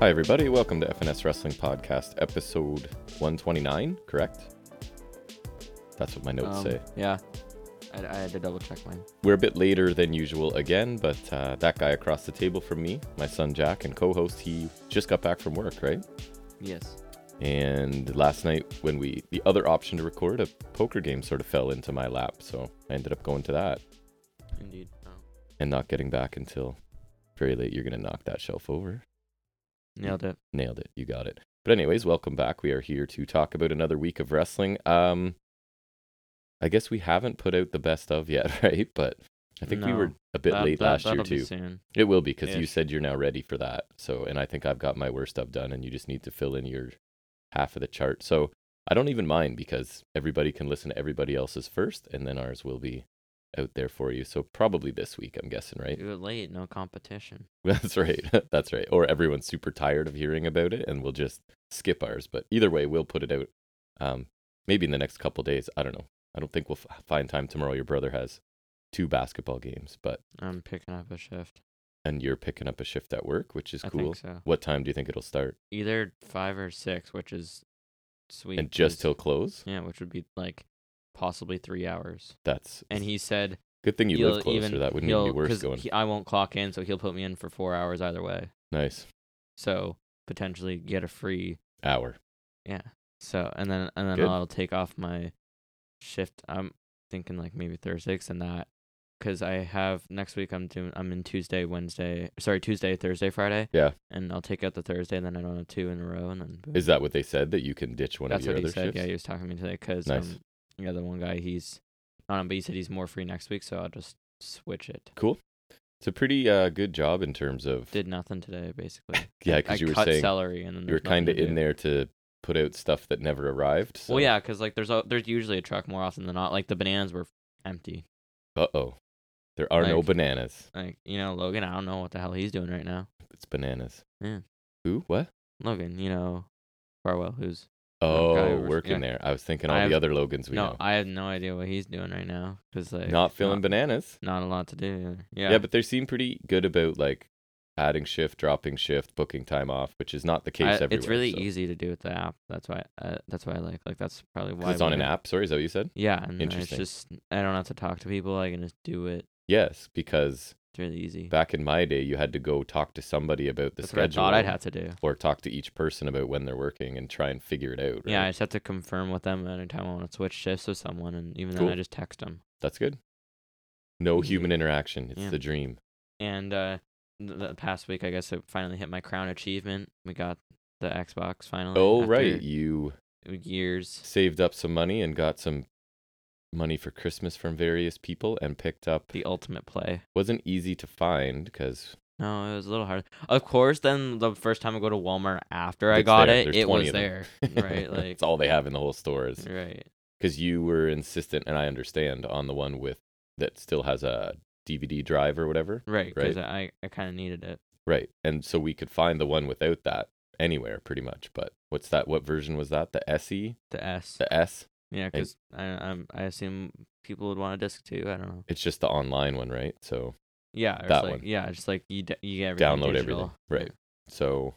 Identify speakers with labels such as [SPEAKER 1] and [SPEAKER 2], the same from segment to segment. [SPEAKER 1] Hi, everybody. Welcome to FNS Wrestling Podcast, episode 129, correct? That's what my notes
[SPEAKER 2] Um,
[SPEAKER 1] say.
[SPEAKER 2] Yeah. I, I had to double check mine.
[SPEAKER 1] We're a bit later than usual again, but uh, that guy across the table from me, my son Jack and co host, he just got back from work, right?
[SPEAKER 2] Yes.
[SPEAKER 1] And last night, when we, the other option to record, a poker game sort of fell into my lap. So I ended up going to that
[SPEAKER 2] Indeed. Oh.
[SPEAKER 1] and not getting back until very late. You're going to knock that shelf over.
[SPEAKER 2] Nailed it.
[SPEAKER 1] Nailed it. You got it. But anyways, welcome back. We are here to talk about another week of wrestling. Um I guess we haven't put out the best of yet, right? But I think we were
[SPEAKER 2] No,
[SPEAKER 1] a bit
[SPEAKER 2] That-
[SPEAKER 1] late
[SPEAKER 2] that-
[SPEAKER 1] last year
[SPEAKER 2] that'll be
[SPEAKER 1] too.
[SPEAKER 2] soon.
[SPEAKER 1] It will be because you
[SPEAKER 2] ish.
[SPEAKER 1] said you're now ready for that. So and I think I've got my worst of done and you just need to fill in your half of the chart. So I don't even mind because everybody can listen to everybody else's first and then ours will be out there for you. So probably this week, I'm guessing, right?
[SPEAKER 2] Do it late. No competition.
[SPEAKER 1] That's right. That's right. Or everyone's super tired of hearing about it and we'll just skip ours. But either way, we'll put it out um, maybe in the next couple days. I don't know. I don't think we'll f- find time tomorrow. Your brother has two basketball games, but
[SPEAKER 2] I'm picking up a shift.
[SPEAKER 1] and you're picking up a shift at work, which is
[SPEAKER 2] I
[SPEAKER 1] cool.
[SPEAKER 2] think so.
[SPEAKER 1] What time do you think it'll start?
[SPEAKER 2] Either five or six, which is sweet.
[SPEAKER 1] and just
[SPEAKER 2] 'cause-
[SPEAKER 1] till close?
[SPEAKER 2] Yeah, which would be like possibly three hours.
[SPEAKER 1] That's
[SPEAKER 2] And he said
[SPEAKER 1] good thing you
[SPEAKER 2] he'll
[SPEAKER 1] live closer.
[SPEAKER 2] even,
[SPEAKER 1] that wouldn't even be
[SPEAKER 2] he'll-
[SPEAKER 1] worse
[SPEAKER 2] 'cause
[SPEAKER 1] going.
[SPEAKER 2] he- I won't clock in, so he'll put me in for four hours either way.
[SPEAKER 1] nice
[SPEAKER 2] So potentially get a free
[SPEAKER 1] hour.
[SPEAKER 2] Yeah. So and then and then
[SPEAKER 1] Good.
[SPEAKER 2] I'll take off my shift. I'm thinking like maybe Thursday, 'cause then that because I have next week. I'm doing. I'm in Tuesday, Wednesday. Sorry, Tuesday, Thursday, Friday.
[SPEAKER 1] Yeah.
[SPEAKER 2] And I'll take out the Thursday, and then I don't have two in a row, and then boom.
[SPEAKER 1] Is that what they said that you can ditch one
[SPEAKER 2] that's
[SPEAKER 1] of your
[SPEAKER 2] what
[SPEAKER 1] other
[SPEAKER 2] he said?
[SPEAKER 1] shifts?
[SPEAKER 2] Yeah, he was talking to me today because
[SPEAKER 1] Nice.
[SPEAKER 2] um, yeah, the one guy he's not on, but he said he's more free next week, so I'll just switch it.
[SPEAKER 1] Cool. It's a pretty uh, good job in terms of
[SPEAKER 2] Did nothing today basically.
[SPEAKER 1] yeah,
[SPEAKER 2] I-
[SPEAKER 1] because
[SPEAKER 2] I
[SPEAKER 1] you were
[SPEAKER 2] cut
[SPEAKER 1] saying
[SPEAKER 2] celery, and then
[SPEAKER 1] you were
[SPEAKER 2] there's nothing
[SPEAKER 1] kind of
[SPEAKER 2] to
[SPEAKER 1] in
[SPEAKER 2] do.
[SPEAKER 1] there to put out stuff that never arrived. So.
[SPEAKER 2] Well, yeah, because like there's a, there's usually a truck more often than not. Like the bananas were empty.
[SPEAKER 1] Uh oh. There are no
[SPEAKER 2] Like-
[SPEAKER 1] bananas.
[SPEAKER 2] Like, you know, Logan, I don't know what the hell he's doing right now.
[SPEAKER 1] It's bananas.
[SPEAKER 2] Yeah.
[SPEAKER 1] Who? What?
[SPEAKER 2] Logan, you know, Farwell, who's.
[SPEAKER 1] Oh,
[SPEAKER 2] guy over-
[SPEAKER 1] working
[SPEAKER 2] yeah.
[SPEAKER 1] there. I was thinking
[SPEAKER 2] I
[SPEAKER 1] all
[SPEAKER 2] have-
[SPEAKER 1] the other Logans we
[SPEAKER 2] no,
[SPEAKER 1] know.
[SPEAKER 2] I have no idea what he's doing right now. Because, like,
[SPEAKER 1] not feeling
[SPEAKER 2] not,
[SPEAKER 1] bananas.
[SPEAKER 2] not a lot to do. either. Yeah.
[SPEAKER 1] Yeah. but they seem pretty good about like adding shift, dropping shift, booking time off, which is not the
[SPEAKER 2] I-
[SPEAKER 1] case everywhere.
[SPEAKER 2] it's really
[SPEAKER 1] so-
[SPEAKER 2] easy to do with the app. That's why. Uh, that's why I like. Like that's probably
[SPEAKER 1] 'Cause
[SPEAKER 2] why.
[SPEAKER 1] It's on an
[SPEAKER 2] we-
[SPEAKER 1] app. Sorry, is that what you said?
[SPEAKER 2] Yeah, and it's
[SPEAKER 1] Interesting.
[SPEAKER 2] just I don't have to talk to people. I can just do it.
[SPEAKER 1] Yes, because
[SPEAKER 2] It's really easy.
[SPEAKER 1] back in my day, you had to go talk to somebody about the
[SPEAKER 2] that's
[SPEAKER 1] schedule.
[SPEAKER 2] what I thought I'd have to do.
[SPEAKER 1] or talk to each person about when they're working and try and figure it out. Right?
[SPEAKER 2] Yeah, I just have to confirm with them anytime I want to switch shifts with someone, and even then
[SPEAKER 1] Cool.
[SPEAKER 2] I just text them.
[SPEAKER 1] That's good. No
[SPEAKER 2] Easy.
[SPEAKER 1] human interaction. It's
[SPEAKER 2] Yeah.
[SPEAKER 1] the dream.
[SPEAKER 2] and uh th- the past week i guess it finally hit my crown achievement we got the xbox finally
[SPEAKER 1] Oh,
[SPEAKER 2] after
[SPEAKER 1] right. You
[SPEAKER 2] years
[SPEAKER 1] saved up some money and got some money for Christmas from various people and picked up.
[SPEAKER 2] the ultimate play
[SPEAKER 1] Wasn't easy to find because
[SPEAKER 2] no it was a little hard of course then the first time i go to walmart after i
[SPEAKER 1] It's
[SPEAKER 2] got
[SPEAKER 1] there.
[SPEAKER 2] it
[SPEAKER 1] There's
[SPEAKER 2] it
[SPEAKER 1] 20
[SPEAKER 2] was
[SPEAKER 1] of them.
[SPEAKER 2] there right like
[SPEAKER 1] it's all they have in the whole store is
[SPEAKER 2] right
[SPEAKER 1] because you were insistent and I understand on the one with that still has a DVD drive or whatever.
[SPEAKER 2] right
[SPEAKER 1] Right.
[SPEAKER 2] because i i kind of needed it
[SPEAKER 1] Right. And so we could find the one without that anywhere pretty much. But what's that? What version was that? The SE?
[SPEAKER 2] the s
[SPEAKER 1] The S?
[SPEAKER 2] yeah because i I'm, i assume people would want a disc too i don't know
[SPEAKER 1] It's just the online one, right? So
[SPEAKER 2] yeah or
[SPEAKER 1] That
[SPEAKER 2] it's
[SPEAKER 1] one.
[SPEAKER 2] like, yeah it's like you, d- you get everything
[SPEAKER 1] Download everything,
[SPEAKER 2] digital.
[SPEAKER 1] right. So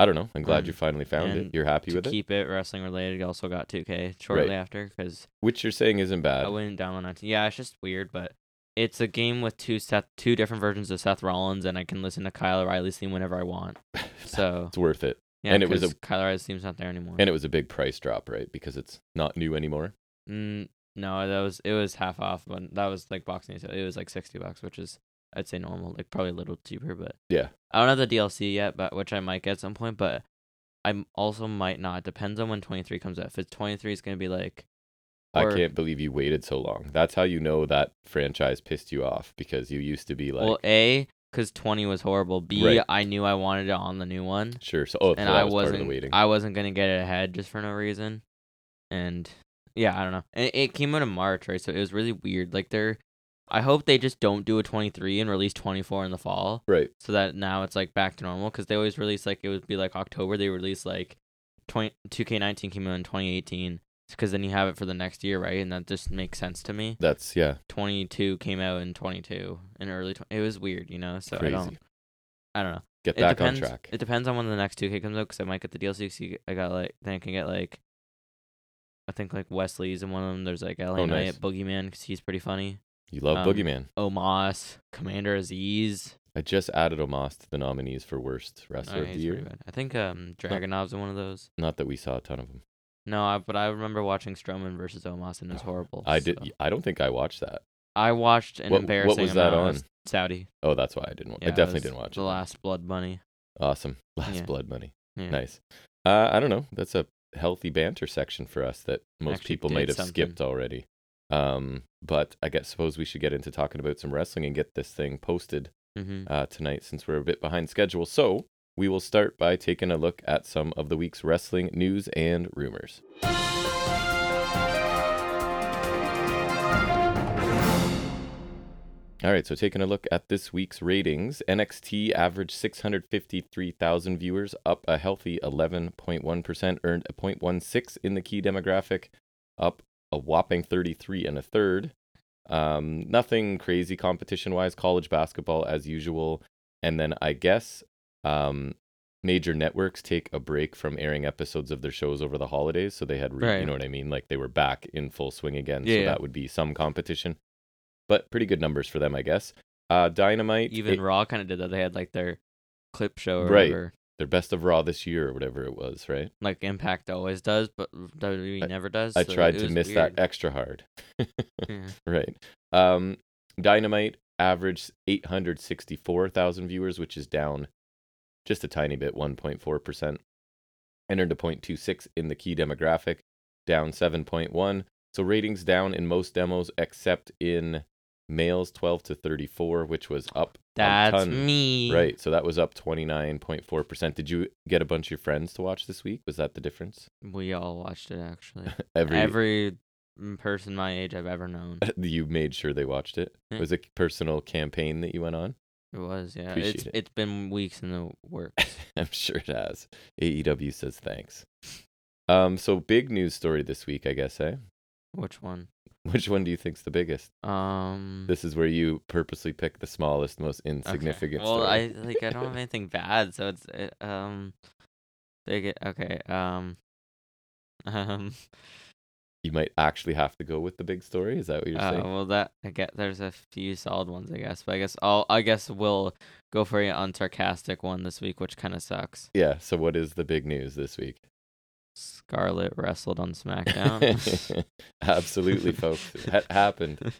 [SPEAKER 1] I don't know. I'm glad you
[SPEAKER 2] Um,
[SPEAKER 1] finally found it.
[SPEAKER 2] and
[SPEAKER 1] You're happy
[SPEAKER 2] to
[SPEAKER 1] with it,
[SPEAKER 2] keep it wrestling related you also got 2k shortly after because
[SPEAKER 1] which you're saying isn't bad.
[SPEAKER 2] I wouldn't download it. Yeah, it's just weird, but it's a game with two Seth, two different versions of Seth Rollins, and I can listen to Kyle O'Reilly's theme whenever I want. So
[SPEAKER 1] it's worth it.
[SPEAKER 2] yeah,
[SPEAKER 1] And it was a-
[SPEAKER 2] 'cause Kyle O'Reilly's theme's not there anymore.
[SPEAKER 1] And it was a big price drop, right? Because it's not new anymore.
[SPEAKER 2] mm, no, that was it was half off, but that was like Boxing Day sale. It was like sixty bucks, which is I'd say normal, like probably a little cheaper, but
[SPEAKER 1] Yeah.
[SPEAKER 2] I don't have the DLC yet, but which I might get at some point, but I'm also might not. Depends on when twenty three comes out. If it's twenty three, it's gonna be like
[SPEAKER 1] I
[SPEAKER 2] Or-
[SPEAKER 1] can't believe you waited so long. That's how you know that franchise pissed you off because you used to be like,
[SPEAKER 2] well, a because twenty was horrible. B, I
[SPEAKER 1] Right.
[SPEAKER 2] knew I wanted it on the new one.
[SPEAKER 1] sure. So, oh, so
[SPEAKER 2] and
[SPEAKER 1] that
[SPEAKER 2] I
[SPEAKER 1] was part of the
[SPEAKER 2] wasn't
[SPEAKER 1] waiting.
[SPEAKER 2] I wasn't gonna get it ahead just for no reason, and yeah, I don't know. And it came out in March, right? So it was really weird. Like they're, I hope they just don't do a 23 and release 24 in the fall,
[SPEAKER 1] right.
[SPEAKER 2] so that now it's like back to normal. Because they always release like it would be like October. They release like 20 2K19 came out in 2018, because then you have it for the next year, right? And that just makes sense to me.
[SPEAKER 1] That's, yeah,
[SPEAKER 2] 22 came out in 22 in early. Tw- it was weird, you know. So I don't.
[SPEAKER 1] crazy.
[SPEAKER 2] I don't know.
[SPEAKER 1] Get
[SPEAKER 2] It
[SPEAKER 1] back
[SPEAKER 2] depends.
[SPEAKER 1] on track.
[SPEAKER 2] It depends on when the next 2K comes out because I might get the DLC. 'cause you get- I got like then I can get like I think like Wesley's in one of them. There's like LA
[SPEAKER 1] Oh,
[SPEAKER 2] Knight,
[SPEAKER 1] nice.
[SPEAKER 2] Boogeyman because he's pretty funny.
[SPEAKER 1] you love
[SPEAKER 2] um,
[SPEAKER 1] Boogeyman.
[SPEAKER 2] Omos, Commander Aziz.
[SPEAKER 1] I just added Omos to the nominees for worst
[SPEAKER 2] Oh,
[SPEAKER 1] wrestler
[SPEAKER 2] yeah,
[SPEAKER 1] of the
[SPEAKER 2] he's pretty
[SPEAKER 1] year.
[SPEAKER 2] bad. I think um Dragonov's in one of those.
[SPEAKER 1] Not that we saw a ton of them.
[SPEAKER 2] No, I, but I remember watching Strowman versus Omos and it was
[SPEAKER 1] Oh,
[SPEAKER 2] horrible.
[SPEAKER 1] I
[SPEAKER 2] so.
[SPEAKER 1] did. I don't think I watched that.
[SPEAKER 2] I watched an
[SPEAKER 1] What- what
[SPEAKER 2] embarrassing.
[SPEAKER 1] was that
[SPEAKER 2] amount.
[SPEAKER 1] on?
[SPEAKER 2] It's Saudi.
[SPEAKER 1] Oh, that's why I didn't. wa-
[SPEAKER 2] Yeah,
[SPEAKER 1] I
[SPEAKER 2] it
[SPEAKER 1] definitely
[SPEAKER 2] was
[SPEAKER 1] didn't watch
[SPEAKER 2] The
[SPEAKER 1] it.
[SPEAKER 2] Last Blood Bunny.
[SPEAKER 1] Awesome. Last
[SPEAKER 2] Yeah.
[SPEAKER 1] Blood Money.
[SPEAKER 2] Yeah.
[SPEAKER 1] Nice. Uh, I don't know. That's a healthy banter section for us that most
[SPEAKER 2] Actually
[SPEAKER 1] people might
[SPEAKER 2] did
[SPEAKER 1] have skipped already. Um, but I guess suppose we should get into talking about some wrestling and get this thing posted
[SPEAKER 2] Mm-hmm.
[SPEAKER 1] uh, tonight since we're a bit behind schedule. So we will start by taking a look at some of the week's wrestling news and rumors. All right, so taking a look at this week's ratings, NXT averaged 653,000 viewers, up a healthy 11.1%, earned a 0.16 in the key demographic, up a whopping 33 and a third. Um, nothing crazy competition wise, college basketball as usual. And then I guess um, major networks take a break from airing episodes of their shows over the holidays. So they had, re-
[SPEAKER 2] Right.
[SPEAKER 1] you know what I mean? Like they were back in full swing again.
[SPEAKER 2] Yeah,
[SPEAKER 1] so
[SPEAKER 2] yeah.
[SPEAKER 1] that would be some competition, but pretty good numbers for them, I guess. Uh, Dynamite,
[SPEAKER 2] Even
[SPEAKER 1] it-
[SPEAKER 2] Raw kind of did that. They had like their clip show or
[SPEAKER 1] Right.
[SPEAKER 2] whatever,
[SPEAKER 1] their best of Raw this year or whatever it was, right?
[SPEAKER 2] like Impact always does, but WWE
[SPEAKER 1] I-
[SPEAKER 2] never does.
[SPEAKER 1] I
[SPEAKER 2] so
[SPEAKER 1] tried
[SPEAKER 2] it
[SPEAKER 1] to
[SPEAKER 2] was
[SPEAKER 1] miss
[SPEAKER 2] weird.
[SPEAKER 1] that extra hard.
[SPEAKER 2] Yeah.
[SPEAKER 1] Right. Um, Dynamite averaged 864,000 viewers, which is down just a tiny bit, 1.4%. Entered a 0.26 in the key demographic, down 7.1. So ratings down in most demos except in males 12 to 34, which was up a
[SPEAKER 2] That's
[SPEAKER 1] ton.
[SPEAKER 2] me.
[SPEAKER 1] Right. So that was up 29.4%. Did you get a bunch of your friends to watch this week? Was that the difference?
[SPEAKER 2] We all watched it actually.
[SPEAKER 1] Every,
[SPEAKER 2] Every m- person my age I've ever known.
[SPEAKER 1] you made sure they watched it.
[SPEAKER 2] Yeah.
[SPEAKER 1] Was it a personal campaign that you went on?
[SPEAKER 2] It was yeah.
[SPEAKER 1] Appreciate
[SPEAKER 2] it's
[SPEAKER 1] it.
[SPEAKER 2] it. has been weeks in the works.
[SPEAKER 1] I'm sure it has. AEW says thanks. Um, so big news story this week, I guess, eh?
[SPEAKER 2] Which one?
[SPEAKER 1] Which one do you think's the biggest?
[SPEAKER 2] Um.
[SPEAKER 1] This is where you purposely pick the smallest, most
[SPEAKER 2] okay.
[SPEAKER 1] insignificant
[SPEAKER 2] Well,
[SPEAKER 1] story.
[SPEAKER 2] I like I don't have anything bad, so it's it, um. They get okay. Um. Um.
[SPEAKER 1] You might actually have to go with the big story. Is that what you're
[SPEAKER 2] Uh,
[SPEAKER 1] saying?
[SPEAKER 2] well, that I get. There's a few solid ones, I guess. But I guess I'll. I guess we'll go for an unsarcastic one this week, which kind of sucks.
[SPEAKER 1] Yeah. So what is the big news this week?
[SPEAKER 2] Scarlett wrestled on SmackDown.
[SPEAKER 1] Absolutely, folks. That happened.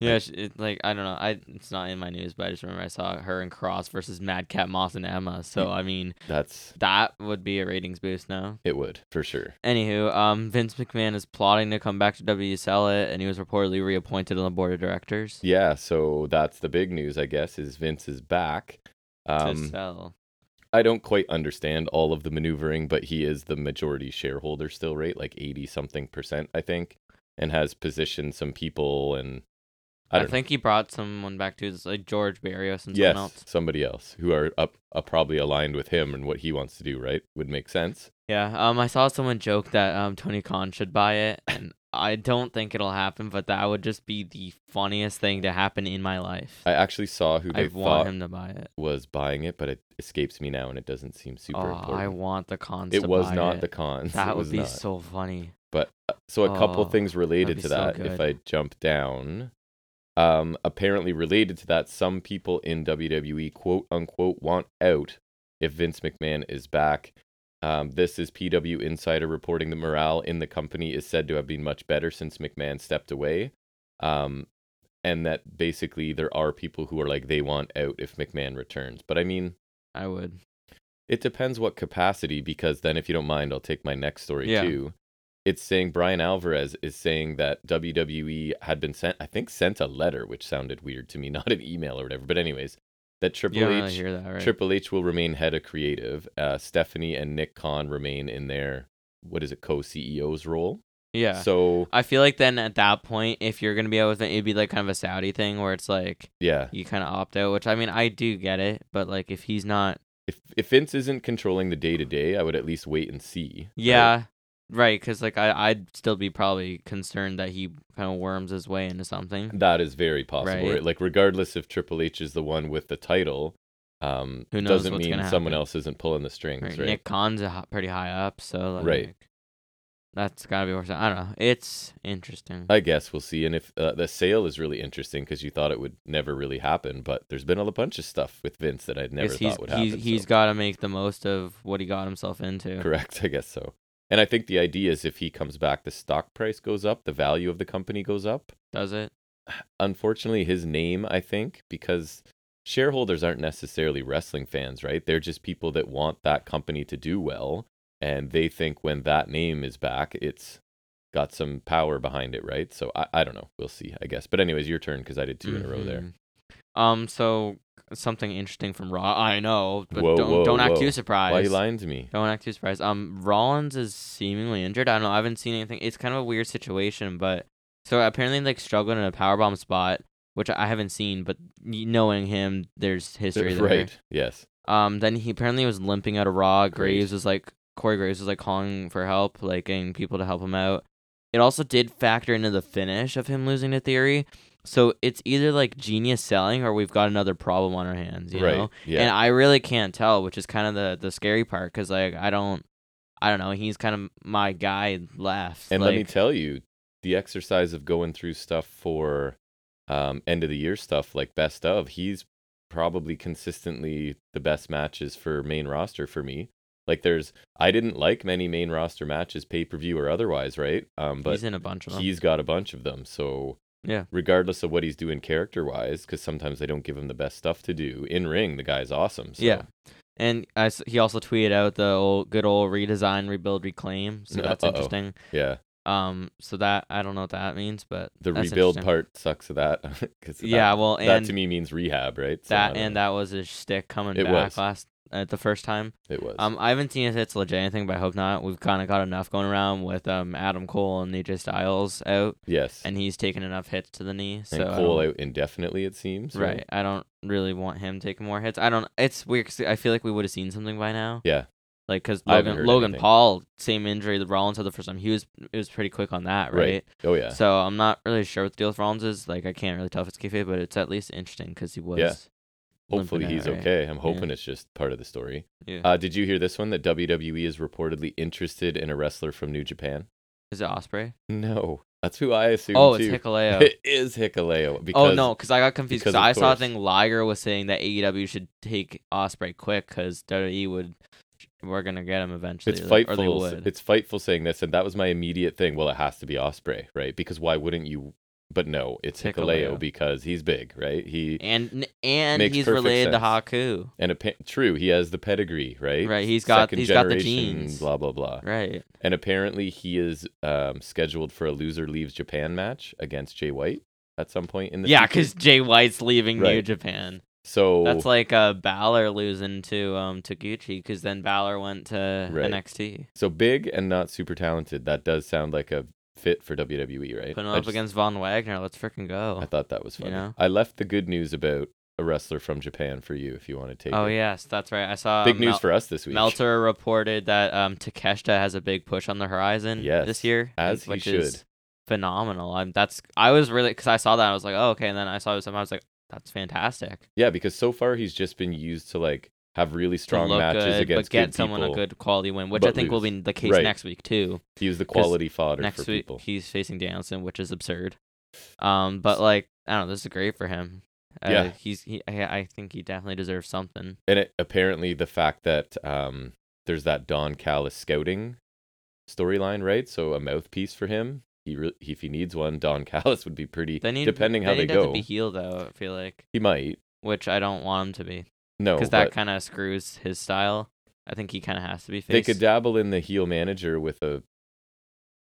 [SPEAKER 2] yeah, she, it, like I don't know. I it's not in my news, but I just remember I saw her and Cross versus Madcap Moss and Emma.
[SPEAKER 1] Hmm.
[SPEAKER 2] So I mean,
[SPEAKER 1] That's
[SPEAKER 2] that would be a ratings boost. No.
[SPEAKER 1] it would for sure.
[SPEAKER 2] Anywho, um, Vince McMahon is plotting to come back to WSL it, and he was reportedly reappointed on the board of directors
[SPEAKER 1] Yeah. So that's the big news, I guess, is Vince is back. Um,
[SPEAKER 2] to sell.
[SPEAKER 1] I don't quite understand all of the maneuvering, but he is the majority shareholder still, right? Like 80 something percent, I think, and has positioned some people and I
[SPEAKER 2] I,
[SPEAKER 1] don't know.
[SPEAKER 2] think he brought someone back to this, like George Barrios and
[SPEAKER 1] yes,
[SPEAKER 2] someone else.
[SPEAKER 1] somebody else who are up uh, probably aligned with him and what he wants to do, right? Would make sense.
[SPEAKER 2] Yeah. Um, I saw someone joke that um Tony Khan should buy it, and I don't think it'll happen, but that would just be the funniest thing to happen in my life.
[SPEAKER 1] I actually saw who
[SPEAKER 2] I
[SPEAKER 1] they
[SPEAKER 2] want
[SPEAKER 1] thought
[SPEAKER 2] him to buy it.
[SPEAKER 1] was buying it, but it escapes me now and it doesn't seem super
[SPEAKER 2] Oh, I
[SPEAKER 1] important.
[SPEAKER 2] want the cons.
[SPEAKER 1] it
[SPEAKER 2] to
[SPEAKER 1] was
[SPEAKER 2] buy
[SPEAKER 1] not
[SPEAKER 2] it.
[SPEAKER 1] the cons.
[SPEAKER 2] That
[SPEAKER 1] it
[SPEAKER 2] would
[SPEAKER 1] was
[SPEAKER 2] be
[SPEAKER 1] not.
[SPEAKER 2] so funny.
[SPEAKER 1] But uh, so a couple
[SPEAKER 2] Oh,
[SPEAKER 1] things related
[SPEAKER 2] be
[SPEAKER 1] to
[SPEAKER 2] so
[SPEAKER 1] that. if
[SPEAKER 2] good.
[SPEAKER 1] I jump down, um, apparently related to that, some people in WWE quote unquote want out if Vince McMahon is back. Um, this is PW Insider reporting the morale in the company is said to have been much better since McMahon stepped away. Um, and that basically there are people who are like they want out if McMahon returns. But I mean,
[SPEAKER 2] I would.
[SPEAKER 1] it depends what capacity, because then if you don't mind, I'll take my next story
[SPEAKER 2] Yeah.
[SPEAKER 1] too. It's saying Brian Alvarez is saying that WWE had been sent, I think, sent a letter, which sounded weird to me, not an email or whatever. But anyways, that Triple
[SPEAKER 2] you don't really
[SPEAKER 1] H,
[SPEAKER 2] hear that, right?
[SPEAKER 1] Triple H will remain head of creative. Uh, Stephanie and Nick Khan remain in their what is it, co-CEOs role.
[SPEAKER 2] yeah.
[SPEAKER 1] So
[SPEAKER 2] I feel like then at that point, if you're gonna be out with it, it'd be like kind of a Saudi thing where it's like
[SPEAKER 1] yeah,
[SPEAKER 2] you kind of opt out. Which I mean, I do get it, but like if he's not
[SPEAKER 1] if if Vince isn't controlling the day to day, I would at least wait and see. right?
[SPEAKER 2] Yeah, right. Because like I, I'd still be probably concerned that he kind of worms his way into something.
[SPEAKER 1] That is very possible.
[SPEAKER 2] Right.
[SPEAKER 1] Right? Like, regardless if Triple H is the one with the title, um,
[SPEAKER 2] Who knows
[SPEAKER 1] doesn't
[SPEAKER 2] what's
[SPEAKER 1] mean
[SPEAKER 2] gonna
[SPEAKER 1] someone
[SPEAKER 2] happen.
[SPEAKER 1] else isn't pulling the strings,
[SPEAKER 2] Right.
[SPEAKER 1] right?
[SPEAKER 2] Nick Khan's a ho- pretty high up, so like,
[SPEAKER 1] Right.
[SPEAKER 2] That's gotta be worth. it. I don't know. It's interesting.
[SPEAKER 1] I guess we'll see. And if uh, the sale is really interesting because you thought it would never really happen, but there's been a bunch of stuff with Vince that I'd never
[SPEAKER 2] Guess he's
[SPEAKER 1] thought would
[SPEAKER 2] he's,
[SPEAKER 1] happen.
[SPEAKER 2] he's
[SPEAKER 1] so-
[SPEAKER 2] got to make the most of what he got himself into.
[SPEAKER 1] correct. I guess so. And I think the idea is if he comes back, the stock price goes up, the value of the company goes up.
[SPEAKER 2] Does it?
[SPEAKER 1] Unfortunately, his name, I think, because shareholders aren't necessarily wrestling fans, right? They're just people that want that company to do well. And they think when that name is back, it's got some power behind it, right? So I, I don't know. We'll see, I guess. But, anyways, your turn because I did 2 in a row there.
[SPEAKER 2] Mhm. Um. So something interesting from Raw. I know, but
[SPEAKER 1] Whoa,
[SPEAKER 2] don't
[SPEAKER 1] whoa,
[SPEAKER 2] don't act
[SPEAKER 1] whoa.
[SPEAKER 2] too surprised.
[SPEAKER 1] Why are you lying to me?
[SPEAKER 2] Don't act too surprised. Um, Rollins is seemingly injured. I don't know. I haven't seen anything. It's kind of a weird situation, but so apparently like struggling in a powerbomb spot, which I haven't seen, but y- knowing him, there's history there.
[SPEAKER 1] right. Yes.
[SPEAKER 2] Um, then he apparently was limping out of Raw.
[SPEAKER 1] Great.
[SPEAKER 2] Graves was like Corey Graves was like calling for help, like getting people to help him out. It also did factor into the finish of him losing to Theory. So it's either like genius selling or we've got another problem on our hands, you
[SPEAKER 1] right.
[SPEAKER 2] know?
[SPEAKER 1] Yeah.
[SPEAKER 2] and I really can't tell, which is kind of the the scary part because like I don't, I don't know. He's kind of my guy left.
[SPEAKER 1] And let me
[SPEAKER 2] like,
[SPEAKER 1] tell you, the exercise of going through stuff for um, end of the year stuff, like best of, he's probably consistently the best matches for main roster for me. Like there's, I didn't like many main roster matches, pay per view or otherwise, right? Um, but
[SPEAKER 2] he's in a bunch of them.
[SPEAKER 1] he's got a bunch of them. So
[SPEAKER 2] Yeah.
[SPEAKER 1] regardless of what he's doing character wise, because sometimes they don't give him the best stuff to do in ring, the guy's awesome. So
[SPEAKER 2] Yeah. And I s he also tweeted out the old good old redesign, rebuild, reclaim. So
[SPEAKER 1] Uh,
[SPEAKER 2] that's
[SPEAKER 1] uh-oh.
[SPEAKER 2] interesting.
[SPEAKER 1] yeah.
[SPEAKER 2] Um, so that I don't know what that means, but
[SPEAKER 1] The
[SPEAKER 2] that's
[SPEAKER 1] rebuild
[SPEAKER 2] interesting.
[SPEAKER 1] part sucks of that because
[SPEAKER 2] Yeah, well,
[SPEAKER 1] that,
[SPEAKER 2] and
[SPEAKER 1] to me means rehab, right? So I
[SPEAKER 2] that
[SPEAKER 1] don't
[SPEAKER 2] and
[SPEAKER 1] know.
[SPEAKER 2] that was his shtick coming
[SPEAKER 1] It
[SPEAKER 2] back
[SPEAKER 1] was.
[SPEAKER 2] last at the first time.
[SPEAKER 1] it was
[SPEAKER 2] Um, I haven't seen if it's legit anything, but I hope not. We've kind of got enough going around with um Adam Cole and AJ Styles out.
[SPEAKER 1] yes.
[SPEAKER 2] and he's taken enough hits to the knee. So
[SPEAKER 1] and
[SPEAKER 2] I
[SPEAKER 1] Cole
[SPEAKER 2] don't-
[SPEAKER 1] out indefinitely, it seems.
[SPEAKER 2] right, I don't really want him taking more hits. I don't. It's weird. 'cause I feel like we would have seen something by now.
[SPEAKER 1] Yeah.
[SPEAKER 2] Like because
[SPEAKER 1] I haven't
[SPEAKER 2] Logan
[SPEAKER 1] heard
[SPEAKER 2] Logan
[SPEAKER 1] anything.
[SPEAKER 2] Paul same injury the Rollins had the first time he was it was pretty quick on that right.
[SPEAKER 1] Right. Oh yeah.
[SPEAKER 2] So I'm not really sure what the deal with Rollins is. Like I can't really tell if it's kayfabe, but it's at least interesting because he was.
[SPEAKER 1] Hopefully
[SPEAKER 2] limping
[SPEAKER 1] he's
[SPEAKER 2] out, right?
[SPEAKER 1] okay. I'm hoping it's just part of the story.
[SPEAKER 2] Yeah.
[SPEAKER 1] Uh, did you hear this one that WWE is reportedly interested in a wrestler from New Japan?
[SPEAKER 2] Is it Osprey?
[SPEAKER 1] No, that's who I assume.
[SPEAKER 2] Oh, it's
[SPEAKER 1] too.
[SPEAKER 2] Hikaleo.
[SPEAKER 1] It is Hikaleo. Because,
[SPEAKER 2] oh no, because I got confused.
[SPEAKER 1] because
[SPEAKER 2] Because I
[SPEAKER 1] of
[SPEAKER 2] saw a
[SPEAKER 1] course.
[SPEAKER 2] thing Liger was saying that AEW should take Osprey quick because WWE E would we're gonna get him eventually.
[SPEAKER 1] It's
[SPEAKER 2] like- or they
[SPEAKER 1] fightful.
[SPEAKER 2] would.
[SPEAKER 1] s- It's fightful saying this, and that was my immediate thing. Well, it has to be Osprey, right? Because why wouldn't you? But no, it's Hikaleo
[SPEAKER 2] Hikaleo.
[SPEAKER 1] because he's big, right? He
[SPEAKER 2] and and
[SPEAKER 1] Makes
[SPEAKER 2] he's
[SPEAKER 1] perfect
[SPEAKER 2] related
[SPEAKER 1] sense.
[SPEAKER 2] to Haku.
[SPEAKER 1] and a true, he has the pedigree, right?
[SPEAKER 2] Right, he's got-
[SPEAKER 1] Second
[SPEAKER 2] he's got the
[SPEAKER 1] generation,
[SPEAKER 2] genes.
[SPEAKER 1] Blah blah blah.
[SPEAKER 2] Right.
[SPEAKER 1] And apparently, he is um, scheduled for a loser leaves Japan match against Jay White at some point in the
[SPEAKER 2] Yeah,
[SPEAKER 1] future.
[SPEAKER 2] because Jay White's leaving New
[SPEAKER 1] Right.
[SPEAKER 2] Japan.
[SPEAKER 1] so
[SPEAKER 2] That's like uh, Balor losing to um to Gucci because then Balor went to
[SPEAKER 1] Right.
[SPEAKER 2] NXT.
[SPEAKER 1] so big and not super talented. That does sound like a fit for WWE, right?
[SPEAKER 2] Putting him
[SPEAKER 1] I
[SPEAKER 2] up
[SPEAKER 1] just-
[SPEAKER 2] against Von Wagner. Let's freaking
[SPEAKER 1] I
[SPEAKER 2] go.
[SPEAKER 1] thought that was
[SPEAKER 2] you
[SPEAKER 1] funny.
[SPEAKER 2] know?
[SPEAKER 1] I left the good news about a wrestler from Japan for you if you want to take.
[SPEAKER 2] Oh
[SPEAKER 1] it.
[SPEAKER 2] yes, that's right. I saw
[SPEAKER 1] big news
[SPEAKER 2] Mel-
[SPEAKER 1] for us this week.
[SPEAKER 2] Meltzer reported that um Takeshita has a big push on the horizon
[SPEAKER 1] Yes,
[SPEAKER 2] this year,
[SPEAKER 1] as he
[SPEAKER 2] which
[SPEAKER 1] should.
[SPEAKER 2] is phenomenal. I'm that's I was really because I saw that I was like, oh okay, and then I saw this and I was like, that's fantastic.
[SPEAKER 1] Yeah, because so far he's just been used to like have really strong
[SPEAKER 2] to look
[SPEAKER 1] matches
[SPEAKER 2] good,
[SPEAKER 1] against
[SPEAKER 2] but get
[SPEAKER 1] good
[SPEAKER 2] someone
[SPEAKER 1] people.
[SPEAKER 2] a good quality win, which I
[SPEAKER 1] but
[SPEAKER 2] think will
[SPEAKER 1] lose.
[SPEAKER 2] be the case
[SPEAKER 1] Right.
[SPEAKER 2] next week too.
[SPEAKER 1] He was the quality fodder
[SPEAKER 2] Next
[SPEAKER 1] for
[SPEAKER 2] week
[SPEAKER 1] people.
[SPEAKER 2] he's facing Danielson, which is absurd. Um, but like I don't know, this is great for him. Uh,
[SPEAKER 1] Yeah.
[SPEAKER 2] he's he, I, I think he definitely deserves something.
[SPEAKER 1] and it, apparently the fact that um, there's that Don Callis scouting storyline, right? So a mouthpiece for him. He re- if he needs one, Don Callis would be pretty.
[SPEAKER 2] They need
[SPEAKER 1] depending how they
[SPEAKER 2] need to have
[SPEAKER 1] go,
[SPEAKER 2] to be heel though. I feel like
[SPEAKER 1] he might.
[SPEAKER 2] which I don't want him to be
[SPEAKER 1] No,
[SPEAKER 2] because
[SPEAKER 1] but
[SPEAKER 2] that kind of screws his style. I think he kind of has to be
[SPEAKER 1] they
[SPEAKER 2] face.
[SPEAKER 1] could dabble in the heel manager with a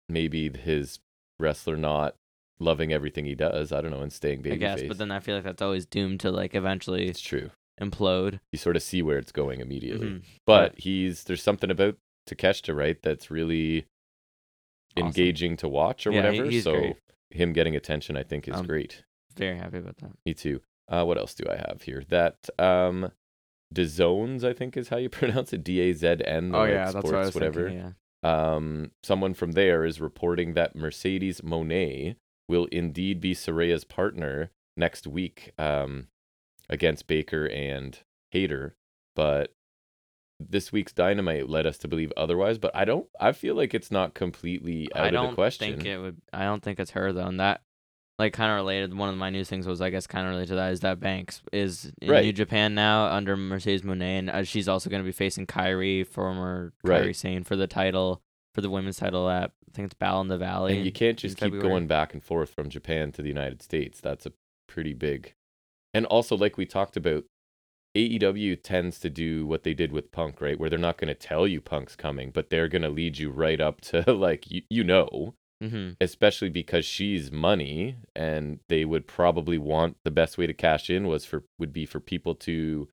[SPEAKER 1] maybe his wrestler not loving everything he does. I don't know, and staying babyface.
[SPEAKER 2] I guess, but then I feel like that's always doomed to like eventually
[SPEAKER 1] it's true.
[SPEAKER 2] implode.
[SPEAKER 1] You sort of see where it's going immediately.
[SPEAKER 2] Mhm.
[SPEAKER 1] But he's there's something about Takeshita, right? That's really
[SPEAKER 2] Awesome.
[SPEAKER 1] engaging to watch or
[SPEAKER 2] Yeah, he-
[SPEAKER 1] whatever.
[SPEAKER 2] he's
[SPEAKER 1] so
[SPEAKER 2] great.
[SPEAKER 1] him getting attention, I think, is
[SPEAKER 2] Um,
[SPEAKER 1] great.
[SPEAKER 2] Very happy about that.
[SPEAKER 1] Me too. Uh, what else do I have here? That um, DAZN, I think, is how you pronounce it. D A Z N.
[SPEAKER 2] Oh,
[SPEAKER 1] the, like, sports, whatever.
[SPEAKER 2] Thinking, yeah.
[SPEAKER 1] Um, someone from there is reporting that Mercedes Monet will indeed be Soraya's partner next week um, against Baker and hater, but this week's dynamite led us to believe otherwise. But I don't. I feel like it's not completely out
[SPEAKER 2] I
[SPEAKER 1] of the
[SPEAKER 2] don't
[SPEAKER 1] question.
[SPEAKER 2] think it would. I don't think it's her though, and that like kind of related. One of my news things was, I guess, kind of related to that is that Banks is in New
[SPEAKER 1] Right.
[SPEAKER 2] Japan now under Mercedes Monet, and uh, she's also going to be facing Kyrie, former
[SPEAKER 1] Right.
[SPEAKER 2] Kyrie Sane, for the title for the women's title at I think it's Battle in the Valley.
[SPEAKER 1] and you can't just
[SPEAKER 2] in
[SPEAKER 1] keep
[SPEAKER 2] February.
[SPEAKER 1] going back and forth from Japan to the United States. That's a pretty big. And also, like we talked about, AEW tends to do what they did with Punk, right? Where they're not going to tell you Punk's coming, but they're going to lead you right up to, like, you, you know,
[SPEAKER 2] Mm-hmm.
[SPEAKER 1] especially because she's money and they would probably want the best way to cash in was for, would be for people to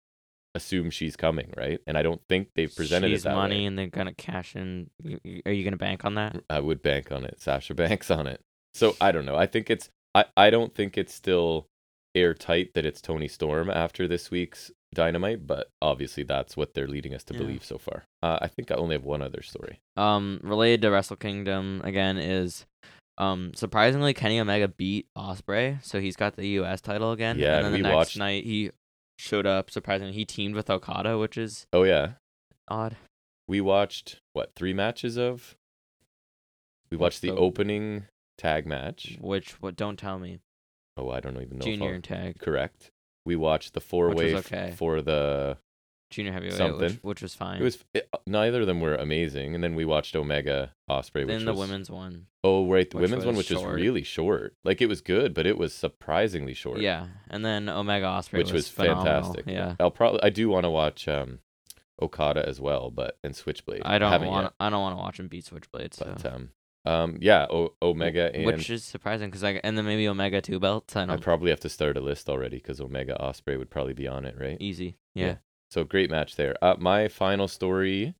[SPEAKER 1] assume she's coming, right? And I don't think they've presented
[SPEAKER 2] she's
[SPEAKER 1] it that
[SPEAKER 2] money,
[SPEAKER 1] way.
[SPEAKER 2] and they're gonna cash in. Y- y- Are you gonna bank on that?
[SPEAKER 1] I would bank on it. Sasha banks on it. So I don't know. I think it's I, I don't think it's still airtight that it's Tony Storm after this week's Dynamite, but obviously that's what they're leading us to
[SPEAKER 2] Yeah.
[SPEAKER 1] believe so far. Uh, I think I only have one other story.
[SPEAKER 2] Um, related to Wrestle Kingdom again is, um, surprisingly Kenny Omega beat Osprey, so he's got the U.S. title again.
[SPEAKER 1] Yeah,
[SPEAKER 2] and then
[SPEAKER 1] we
[SPEAKER 2] the next
[SPEAKER 1] watched-
[SPEAKER 2] night he showed up. Surprisingly, he teamed with Okada, which is
[SPEAKER 1] Oh yeah.
[SPEAKER 2] odd.
[SPEAKER 1] We watched what, three matches of? We
[SPEAKER 2] Watched
[SPEAKER 1] watched the
[SPEAKER 2] the-
[SPEAKER 1] opening tag match.
[SPEAKER 2] Which what? Don't tell me,
[SPEAKER 1] Oh, I don't even know
[SPEAKER 2] junior
[SPEAKER 1] if
[SPEAKER 2] tag,
[SPEAKER 1] i correct. We watched the four way
[SPEAKER 2] was okay.
[SPEAKER 1] for the
[SPEAKER 2] junior heavyweight, which,
[SPEAKER 1] something.
[SPEAKER 2] which was fine.
[SPEAKER 1] it was it, uh, neither of them were amazing and then we watched Omega Osprey which
[SPEAKER 2] then the
[SPEAKER 1] was
[SPEAKER 2] women's one.
[SPEAKER 1] Oh right, the
[SPEAKER 2] which
[SPEAKER 1] women's one,
[SPEAKER 2] was
[SPEAKER 1] which is
[SPEAKER 2] short.
[SPEAKER 1] really short. Like it was good, but it was surprisingly short.
[SPEAKER 2] Yeah, and then Omega Osprey,
[SPEAKER 1] which was,
[SPEAKER 2] phenomenal.
[SPEAKER 1] fantastic.
[SPEAKER 2] Yeah.
[SPEAKER 1] I'll probably I do want to watch um, Okada as well, but and Switchblade.
[SPEAKER 2] I don't
[SPEAKER 1] haven't
[SPEAKER 2] want. I don't want to watch him beat Switchblade. So.
[SPEAKER 1] yet, but um, um, yeah, o- Omega and
[SPEAKER 2] which is surprising because I and then maybe Omega two belts. I
[SPEAKER 1] I
[SPEAKER 2] don't
[SPEAKER 1] probably have to start a list already because Omega Osprey would probably be on it, right?
[SPEAKER 2] easy.
[SPEAKER 1] Yeah.
[SPEAKER 2] Yeah.
[SPEAKER 1] So great match there. Uh, my final story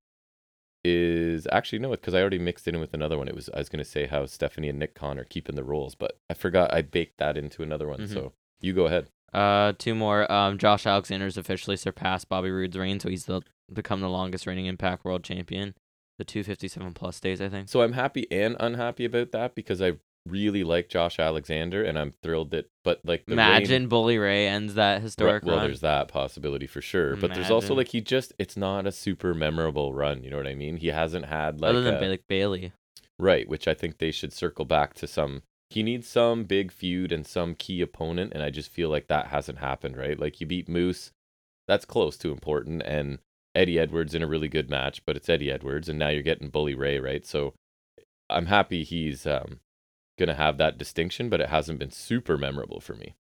[SPEAKER 1] is actually no, because I already mixed it in with another one. It was I was gonna say how Stephanie and Nick Khan are keeping the roles, but I forgot I baked that into another one.
[SPEAKER 2] Mhm.
[SPEAKER 1] So you go ahead.
[SPEAKER 2] Uh, two more. Um, Josh Alexander's officially surpassed Bobby Roode's reign, so he's the, become the longest reigning Impact World Champion. The 257 plus days, I think.
[SPEAKER 1] So I'm happy and unhappy about that because I really like Josh Alexander and I'm thrilled that, but like the
[SPEAKER 2] Imagine
[SPEAKER 1] reign-
[SPEAKER 2] Bully Ray ends that historic
[SPEAKER 1] well,
[SPEAKER 2] run.
[SPEAKER 1] there's that possibility for sure, but there's also
[SPEAKER 2] Imagine.
[SPEAKER 1] like he just it's not a super memorable run. You know what I mean? He hasn't had like uh,
[SPEAKER 2] Other than
[SPEAKER 1] a-
[SPEAKER 2] Ba- like Bailey,
[SPEAKER 1] right, which I think they should circle back to some. He needs some big feud and some key opponent, and I just feel like that hasn't happened. Right? Like you beat Moose, that's close to important, and Eddie Edwards in a really good match, but it's Eddie Edwards, and now you're getting Bully Ray, right? So I'm happy he's um, gonna have that distinction, but it hasn't been super memorable for me.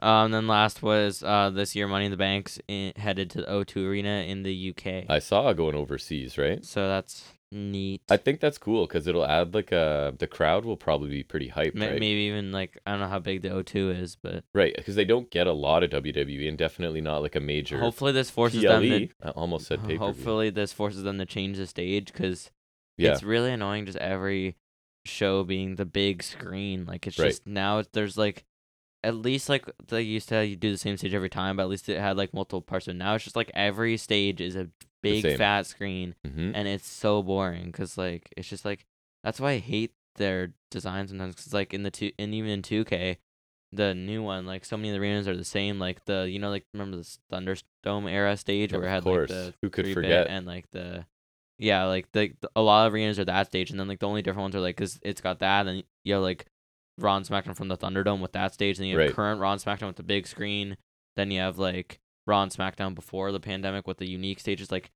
[SPEAKER 2] um, then last was uh this year Money in the Banks in, headed to the O2 Arena in the UK.
[SPEAKER 1] I saw going overseas, right?
[SPEAKER 2] so that's neat.
[SPEAKER 1] I think that's cool because it'll add like a the crowd will probably be pretty hyped,
[SPEAKER 2] Ma-
[SPEAKER 1] right?
[SPEAKER 2] Maybe even like I don't know how big the O2 is, but
[SPEAKER 1] Right, because they don't get a lot of WWE, and definitely not like a major.
[SPEAKER 2] hopefully this forces
[SPEAKER 1] PLE.
[SPEAKER 2] them to
[SPEAKER 1] E. I almost said pay per view.
[SPEAKER 2] Uh, hopefully this forces them to change the stage because
[SPEAKER 1] Yeah,
[SPEAKER 2] it's really annoying just every show being the big screen like it's
[SPEAKER 1] Right.
[SPEAKER 2] just now it's, there's like at least like they used to you do the same stage every time but at least it had like multiple parts and now it's just like every stage is a big
[SPEAKER 1] same.
[SPEAKER 2] fat screen
[SPEAKER 1] hmm
[SPEAKER 2] and it's so boring because like it's just like that's why i hate their design sometimes 'cause, like in the two and even in 2k the new one like so many of the arenas are the same like the you know like remember the thunderdome era stage where it
[SPEAKER 1] of
[SPEAKER 2] had
[SPEAKER 1] course.
[SPEAKER 2] like the
[SPEAKER 1] Who could
[SPEAKER 2] three bit
[SPEAKER 1] forget?
[SPEAKER 2] and like the yeah like the, the- a lot of arenas are that stage and then like the only different ones are like because it's got that and you have like Raw and SmackDown from the Thunderdome with that stage and then you have
[SPEAKER 1] Right.
[SPEAKER 2] current Raw and SmackDown with the big screen then you have like Raw and SmackDown before the pandemic with the unique stages like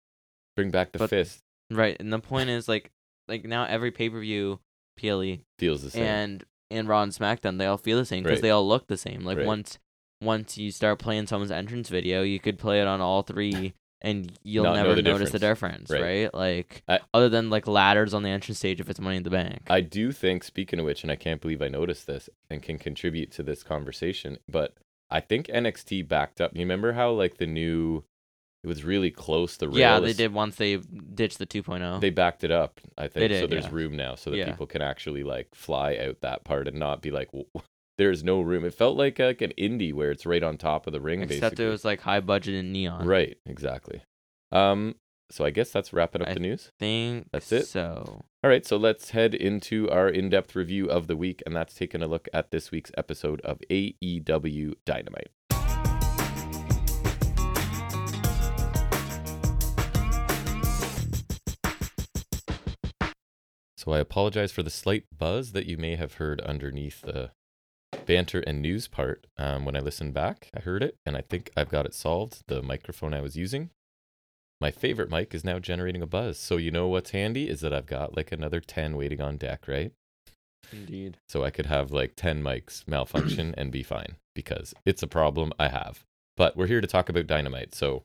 [SPEAKER 1] Bring back the
[SPEAKER 2] but-
[SPEAKER 1] fist.
[SPEAKER 2] right and the point is like like now every pay per view PLE
[SPEAKER 1] Feels the same.
[SPEAKER 2] and and Raw and SmackDown, they all feel the same because
[SPEAKER 1] Right.
[SPEAKER 2] they all look the same. Like
[SPEAKER 1] Right.
[SPEAKER 2] once once you start playing someone's entrance video, you could play it on all three, and you'll
[SPEAKER 1] Not know
[SPEAKER 2] never
[SPEAKER 1] the
[SPEAKER 2] notice the difference, right?
[SPEAKER 1] Right.
[SPEAKER 2] Like
[SPEAKER 1] I-
[SPEAKER 2] other than like ladders on the entrance stage if it's Money in the Bank.
[SPEAKER 1] I do think, speaking of which, and I can't believe I noticed this and can contribute to this conversation, but I think NXT backed up. You remember how like the new, it was really close. The rail
[SPEAKER 2] yeah, they
[SPEAKER 1] is-
[SPEAKER 2] did once they ditched the oh. 2.0.
[SPEAKER 1] They backed it up. I think so.
[SPEAKER 2] did,
[SPEAKER 1] There's
[SPEAKER 2] yeah.
[SPEAKER 1] room now, so that
[SPEAKER 2] Yeah.
[SPEAKER 1] people can actually like fly out that part and not be like, "W- w- there's no room. It felt like like an indie where it's right on top of the ring.
[SPEAKER 2] except
[SPEAKER 1] basically.
[SPEAKER 2] it was like high budget and neon.
[SPEAKER 1] right, exactly. Um, so I guess that's wrapping up
[SPEAKER 2] I
[SPEAKER 1] the news.
[SPEAKER 2] Think
[SPEAKER 1] That's it.
[SPEAKER 2] So
[SPEAKER 1] All right, so let's head into our in depth review of the week, and that's taking a look at E this week's episode of AEW Dynamite. So I apologize for the slight buzz that you may have heard underneath the banter and news part. Um, when I listened back, I heard it, and I think I've got it solved. The microphone I was using, my favorite mic, is now generating a buzz. So you know what's handy is that I've got like another ten waiting on deck, right?
[SPEAKER 2] Indeed.
[SPEAKER 1] So I could have like ten mics malfunction and be fine because it's a problem I have. But we're here to talk about dynamite, so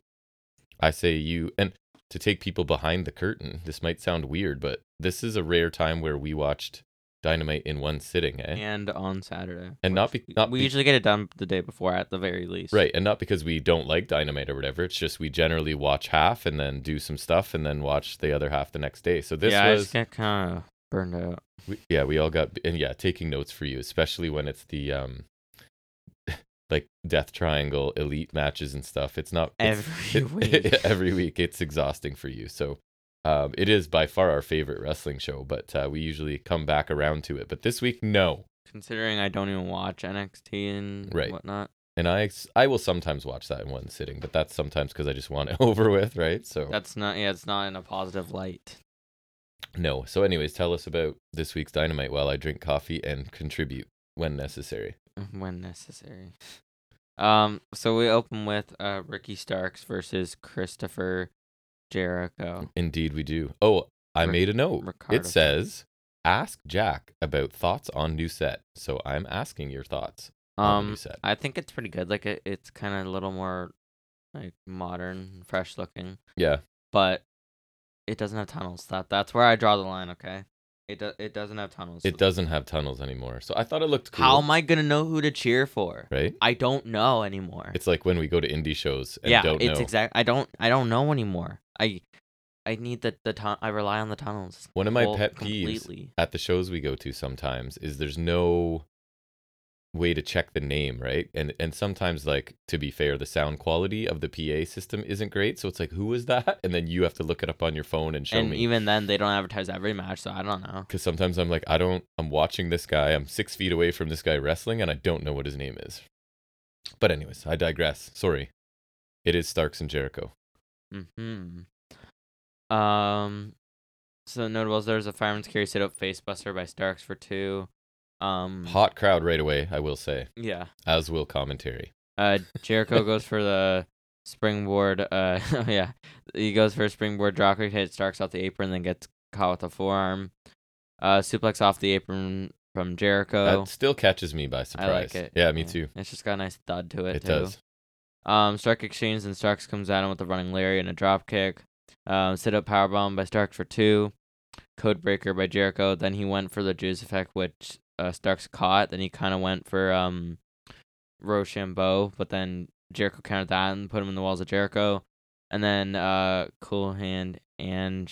[SPEAKER 1] I say you and to take people behind the curtain. This might sound weird, but this is a rare time where we watched Dynamite in one sitting, eh?
[SPEAKER 2] And on Saturday.
[SPEAKER 1] And not be-
[SPEAKER 2] which
[SPEAKER 1] not
[SPEAKER 2] we
[SPEAKER 1] be-
[SPEAKER 2] usually get it done the day before at the very least.
[SPEAKER 1] Right, and not because we don't like Dynamite or whatever. It's just we generally watch half and then do some stuff and then watch the other half the next day. So this
[SPEAKER 2] yeah, I
[SPEAKER 1] was
[SPEAKER 2] just get kind of burned out.
[SPEAKER 1] we, yeah, we all got and yeah, taking notes for you, especially when it's the um like death triangle elite matches and stuff. It's not it's-
[SPEAKER 2] Every
[SPEAKER 1] it-
[SPEAKER 2] week.
[SPEAKER 1] every week it's exhausting for you. So um, it is by far our favorite wrestling show, but uh, we usually come back around to it. But this week, no.
[SPEAKER 2] Considering I don't even watch NXT and
[SPEAKER 1] Right.
[SPEAKER 2] whatnot.
[SPEAKER 1] And I I will sometimes watch that in one sitting, but that's sometimes because I just want it over with, right? So
[SPEAKER 2] That's not yeah, it's not in a positive light.
[SPEAKER 1] no. So anyways, tell us about this week's Dynamite while I drink coffee and contribute when necessary.
[SPEAKER 2] when necessary. Um, so we open with uh Ricky Starks versus Christopher Jericho.
[SPEAKER 1] Indeed, we do. Oh, I
[SPEAKER 2] Ric-
[SPEAKER 1] made a note.
[SPEAKER 2] Ricardo.
[SPEAKER 1] It says, "Ask Jack about thoughts on new set." So I'm asking your thoughts on the new
[SPEAKER 2] Um,
[SPEAKER 1] set.
[SPEAKER 2] I think it's pretty good. Like it, it's kind of a little more like modern, fresh looking,
[SPEAKER 1] Yeah,
[SPEAKER 2] but it doesn't have tunnels. That that's where I draw the line. Okay, it do, it doesn't have tunnels.
[SPEAKER 1] it doesn't have tunnels anymore. So I thought it looked cool.
[SPEAKER 2] How am I gonna know who to cheer for?
[SPEAKER 1] right?
[SPEAKER 2] I don't know anymore.
[SPEAKER 1] It's like when we go to indie shows and
[SPEAKER 2] yeah,
[SPEAKER 1] don't
[SPEAKER 2] it's
[SPEAKER 1] know.
[SPEAKER 2] exact. I don't I don't know anymore. I I need the the ton- I rely on the tunnels.
[SPEAKER 1] One of my
[SPEAKER 2] whole-
[SPEAKER 1] pet peeves-
[SPEAKER 2] completely.
[SPEAKER 1] At the shows we go to sometimes is there's no way to check the name, right? And and sometimes like to be fair, the sound quality of the PA system isn't great, so it's like who is that? And then you have to look it up on your phone and show
[SPEAKER 2] and
[SPEAKER 1] me.
[SPEAKER 2] even then, they don't advertise every match, so I don't know.
[SPEAKER 1] because sometimes I'm like, I don't, I'm watching this guy, I'm six feet away from this guy wrestling, and I don't know what his name is. But, anyways, I digress. Sorry. It is Starks and Jericho.
[SPEAKER 2] Hmm. Um. So notables. There's a fireman's carry sit up face buster by Starks for two. Um.
[SPEAKER 1] Hot crowd right away, I will say,
[SPEAKER 2] Yeah.
[SPEAKER 1] as will commentary.
[SPEAKER 2] Uh. Jericho goes for the springboard. Uh. oh, yeah. He goes for a springboard drop kick, hit Starks off the apron, then gets caught with a forearm. Uh. Suplex off the apron from Jericho.
[SPEAKER 1] That still catches me by surprise.
[SPEAKER 2] Oh. I like it.
[SPEAKER 1] Yeah, me too.
[SPEAKER 2] It's just got a nice thud to it.
[SPEAKER 1] It
[SPEAKER 2] too.
[SPEAKER 1] does.
[SPEAKER 2] Um, Stark exchanges and Starks comes at him with a running Larry and a drop kick. Um, sit up powerbomb by Starks for two. Code breaker by Jericho. Then he went for the juice effect, which uh, Starks caught. Then he kind of went for um, Rochambeau, but then Jericho countered that and put him in the walls of Jericho. And then uh, Cool Hand and.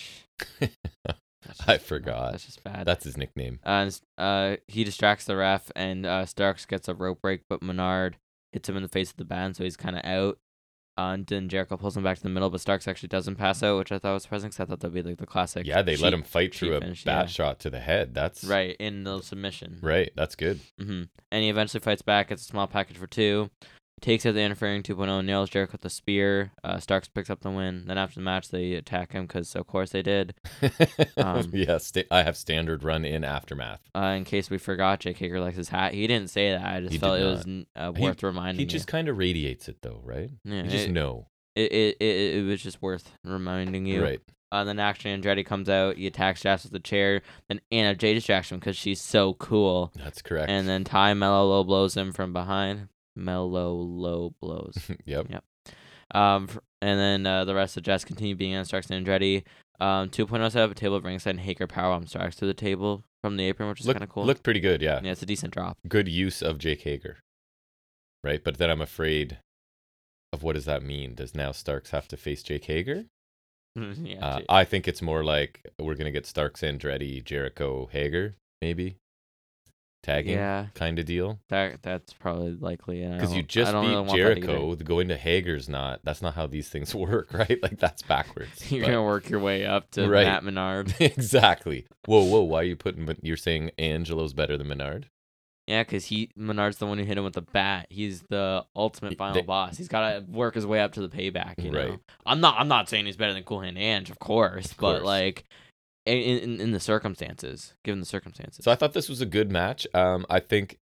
[SPEAKER 1] I forgot.
[SPEAKER 2] That's just bad.
[SPEAKER 1] That's his nickname.
[SPEAKER 2] Uh, and s- uh, he distracts the ref, and uh, Starks gets a rope break, but Menard hits him in the face of the band, so he's kind of out. Uh, and then Jericho pulls him back to the middle, but Starks actually doesn't pass out, which I thought was surprising because I thought that'd be like the classic.
[SPEAKER 1] yeah, they let
[SPEAKER 2] cheat-
[SPEAKER 1] him fight through a
[SPEAKER 2] finish,
[SPEAKER 1] bat
[SPEAKER 2] yeah.
[SPEAKER 1] shot to the head. That's right.
[SPEAKER 2] right in the submission.
[SPEAKER 1] Right. That's good.
[SPEAKER 2] Mm-hmm. And he eventually fights back. Gets a small package for two. Takes out the interfering 2.0, nails Jericho with a spear. Uh, Starks picks up the win. Then after the match, they attack him because, of course, they did. Um,
[SPEAKER 1] yeah, sta- I have standard run in aftermath.
[SPEAKER 2] Uh, in case we forgot, Jake Hager likes his hat. He didn't say that. I just
[SPEAKER 1] He did
[SPEAKER 2] felt it
[SPEAKER 1] not.
[SPEAKER 2] was n- uh,
[SPEAKER 1] He-
[SPEAKER 2] worth reminding.
[SPEAKER 1] He
[SPEAKER 2] you.
[SPEAKER 1] just kind of radiates it though, right?
[SPEAKER 2] Yeah,
[SPEAKER 1] You just
[SPEAKER 2] it,
[SPEAKER 1] know.
[SPEAKER 2] it, it, it, it was just worth reminding you.
[SPEAKER 1] Right.
[SPEAKER 2] Uh, then action Andretti comes out. He attacks Jazz with the chair. Then Anna Jay distracts him because she's so cool.
[SPEAKER 1] That's correct.
[SPEAKER 2] And then Ty Mello low blows him from behind. Mello low blows.
[SPEAKER 1] yep.
[SPEAKER 2] Um, f- and then uh, the rest of Jazz continue being on Starks and Andretti. Um, 2.0 set up a table at ringside and Haker powerbomb Starks to the table from the apron, which is
[SPEAKER 1] Look-
[SPEAKER 2] kind of cool.
[SPEAKER 1] Looked pretty good, yeah.
[SPEAKER 2] yeah, it's a decent drop.
[SPEAKER 1] Good use of Jake Hager. Right? But then I'm afraid of what does that mean? Does now Starks have to face Jake Hager?
[SPEAKER 2] yeah,
[SPEAKER 1] Uh,
[SPEAKER 2] Jay-
[SPEAKER 1] I think it's more like we're gonna get Starks, Andretti, Jericho, Hager, maybe tagging
[SPEAKER 2] yeah,
[SPEAKER 1] kind of deal.
[SPEAKER 2] that that's probably likely.
[SPEAKER 1] Because you just beat Jericho, going to Hager's not. That's not how these things work, right? Like that's backwards.
[SPEAKER 2] You're
[SPEAKER 1] but-
[SPEAKER 2] gonna work your way up to
[SPEAKER 1] Right.
[SPEAKER 2] Matt Menard.
[SPEAKER 1] exactly. Whoa, whoa! Why are you putting? But you're saying Angelo's better than Menard?
[SPEAKER 2] Yeah, because he Menard's the one who hit him with the bat. He's the ultimate
[SPEAKER 1] He-
[SPEAKER 2] final
[SPEAKER 1] they-
[SPEAKER 2] boss. He's gotta work his way up to the payback. You know,
[SPEAKER 1] Right.
[SPEAKER 2] I'm not. I'm not saying he's better than Cool Hand Ange, of course, but
[SPEAKER 1] course.
[SPEAKER 2] like, in, in in the circumstances, given the circumstances.
[SPEAKER 1] So I thought this was a good match. Um, I think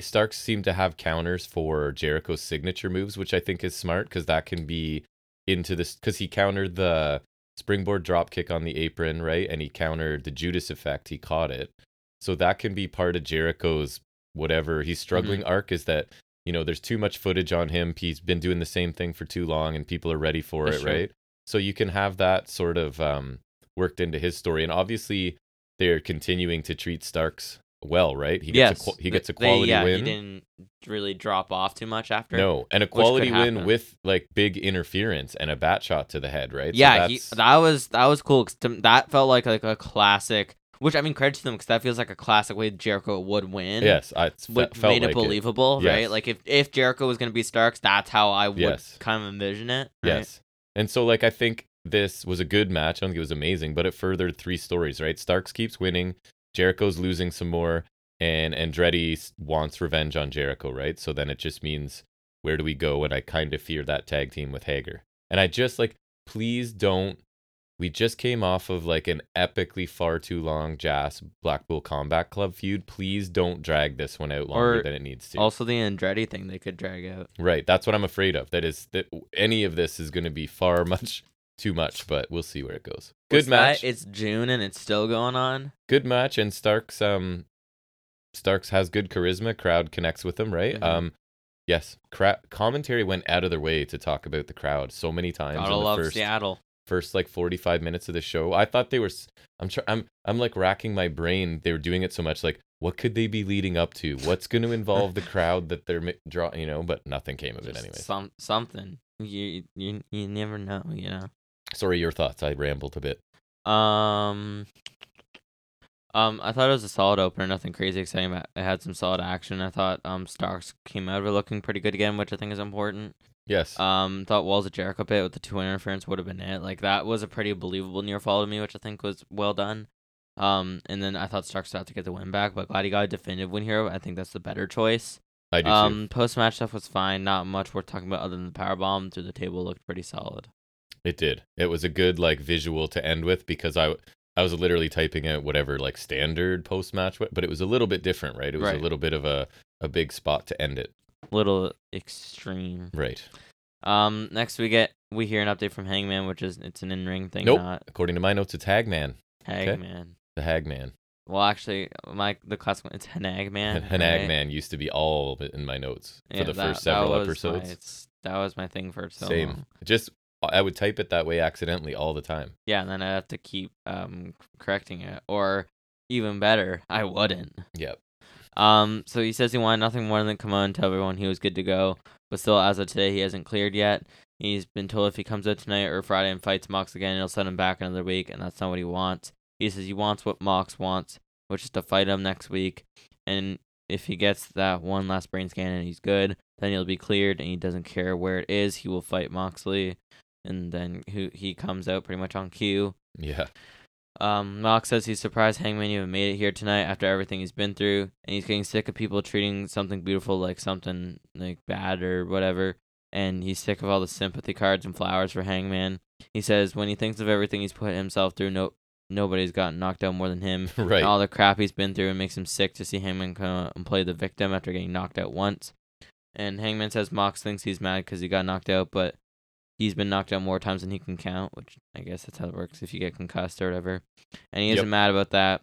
[SPEAKER 1] Starks seemed to have counters for Jericho's signature moves, which I think is smart because that can be into this because he countered the springboard drop kick on the apron, right? And he countered the Judas effect. He caught it. So that can be part of Jericho's whatever he's struggling
[SPEAKER 2] Mm-hmm.
[SPEAKER 1] arc is that, you know, there's too much footage on him. He's been doing the same thing for too long and people are ready for
[SPEAKER 2] That's
[SPEAKER 1] it,
[SPEAKER 2] true.
[SPEAKER 1] right? So you can have that sort of um, worked into his story. And obviously, they're continuing to treat Starks well, right? He gets
[SPEAKER 2] yes,
[SPEAKER 1] a, qu- he
[SPEAKER 2] th-
[SPEAKER 1] gets a
[SPEAKER 2] they-
[SPEAKER 1] quality
[SPEAKER 2] yeah,
[SPEAKER 1] win.
[SPEAKER 2] He didn't really drop off too much after.
[SPEAKER 1] No, and a
[SPEAKER 2] could
[SPEAKER 1] quality win
[SPEAKER 2] happen.
[SPEAKER 1] with like big interference and a bat shot to the head, right? So
[SPEAKER 2] yeah, he,
[SPEAKER 1] that's-
[SPEAKER 2] that was that was cool. 'cause to- that felt like like a classic. Which I mean, credit to them because that feels like a classic way Jericho would win.
[SPEAKER 1] yes, I it's fe-
[SPEAKER 2] which
[SPEAKER 1] felt
[SPEAKER 2] made
[SPEAKER 1] like
[SPEAKER 2] it believable,
[SPEAKER 1] Yes.
[SPEAKER 2] right? Like if if Jericho was gonna be Starks, that's how I would
[SPEAKER 1] Yes.
[SPEAKER 2] kind of envision it.
[SPEAKER 1] It.
[SPEAKER 2] right?
[SPEAKER 1] Yes, and so like I think this was a good match. I don't think it was amazing, but it furthered three stories, right? Starks keeps winning, Jericho's losing some more, and Andretti s- wants revenge on Jericho, right? So then it just means where do we go? And I kind of fear that tag team with Hager, and I just like please don't. We just came off of like an epically far too long Jazz Blackpool Combat Club feud. Please don't drag this one out longer
[SPEAKER 2] Or
[SPEAKER 1] than it needs to.
[SPEAKER 2] Also, the Andretti thing they could drag out.
[SPEAKER 1] Right. That's what I'm afraid of. That is that any of this is going to be far much too much, but we'll see where it goes. Good
[SPEAKER 2] What's that?
[SPEAKER 1] match.
[SPEAKER 2] It's June and it's still going on.
[SPEAKER 1] Good match and Starks um Starks has good charisma, crowd connects with him, right?
[SPEAKER 2] Mhm.
[SPEAKER 1] Um yes, cra- commentary went out of their way to talk about the crowd so many times
[SPEAKER 2] Gotta
[SPEAKER 1] in the
[SPEAKER 2] love
[SPEAKER 1] first
[SPEAKER 2] Seattle.
[SPEAKER 1] first like 45 minutes of the show. I thought they were s- I'm tr- I'm I'm like racking my brain. They were doing it so much like what could they be leading up to? What's going to involve the crowd that they're mi- draw, you know, but nothing came of it
[SPEAKER 2] Just
[SPEAKER 1] anyway.
[SPEAKER 2] Some something. You you you never know. You know.
[SPEAKER 1] Sorry, your thoughts. I rambled a bit.
[SPEAKER 2] Um, um, I thought it was a solid opener. Nothing crazy exciting. But it had some solid action. I thought um Starks came out of it looking pretty good again, which I think is important.
[SPEAKER 1] Yes.
[SPEAKER 2] Um, thought Walls of Jericho pit with the two interference would have been it. Like that was a pretty believable near fall to me, which I think was well done. Um, and then I thought Starks had to get the win back, but glad he got a definitive win here. I think that's the better choice.
[SPEAKER 1] I do too.
[SPEAKER 2] Um, post match stuff was fine. Not much worth talking about other than the power bomb through the table looked pretty solid.
[SPEAKER 1] It did. It was a good like visual to end with because I I was literally typing out whatever like standard post match, but it was a little bit different, right? It was a
[SPEAKER 2] Right.
[SPEAKER 1] little bit of a a big spot to end it.
[SPEAKER 2] Little extreme.
[SPEAKER 1] Right.
[SPEAKER 2] Um, next we get we hear an update from Hangman, which is it's an in ring thing,
[SPEAKER 1] Nope.
[SPEAKER 2] not
[SPEAKER 1] According to my notes, it's Hagman,
[SPEAKER 2] Hangman.
[SPEAKER 1] the Hagman,
[SPEAKER 2] Well, actually, my the classic one it's Hanagman.
[SPEAKER 1] and Hagman used to be all of it in my notes for the first several episodes.
[SPEAKER 2] that was my thing for so
[SPEAKER 1] Same.
[SPEAKER 2] long.
[SPEAKER 1] Just I would type it that way accidentally all the time.
[SPEAKER 2] Yeah, and then I'd have to keep um correcting it, or even better, I wouldn't.
[SPEAKER 1] Yep.
[SPEAKER 2] Um, so he says he wanted nothing more than come out and tell everyone he was good to go, but still, as of today, he hasn't cleared yet. He's been told if he comes out tonight or Friday and fights Mox again, it'll send him back another week, and that's not what he wants. He says he wants what Mox wants, which is to fight him next week, and if he gets that one last brain scan and he's good, then he'll be cleared, and he doesn't care where it is. He will fight Moxley, and then who he comes out pretty much on cue.
[SPEAKER 1] Yeah.
[SPEAKER 2] Um, Mox says he's surprised Hangman even made it here tonight after everything he's been through, and he's getting sick of people treating something beautiful like something like bad or whatever. And he's sick of all the sympathy cards and flowers for Hangman. He says when he thinks of everything he's put himself through, no nobody's gotten knocked out more than him.
[SPEAKER 1] right.
[SPEAKER 2] And all the crap he's been through, it makes him sick to see Hangman come out and play the victim after getting knocked out once. And Hangman says Mox thinks he's mad because he got knocked out, but he's been knocked out more times than he can count, which I guess that's how it works if you get concussed or whatever. And he isn't
[SPEAKER 1] Yep.
[SPEAKER 2] mad about that.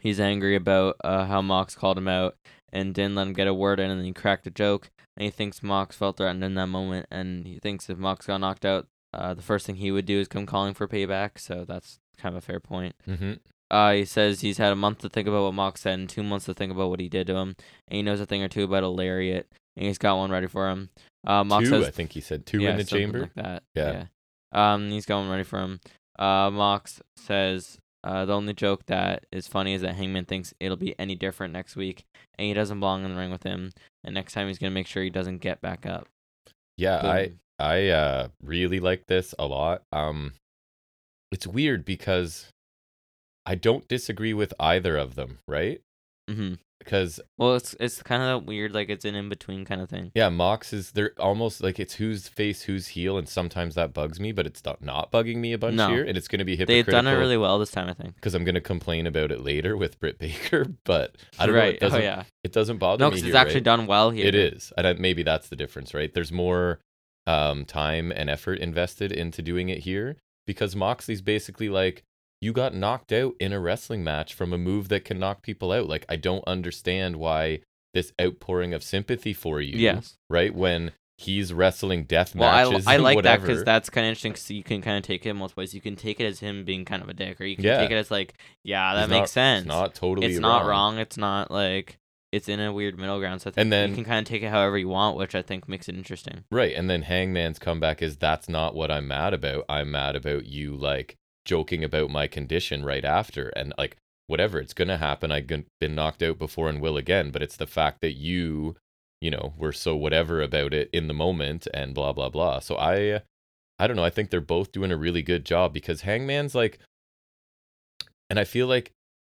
[SPEAKER 2] He's angry about uh, how Mox called him out and didn't let him get a word in, and then he cracked a joke. And he thinks Mox felt threatened in that moment, and he thinks if Mox got knocked out, uh, the first thing he would do is come calling for payback. So that's kind of a fair point.
[SPEAKER 1] hmm
[SPEAKER 2] Uh, he says he's had a month to think about what Mox said and two months to think about what he did to him, and he knows a thing or two about a lariat, and he's got one ready for him. Uh, Mox
[SPEAKER 1] two,
[SPEAKER 2] says
[SPEAKER 1] I think he said two
[SPEAKER 2] yeah,
[SPEAKER 1] in the
[SPEAKER 2] something
[SPEAKER 1] chamber.
[SPEAKER 2] like that.
[SPEAKER 1] Yeah.
[SPEAKER 2] Yeah. Um, he's got one ready for him. Uh, Mox says uh, the only joke that is funny is that Hangman thinks it'll be any different next week, and he doesn't belong in the ring with him. And next time he's gonna make sure he doesn't get back up.
[SPEAKER 1] yeah, I
[SPEAKER 2] Boom.
[SPEAKER 1] I uh really like this a lot. Um it's weird because I don't disagree with either of them, right?
[SPEAKER 2] Mhm.
[SPEAKER 1] because
[SPEAKER 2] Well, it's it's kind of weird, like it's an in between kind of thing.
[SPEAKER 1] yeah, Mox is they're almost like it's who's face, who's heel, and sometimes that bugs me, but it's not, not bugging me a bunch
[SPEAKER 2] No.
[SPEAKER 1] here, and it's going to be
[SPEAKER 2] They've
[SPEAKER 1] hypocritical.
[SPEAKER 2] done it really well this time, I think.
[SPEAKER 1] because I'm going to complain about it later with Britt Baker, but I don't know. It
[SPEAKER 2] right?
[SPEAKER 1] doesn't,
[SPEAKER 2] oh yeah.
[SPEAKER 1] it doesn't bother
[SPEAKER 2] No,
[SPEAKER 1] me.
[SPEAKER 2] because it's
[SPEAKER 1] here,
[SPEAKER 2] actually
[SPEAKER 1] right?
[SPEAKER 2] done well here.
[SPEAKER 1] It is, and I, maybe that's the difference, right? There's more um, time and effort invested into doing it here because Moxley's basically like, you got knocked out in a wrestling match from a move that can knock people out. Like, I don't understand why this outpouring of sympathy for you,
[SPEAKER 2] Yes.
[SPEAKER 1] right? When he's wrestling death
[SPEAKER 2] Well,
[SPEAKER 1] matches,
[SPEAKER 2] I, I
[SPEAKER 1] and
[SPEAKER 2] like that
[SPEAKER 1] whatever.
[SPEAKER 2] because that's kind of interesting. Cause you can kind of take it multiple ways. You can take it as him being kind of a dick, or you can
[SPEAKER 1] Yeah.
[SPEAKER 2] take it as like, yeah, that
[SPEAKER 1] It's
[SPEAKER 2] makes
[SPEAKER 1] not-
[SPEAKER 2] sense.
[SPEAKER 1] It's not totally.
[SPEAKER 2] It's not wrong. It's not like it's in a weird middle ground. So I think
[SPEAKER 1] And then-
[SPEAKER 2] you can kind of take it however you want, which I think makes it interesting.
[SPEAKER 1] Right. And then Hangman's comeback is that's not what I'm mad about. I'm mad about you like joking about my condition right after. And like, whatever, it's going to happen. I've gon- been knocked out before and will again. But it's the fact that you, you know, were so whatever about it in the moment and blah, blah, blah. So I, I don't know. I think they're both doing a really good job because Hangman's like, and I feel like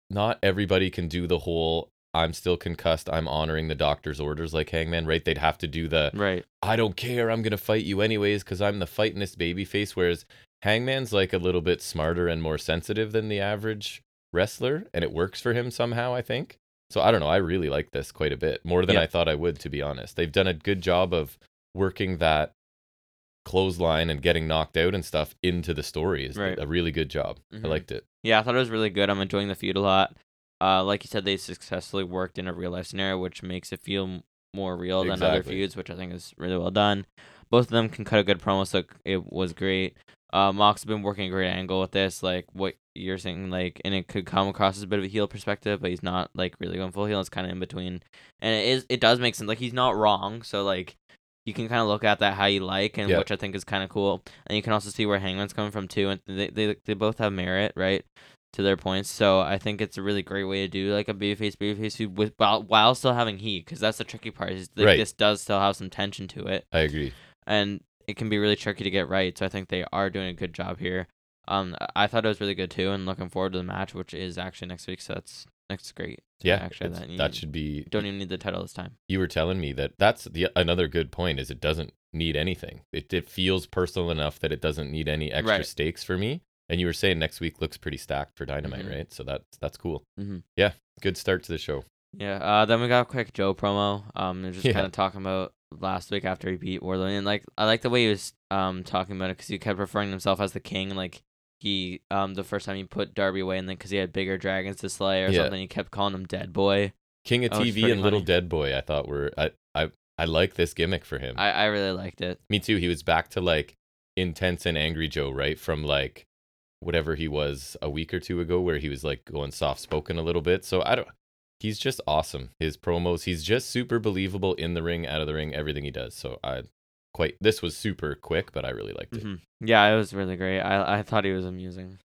[SPEAKER 1] not everybody can do the whole. I'm still concussed. I'm honoring the doctor's orders like Hangman, right? They'd have to do the
[SPEAKER 2] Right.
[SPEAKER 1] I don't care. I'm going to fight you anyways because I'm the fightingest babyface. Whereas Hangman's like a little bit smarter and more sensitive than the average wrestler, and it works for him somehow, I think. So I don't know. I really like this quite a bit more than
[SPEAKER 2] Yeah.
[SPEAKER 1] I thought I would, to be honest. They've done a good job of working that clothesline and getting knocked out and stuff into the story. Is
[SPEAKER 2] Right.
[SPEAKER 1] a really good job. I
[SPEAKER 2] Mhm.
[SPEAKER 1] liked it.
[SPEAKER 2] Yeah, I thought it was really good. I'm enjoying the feud a lot. Uh, like you said, they successfully worked in a real life scenario, which makes it feel m- more real than other
[SPEAKER 1] Exactly.
[SPEAKER 2] feuds, which I think is really well done. Both of them can cut a good promo, so it was great. Uh, Mox has been working a great angle with this, like what you're saying, like, and it could come across as a bit of a heel perspective, but he's not like really going full heel. It's kind of in between, and it is, it does make sense. Like he's not wrong, so like you can kind of look at that how you like, and
[SPEAKER 1] Yeah.
[SPEAKER 2] which I think is kind of cool. And you can also see where Hangman's coming from too, and they they they both have merit, right? To their points, so I think it's a really great way to do like a babyface babyface feud with while, while still having heat, because that's the tricky part. Is like,
[SPEAKER 1] Right.
[SPEAKER 2] this does still have some tension to it,
[SPEAKER 1] I agree.
[SPEAKER 2] and it can be really tricky to get right. So I think they are doing a good job here. Um, I- I thought it was really good too, and looking forward to the match, which is actually next week. So that's that's great.
[SPEAKER 1] Yeah,
[SPEAKER 2] actually,
[SPEAKER 1] it's-
[SPEAKER 2] that you-
[SPEAKER 1] that should be
[SPEAKER 2] Don't even need the title this time.
[SPEAKER 1] you were telling me that that's the another good point is it doesn't need anything it, it feels personal enough that it doesn't need any extra
[SPEAKER 2] Right.
[SPEAKER 1] stakes for me and you were saying next week looks pretty stacked for dynamite
[SPEAKER 2] Mhm.
[SPEAKER 1] right so that's that's cool
[SPEAKER 2] Mhm.
[SPEAKER 1] yeah good start to the show
[SPEAKER 2] Yeah. Uh, then we got a quick Joe promo. Um, they're just
[SPEAKER 1] Yeah.
[SPEAKER 2] kind of talking about last week after he beat Wardlow, and like I like the way he was um talking about it because he kept referring to himself as the king. Like he um the first time he put Darby away, and then because he had bigger dragons to slay or
[SPEAKER 1] Yeah.
[SPEAKER 2] something, he kept calling him Dead Boy.
[SPEAKER 1] king of
[SPEAKER 2] Oh, it's
[SPEAKER 1] tv
[SPEAKER 2] pretty
[SPEAKER 1] and little
[SPEAKER 2] funny.
[SPEAKER 1] dead boy i thought were i i, I like this gimmick for him
[SPEAKER 2] I I really liked it.
[SPEAKER 1] me too he was back to like intense and angry joe right from like whatever he was a week or two ago where he was like going soft spoken a little bit so i don't he's just awesome his promos he's just super believable in the ring out of the ring everything he does so i quite this was super quick but i really liked it
[SPEAKER 2] Mhm. Yeah, it was really great. I I thought he was amusing.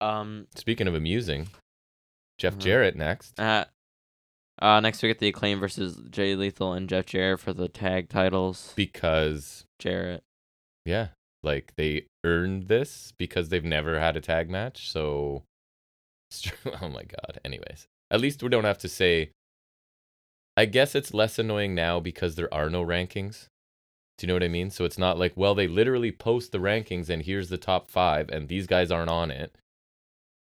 [SPEAKER 2] Um,
[SPEAKER 1] speaking of amusing jeff
[SPEAKER 2] Uh-huh.
[SPEAKER 1] jarrett next
[SPEAKER 2] Uh, uh, next we get the acclaim versus Jay Lethal and Jeff Jarrett for the tag titles.
[SPEAKER 1] because
[SPEAKER 2] Jarrett.
[SPEAKER 1] yeah like they earned this because they've never had a tag match so oh my god anyways at least we don't have to say i guess it's less annoying now because there are no rankings do you know what i mean so it's not like well they literally post the rankings and here's the top five and these guys aren't on it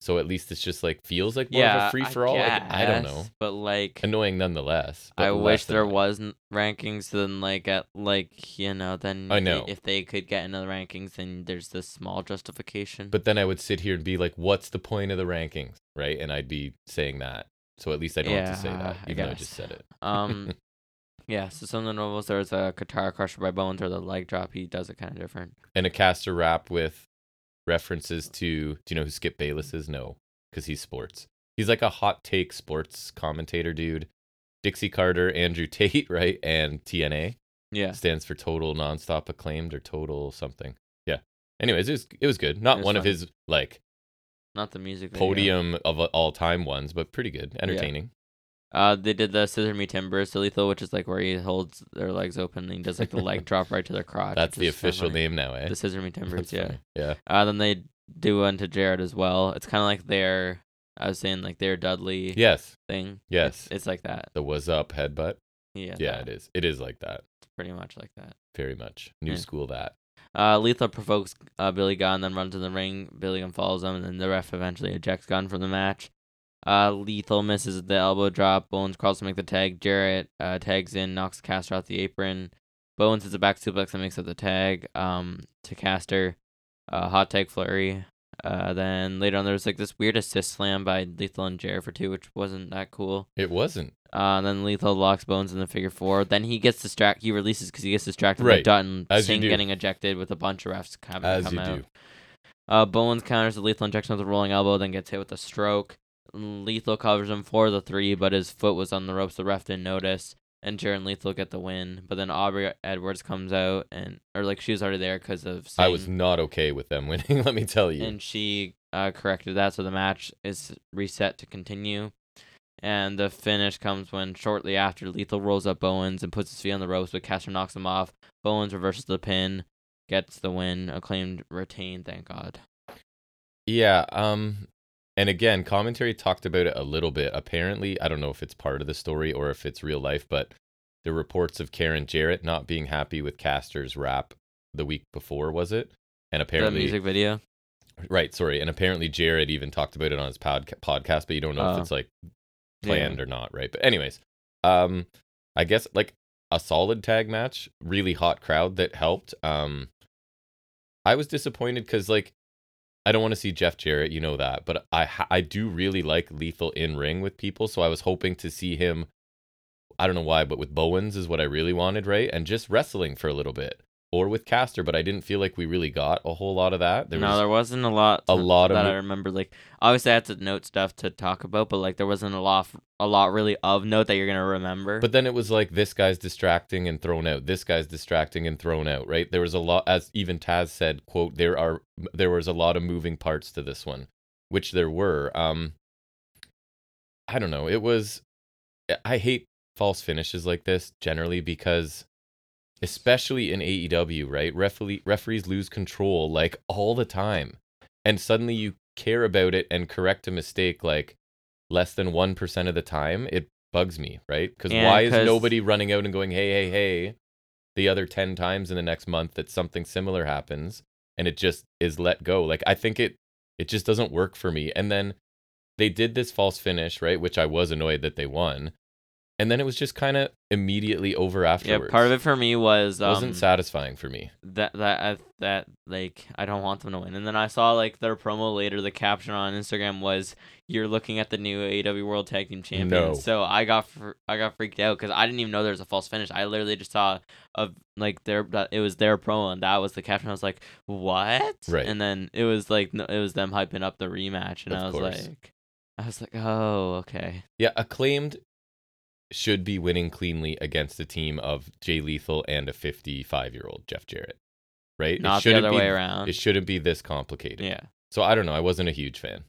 [SPEAKER 1] so at least it's just like feels like more of
[SPEAKER 2] yeah,
[SPEAKER 1] a free-for-all like, I, don't know
[SPEAKER 2] guess, But like,
[SPEAKER 1] annoying nonetheless but
[SPEAKER 2] I
[SPEAKER 1] less
[SPEAKER 2] wish there
[SPEAKER 1] annoying.
[SPEAKER 2] wasn't rankings. Then like at like you know then
[SPEAKER 1] I
[SPEAKER 2] if they-
[SPEAKER 1] know.
[SPEAKER 2] if they could get into the rankings, then there's this small justification.
[SPEAKER 1] But then I would sit here and be like, what's the point of the rankings? Right. And I'd be saying that. So at least I don't have to say
[SPEAKER 2] Yeah,
[SPEAKER 1] that,
[SPEAKER 2] I
[SPEAKER 1] even though I
[SPEAKER 2] guess.
[SPEAKER 1] just said it.
[SPEAKER 2] um, yeah. So some of the nobles there's a Katara crusher by Bones or the leg drop. He does it kind of different.
[SPEAKER 1] And a caster rap with references to do you know who Skip Bayless is? No, because he's sports. He's like a hot take sports commentator dude. Dixie Carter, Andrew Tate, right? And TNA
[SPEAKER 2] Yeah.
[SPEAKER 1] stands for total nonstop acclaimed or total something. Yeah. Anyways, it was it was good. Not
[SPEAKER 2] It was
[SPEAKER 1] one of
[SPEAKER 2] fun.
[SPEAKER 1] his like
[SPEAKER 2] Not the music. video.
[SPEAKER 1] podium of all time ones, but pretty good. Entertaining.
[SPEAKER 2] Uh, they did the scissor me timbers to lethal, which is like where he holds their legs open and he does like the leg drop right to their crotch.
[SPEAKER 1] That's
[SPEAKER 2] which
[SPEAKER 1] the
[SPEAKER 2] is kinda
[SPEAKER 1] official
[SPEAKER 2] funny.
[SPEAKER 1] name now, eh?
[SPEAKER 2] The scissor me timbers,
[SPEAKER 1] That's
[SPEAKER 2] yeah.
[SPEAKER 1] funny. Yeah.
[SPEAKER 2] Uh, then they do one to Jared as well. It's kind of like their I was saying like their Dudley
[SPEAKER 1] Yes.
[SPEAKER 2] thing.
[SPEAKER 1] Yes.
[SPEAKER 2] It's, it's like that.
[SPEAKER 1] The was up headbutt.
[SPEAKER 2] Yeah.
[SPEAKER 1] Yeah,
[SPEAKER 2] that.
[SPEAKER 1] it is. It is like that.
[SPEAKER 2] It's pretty much like that.
[SPEAKER 1] Very much. New
[SPEAKER 2] Yeah.
[SPEAKER 1] school that.
[SPEAKER 2] Uh, Lethal provokes uh, Billy Gunn, then runs in the ring. Billy Gunn follows him, and then the ref eventually ejects Gunn from the match. Uh, Lethal misses the elbow drop. Bones crawls to make the tag. Jarrett uh, tags in, knocks Caster off the apron. Bones hits a back suplex and makes up the tag um, to Caster. Uh, hot tag flurry. Uh, then later on, there was like this weird assist slam by Lethal and Jarrett for two, which wasn't that cool.
[SPEAKER 1] It wasn't.
[SPEAKER 2] Uh, and then Lethal locks Bones in the figure four. Then he gets distract. He releases because he gets distracted by
[SPEAKER 1] Right.
[SPEAKER 2] Dutton.
[SPEAKER 1] As you
[SPEAKER 2] Singh
[SPEAKER 1] do.
[SPEAKER 2] getting ejected with a bunch of refs having
[SPEAKER 1] As
[SPEAKER 2] come
[SPEAKER 1] you
[SPEAKER 2] out.
[SPEAKER 1] do.
[SPEAKER 2] Uh, Bones counters the lethal injection with a rolling elbow, then gets hit with a stroke. Lethal covers him for the three, but his foot was on the ropes. The ref didn't notice, and Jared and Lethal get the win. But then Aubrey Edwards comes out, and or like she was already there because of
[SPEAKER 1] I was
[SPEAKER 2] Singh,
[SPEAKER 1] not okay with them winning, let me tell you.
[SPEAKER 2] and she uh, corrected that, so the match is reset to continue. And the finish comes when shortly after Lethal rolls up Bowens and puts his feet on the ropes, but Caster knocks him off. Bowens reverses the pin, gets the win, acclaimed retained. Thank God.
[SPEAKER 1] Yeah, um and again, commentary talked about it a little bit. Apparently, I don't know if it's part of the story or if it's real life, but the reports of Karen Jarrett not being happy with Caster's rap the week before, was it? And apparently,
[SPEAKER 2] The music video.
[SPEAKER 1] right, sorry, and apparently Jared even talked about it on his podca- podcast, but you don't know if
[SPEAKER 2] Oh.
[SPEAKER 1] it's like
[SPEAKER 2] Yeah.
[SPEAKER 1] planned or not, right? But anyways, um I guess like a solid tag match, really hot crowd that helped. Um I was disappointed cuz like I don't want to see Jeff Jarrett, you know that, but I ha- I do really like lethal in ring with people, so I was hoping to see him I don't know why, but with Bowens is what I really wanted, right? And just wrestling for a little bit or with Caster, but I didn't feel like we really got a whole lot of that. There
[SPEAKER 2] no,
[SPEAKER 1] was
[SPEAKER 2] there wasn't a lot.
[SPEAKER 1] a
[SPEAKER 2] to-
[SPEAKER 1] lot of
[SPEAKER 2] that I
[SPEAKER 1] mo-
[SPEAKER 2] remember. Like obviously, I had to note stuff to talk about, but like there wasn't a lot, a lot really of note that you're gonna remember.
[SPEAKER 1] But then it was like this guy's distracting and thrown out. This guy's distracting and thrown out, right? There was a lot as even Taz said, quote, there are there was a lot of moving parts to this one, which there were. Um I don't know. It was I hate false finishes like this generally because especially in AEW, right? Referee, referees lose control like all the time. And suddenly you care about it and correct a mistake like less than 1% of the time. It bugs me, right? Cuz
[SPEAKER 2] Yeah,
[SPEAKER 1] why is
[SPEAKER 2] 'cause-
[SPEAKER 1] nobody running out and going, "Hey, hey, hey," the other 10 times in the next month that something similar happens and it just is let go. Like I think it it just doesn't work for me. And then they did this false finish, right? Which I was annoyed that they won. And then it was just kind of immediately over
[SPEAKER 2] yeah,
[SPEAKER 1] afterwards.
[SPEAKER 2] part of it for me was um,
[SPEAKER 1] wasn't satisfying for me.
[SPEAKER 2] that that I, that like I don't want them to win. And then I saw like their promo later. The caption on Instagram was, "You're looking at the new AEW World Tag Team Champion."
[SPEAKER 1] No.
[SPEAKER 2] So I got fr- I got freaked out because I didn't even know there was a false finish. I literally just saw of like their that it was their promo and that was the caption. I was like, "What?"
[SPEAKER 1] Right.
[SPEAKER 2] And then it was like no, it was them hyping up the rematch, and
[SPEAKER 1] Of
[SPEAKER 2] I was
[SPEAKER 1] course.
[SPEAKER 2] like, I was like, "Oh, okay."
[SPEAKER 1] Yeah, acclaimed should be winning cleanly against a team of Jay Lethal and a 55-year-old Jeff Jarrett. Right?
[SPEAKER 2] Not the
[SPEAKER 1] shouldn't
[SPEAKER 2] other
[SPEAKER 1] be-
[SPEAKER 2] way around.
[SPEAKER 1] It shouldn't be this complicated.
[SPEAKER 2] yeah.
[SPEAKER 1] So I don't know. I wasn't a huge fan.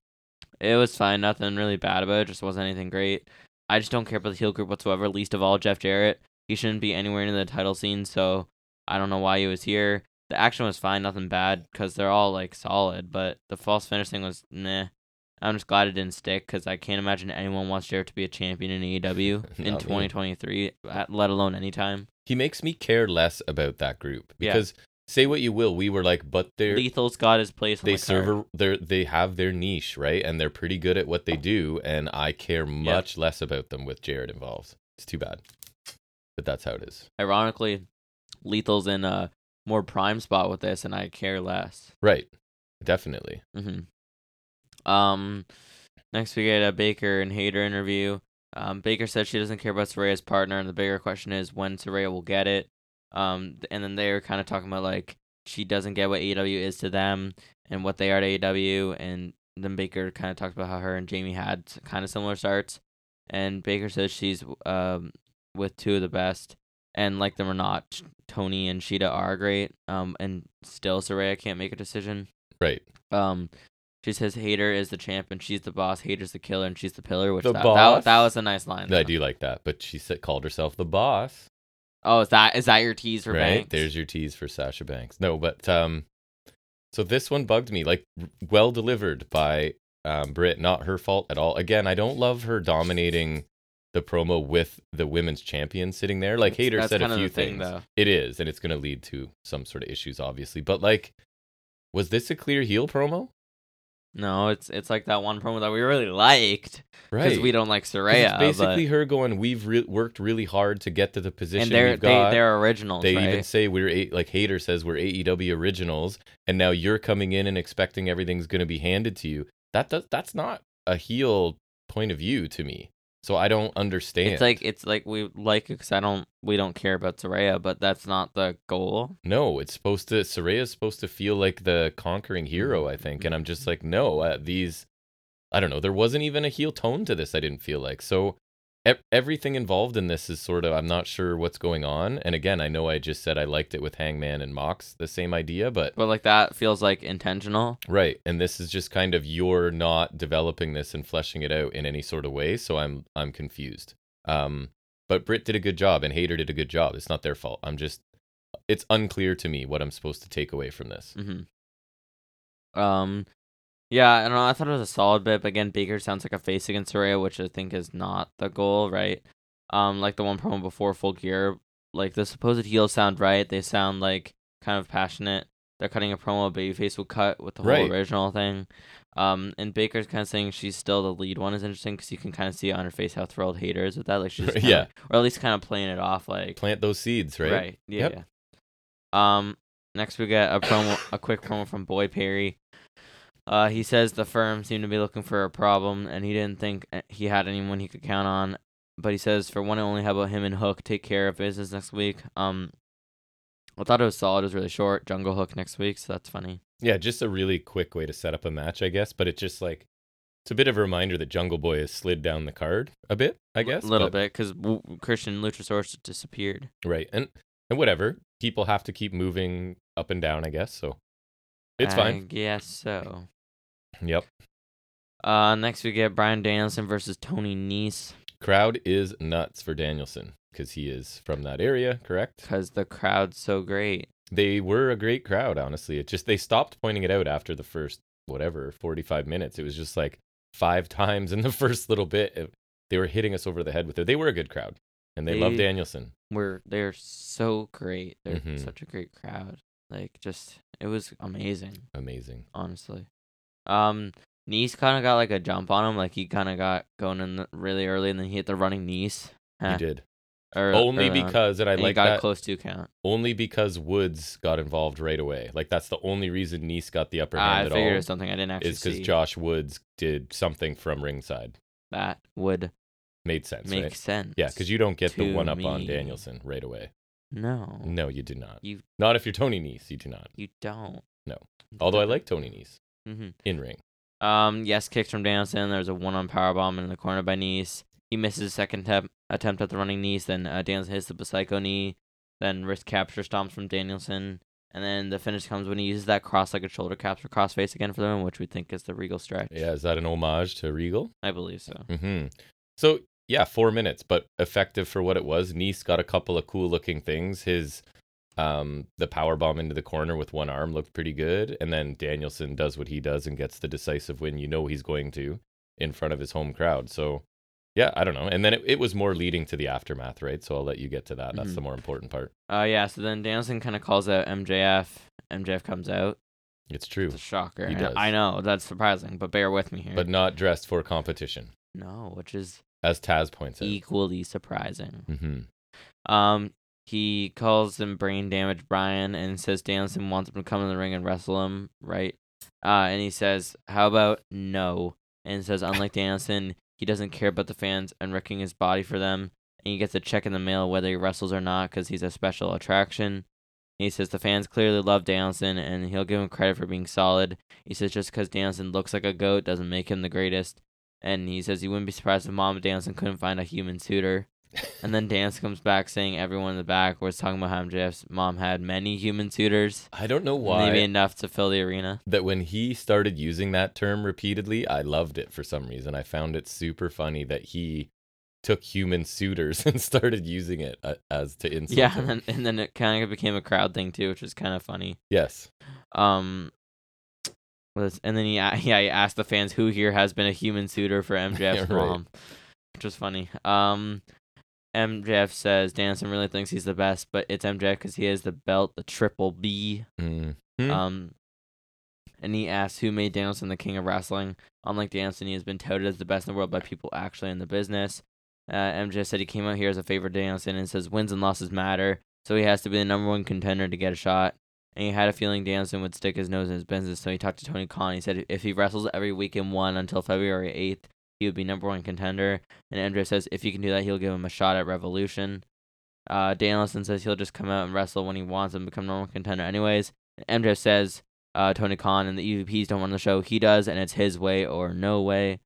[SPEAKER 2] It was fine. Nothing really bad about it. Just wasn't anything great. I just don't care about the heel group whatsoever. Least of all, Jeff Jarrett. He shouldn't be anywhere near the title scene. So I don't know why he was here. The action was fine. Nothing bad because they're all like solid. But the false finish thing was nah. I'm just glad it didn't stick because I can't imagine anyone wants Jarrett to be a champion in AEW
[SPEAKER 1] Not
[SPEAKER 2] in
[SPEAKER 1] me.
[SPEAKER 2] 2023, at- let alone anytime.
[SPEAKER 1] He makes me care less about that group
[SPEAKER 2] Yeah.
[SPEAKER 1] because say what you will, we were like, but they're
[SPEAKER 2] Lethal's got his place. On
[SPEAKER 1] they
[SPEAKER 2] the
[SPEAKER 1] serve
[SPEAKER 2] card.
[SPEAKER 1] a, they're, they have their niche right and they're pretty good at what they do and i care much less about them with jared involved it's too bad but that's how it is
[SPEAKER 2] Ironically, Lethal's in a more prime spot with this, and I care less.
[SPEAKER 1] right definitely
[SPEAKER 2] Mm-hmm. Um, next we get a Baker and Hater interview. Um, Baker said she doesn't care about Soraya's partner, and the bigger question is when Soraya will get it. Um, th- and then they were kind of talking about like she doesn't get what AEW is to them and what they are to AEW. And then Baker kind of talked about how her and Jamie had kind of similar starts. And Baker says she's um with two of the best, and like them or not, Tony and Sheeta are great. Um, and still Soraya can't make a decision.
[SPEAKER 1] right
[SPEAKER 2] Um, she says Hater is the champ and she's the boss. Hater's the killer and she's the pillar. Which
[SPEAKER 1] The
[SPEAKER 2] that,
[SPEAKER 1] boss?
[SPEAKER 2] That, that was a nice line.
[SPEAKER 1] i
[SPEAKER 2] though.
[SPEAKER 1] do like that but she said, called herself the boss
[SPEAKER 2] Oh, is that is that your tease for
[SPEAKER 1] right
[SPEAKER 2] Banks?
[SPEAKER 1] there's your tease for sasha banks no but um so this one bugged me like well delivered by um, Britt. Not her fault at all. Again, I don't love her dominating the promo with the women's champion sitting there. Like
[SPEAKER 2] That's-
[SPEAKER 1] Hater
[SPEAKER 2] that's
[SPEAKER 1] said
[SPEAKER 2] kind
[SPEAKER 1] a
[SPEAKER 2] of
[SPEAKER 1] few
[SPEAKER 2] the thing,
[SPEAKER 1] things.
[SPEAKER 2] though.
[SPEAKER 1] It is, and it's going to lead to some sort of issues, obviously. But like, was this a clear heel promo?
[SPEAKER 2] No, it's it's like that one promo that we really liked
[SPEAKER 1] Right.
[SPEAKER 2] because we don't uh, like
[SPEAKER 1] 'Cause
[SPEAKER 2] Soraya.
[SPEAKER 1] it's basically her going, "We've re- worked really hard to get to the
[SPEAKER 2] but,
[SPEAKER 1] position
[SPEAKER 2] and they're
[SPEAKER 1] we've got."
[SPEAKER 2] they, they're originals,
[SPEAKER 1] They
[SPEAKER 2] right?
[SPEAKER 1] even say we're a- like Hater says we're AEW originals, and now you're coming in and expecting everything's going to be handed to you. That does, that's not a heel point of view to me. So I don't understand.
[SPEAKER 2] It's like it's like we like it because I don't we don't care about Soraya, but that's not the goal.
[SPEAKER 1] no, it's supposed to Soraya's supposed to feel like the conquering hero, I think, and I'm just like no, uh, these I don't know. There wasn't even a heel tone to this. I didn't feel like so. e- Everything involved in this is sort of I'm not sure what's going on. And again, I know I just said I liked it with Hangman and Mox, the same idea, but
[SPEAKER 2] But like that feels like intentional.
[SPEAKER 1] Right. And this is just kind of you're not developing this and fleshing it out in any sort of way, so I'm I'm confused. Um but Britt did a good job and Hater did a good job. It's not their fault. I'm just it's unclear to me what I'm supposed to take away from this.
[SPEAKER 2] Mm-hmm. Um, yeah, I don't know. I thought it was a solid bit, but again, Baker sounds like a face against Soraya, which I think is not the goal, right? Um, like the one promo before Full Gear, like the supposed heels sound right. They sound like kind of passionate. They're cutting a promo Babyface will cut with the whole
[SPEAKER 1] Right.
[SPEAKER 2] original thing. Um, and Baker's kind of saying she's still the lead one is interesting because you can kind of see on her face how thrilled Hater is with that. Like she's kinda,
[SPEAKER 1] Yeah.
[SPEAKER 2] or at least kind of playing it off like
[SPEAKER 1] Plant those seeds, right?
[SPEAKER 2] yeah,
[SPEAKER 1] Yep.
[SPEAKER 2] yeah. Um. Next, we get a promo, a quick promo from Boy Perry. Uh, he says the firm seemed to be looking for a problem, and he didn't think uh, he had anyone he could count on. But he says, for one, I only have about him and Hook. Take care of business next week. Um, I thought it was solid. It was really short. Jungle Hook next week, so that's funny.
[SPEAKER 1] Yeah, just a really quick way to set up a match, I guess, but it's just like it's a bit of a reminder that Jungle Boy has slid down the card a bit, I guess.
[SPEAKER 2] a little
[SPEAKER 1] but-
[SPEAKER 2] bit, 'cause bit because w- Christian Luchasaurus disappeared.
[SPEAKER 1] Right. And and whatever. People have to keep moving up and down, I guess. So it's
[SPEAKER 2] I
[SPEAKER 1] fine.
[SPEAKER 2] guess so.
[SPEAKER 1] Yep.
[SPEAKER 2] Uh, next we get Brian Danielson versus Tony Nese.
[SPEAKER 1] Crowd is nuts for Danielson because he is from that area, correct?
[SPEAKER 2] because the crowd's so great.
[SPEAKER 1] They were a great crowd, honestly. It just they stopped pointing it out after the first whatever 45 minutes. It was just like five times in the first little bit. It- They were hitting us over the head with it. They were a good crowd, and they, love
[SPEAKER 2] They-
[SPEAKER 1] Danielson.
[SPEAKER 2] We're they're so great. They're
[SPEAKER 1] Mhm.
[SPEAKER 2] such a great crowd. Like just it was amazing,
[SPEAKER 1] Amazing.
[SPEAKER 2] honestly. Um Nice kind of got like a jump on him, like he kind of got going in the, really early, and then he hit the running knees. eh,
[SPEAKER 1] He
[SPEAKER 2] Huh.
[SPEAKER 1] did
[SPEAKER 2] Ear-
[SPEAKER 1] only
[SPEAKER 2] early on.
[SPEAKER 1] because, and I
[SPEAKER 2] um, And he
[SPEAKER 1] like
[SPEAKER 2] got
[SPEAKER 1] that.
[SPEAKER 2] a close two count.
[SPEAKER 1] only because Woods got involved right away. Like that's the only reason Nice got the upper
[SPEAKER 2] Ah, I
[SPEAKER 1] hand
[SPEAKER 2] figured it
[SPEAKER 1] at
[SPEAKER 2] was something I didn't
[SPEAKER 1] all
[SPEAKER 2] actually
[SPEAKER 1] is because
[SPEAKER 2] see.
[SPEAKER 1] Josh Woods did something from ringside.
[SPEAKER 2] that would
[SPEAKER 1] Made sense,
[SPEAKER 2] make
[SPEAKER 1] right?
[SPEAKER 2] sense.
[SPEAKER 1] Yeah, because you don't get the
[SPEAKER 2] to
[SPEAKER 1] one up on
[SPEAKER 2] me.
[SPEAKER 1] Danielson right away.
[SPEAKER 2] no,
[SPEAKER 1] No, you do not.
[SPEAKER 2] You-
[SPEAKER 1] not if you're Tony Nese, you do not.
[SPEAKER 2] you don't.
[SPEAKER 1] No. Although I like Tony Nese
[SPEAKER 2] hmm
[SPEAKER 1] in ring.
[SPEAKER 2] Um, yes, kicks from Danielson. There's a one on power bomb in the corner by Nice. He misses his second temp- attempt at the running knees. Then uh, Danielson hits the psycho knee. Then wrist capture stomps from Danielson. And then the finish comes when he uses that cross legged shoulder capture cross face again for the win, which we think is the regal stretch.
[SPEAKER 1] Yeah, is that an homage to Regal?
[SPEAKER 2] I believe so.
[SPEAKER 1] Mm-hmm. So yeah, four minutes, but effective for what it was. Nice got a couple of cool looking things. His um the power bomb into the corner with one arm looked pretty good, and then Danielson does what he does and gets the decisive win. You know he's going to in front of his home crowd. So yeah, I don't know. And then it, it was more leading to the aftermath, right? So I'll let you get to that.
[SPEAKER 2] Mm-hmm.
[SPEAKER 1] That's the more important part.
[SPEAKER 2] Uh, yeah, so then Danielson kind of calls out MJF. MJF comes out.
[SPEAKER 1] It's true.
[SPEAKER 2] It's a shocker.
[SPEAKER 1] He
[SPEAKER 2] And
[SPEAKER 1] does.
[SPEAKER 2] I know, that's surprising, but bear with me here.
[SPEAKER 1] But not dressed for competition,
[SPEAKER 2] no, which is
[SPEAKER 1] as Taz points out.
[SPEAKER 2] equally surprising.
[SPEAKER 1] hmm
[SPEAKER 2] Um, he calls him brain damage Brian and says Danielson wants him to come in the ring and wrestle him, right? Uh, and he says, "How about no?" And says, unlike Danielson, he doesn't care about the fans and wrecking his body for them. And he gets a check in the mail whether he wrestles or not because he's a special attraction. He says the fans clearly love Danielson and he'll give him credit for being solid. He says just because Danielson looks like a goat doesn't make him the greatest. And he says he wouldn't be surprised if Mama Danielson couldn't find a human suitor. And then Dance comes back saying everyone in the back was talking about how MJF's mom had many human suitors.
[SPEAKER 1] I don't know why
[SPEAKER 2] Maybe enough to fill the arena.
[SPEAKER 1] that when he started using that term repeatedly, I loved it for some reason. I found it super funny that he took human suitors and started using it uh, as to insult.
[SPEAKER 2] yeah,
[SPEAKER 1] him.
[SPEAKER 2] and then, and then it kind of became a crowd thing too, which was kind of funny.
[SPEAKER 1] yes,
[SPEAKER 2] Um, Was and then he a- yeah he asked the fans who here has been a human suitor for MJF's
[SPEAKER 1] Right.
[SPEAKER 2] prom, which was funny. Um, MJF says Danielson really thinks he's the best, but it's MJF because he has the belt, the triple B.
[SPEAKER 1] Mm.
[SPEAKER 2] Um, and he asks who made Danielson the king of wrestling. Unlike Danielson, he has been touted as the best in the world by people actually in the business. Uh, MJF said he came out here as a favorite to Danielson and says wins and losses matter, so he has to be the number one contender to get a shot. And he had a feeling Danielson would stick his nose in his business, so he talked to Tony Khan. He said if he wrestles every week in one until February 8th, he would be number one contender. And MJF says if you can do that, he'll give him a shot at Revolution. Uh, Danielson says he'll just come out and wrestle when he wants and become normal contender anyways. MJF says uh, Tony Khan and the EVPs don't run the show. He does, and it's his way or no way.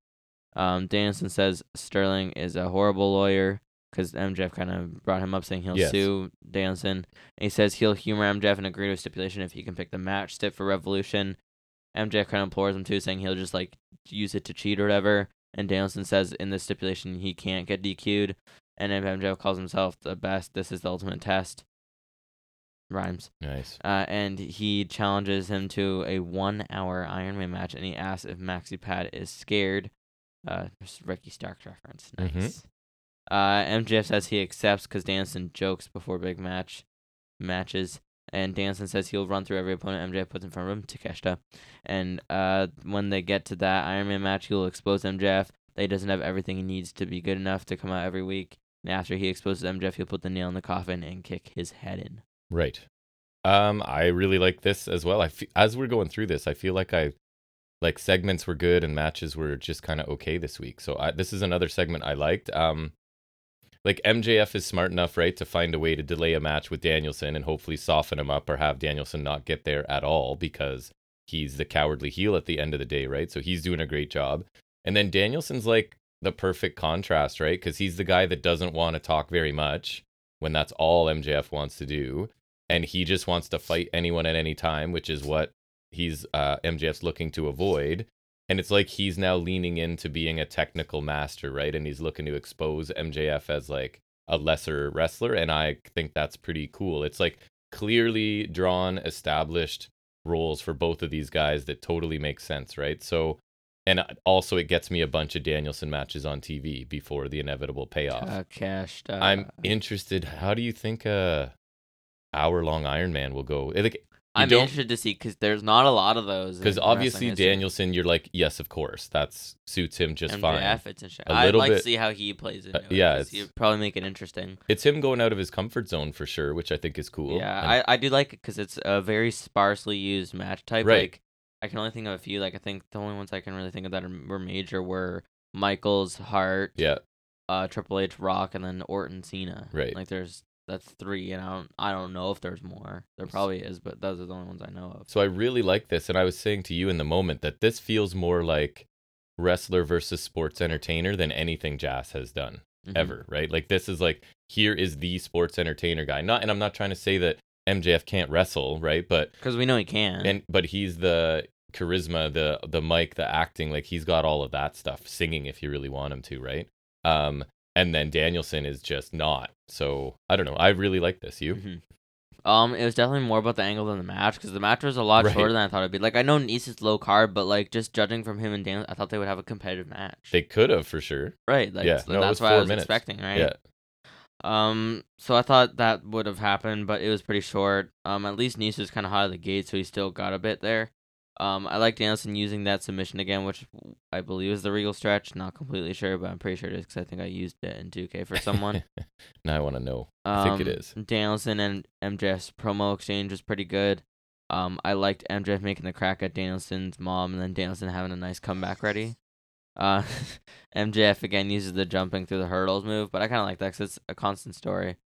[SPEAKER 2] Um, Danielson says Sterling is a horrible lawyer because MJF kind of brought him up saying he'll
[SPEAKER 1] Yes.
[SPEAKER 2] sue Danielson. And he says he'll humor MJF and agree to a stipulation if he can pick the match stip for Revolution. MJF kind of implores him too, saying he'll just like use it to cheat or whatever. And Danielson says in this stipulation he can't get DQ'd. And if MJF calls himself the best, this is the ultimate test. Rhymes
[SPEAKER 1] Nice.
[SPEAKER 2] uh, and he challenges him to a one-hour Iron Man match, and he asks if Maxi Pad is scared. Uh, just Ricky Stark's reference. Nice.
[SPEAKER 1] Mhm.
[SPEAKER 2] Uh, MJF says he accepts because Danson jokes before big match matches, and Danson says he'll run through every opponent MJF puts in front of him, Takeshita, and uh, when they get to that Iron Man match, he'll expose MJF that he doesn't have everything he needs to be good enough to come out every week. And after he exposes MJF, he'll put the nail in the coffin and kick his head in.
[SPEAKER 1] Right. Um, I really like this as well. I fe- as we're going through this, I feel like I like segments were good and matches were just kind of okay this week. So I, this is another segment I liked. Um, like MJF is smart enough, right, to find a way to delay a match with Danielson and hopefully soften him up or have Danielson not get there at all because he's the cowardly heel at the end of the day, right? So he's doing a great job. And then Danielson's like the perfect contrast, right? Because he's the guy that doesn't want to talk very much when that's all MJF wants to do. And he just wants to fight anyone at any time, which is what he's uh, MJF's looking to avoid. And it's like he's now leaning into being a technical master, right? And he's looking to expose MJF as like a lesser wrestler. And I think that's pretty cool. It's like clearly drawn, established roles for both of these guys that totally make sense, right? So, and also it gets me a bunch of Danielson matches on TV before the inevitable
[SPEAKER 2] Uh,
[SPEAKER 1] payoff.
[SPEAKER 2] Takeshita.
[SPEAKER 1] I'm interested. How do you think a hour long Iron Man will go? Like, You
[SPEAKER 2] I'm
[SPEAKER 1] don't-
[SPEAKER 2] interested to see because there's not a lot of those. in
[SPEAKER 1] because
[SPEAKER 2] wrestling
[SPEAKER 1] obviously
[SPEAKER 2] history.
[SPEAKER 1] Danielson, you're like, yes, of course, that's suits him just fine.
[SPEAKER 2] MJF, it's interesting.
[SPEAKER 1] A
[SPEAKER 2] I'd
[SPEAKER 1] little
[SPEAKER 2] like to
[SPEAKER 1] bit-
[SPEAKER 2] see how he plays it.
[SPEAKER 1] uh, yeah, it's-
[SPEAKER 2] he'd probably make it interesting.
[SPEAKER 1] It's him going out of his comfort zone for sure, which I think is cool.
[SPEAKER 2] Yeah,
[SPEAKER 1] And-
[SPEAKER 2] I, I do like it because it's a very sparsely used match type.
[SPEAKER 1] Right.
[SPEAKER 2] Like I can only think of a few. Like I think the only ones I can really think of that are, were major were Michaels, Hart,
[SPEAKER 1] yeah,
[SPEAKER 2] uh, Triple H, Rock, and then Orton, Cena.
[SPEAKER 1] Right.
[SPEAKER 2] Like there's that's three, and I don't I don't know if there's more. There probably is, but those are the only ones I know of.
[SPEAKER 1] So I really like this, and I was saying to you in the moment that this feels more like wrestler versus sports entertainer than anything Jazz has done.
[SPEAKER 2] Mhm.
[SPEAKER 1] ever, right? Like this is like here is the sports entertainer guy. Not and I'm not trying to say that MJF can't wrestle, right? But
[SPEAKER 2] Because we know he can.
[SPEAKER 1] and but he's the charisma, the the mic, the acting, like he's got all of that stuff, singing if you really want him to, right? Um and then Danielson is just not. So I don't know. I really like this. You?
[SPEAKER 2] Mhm. Um, it was definitely more about the angle than the match because the match was a lot
[SPEAKER 1] Right.
[SPEAKER 2] shorter than I thought it'd be. Like I know Nice is low carb, but like just judging from him and Dan, I thought they would have a competitive match.
[SPEAKER 1] They could have for sure.
[SPEAKER 2] right? Like
[SPEAKER 1] yeah,
[SPEAKER 2] so
[SPEAKER 1] no, it
[SPEAKER 2] that's
[SPEAKER 1] was
[SPEAKER 2] what I
[SPEAKER 1] four
[SPEAKER 2] was
[SPEAKER 1] minutes.
[SPEAKER 2] expecting, right?
[SPEAKER 1] Yeah.
[SPEAKER 2] Um, so I thought that would have happened, but it was pretty short. Um, at least Nice was kind of hot out of the gate, so he still got a bit there. Um, I like Danielson using that submission again, which I believe is the regal stretch. Not completely sure, but I'm pretty sure it is because I think I used it in 2K for someone.
[SPEAKER 1] now I want to know. I think it is.
[SPEAKER 2] Um, Danielson and MJF's promo exchange was pretty good. Um, I liked MJF making the crack at Danielson's mom, and then Danielson having a nice comeback ready. Uh, MJF again uses the jumping through the hurdles move, but I kind of like that because it's a constant story.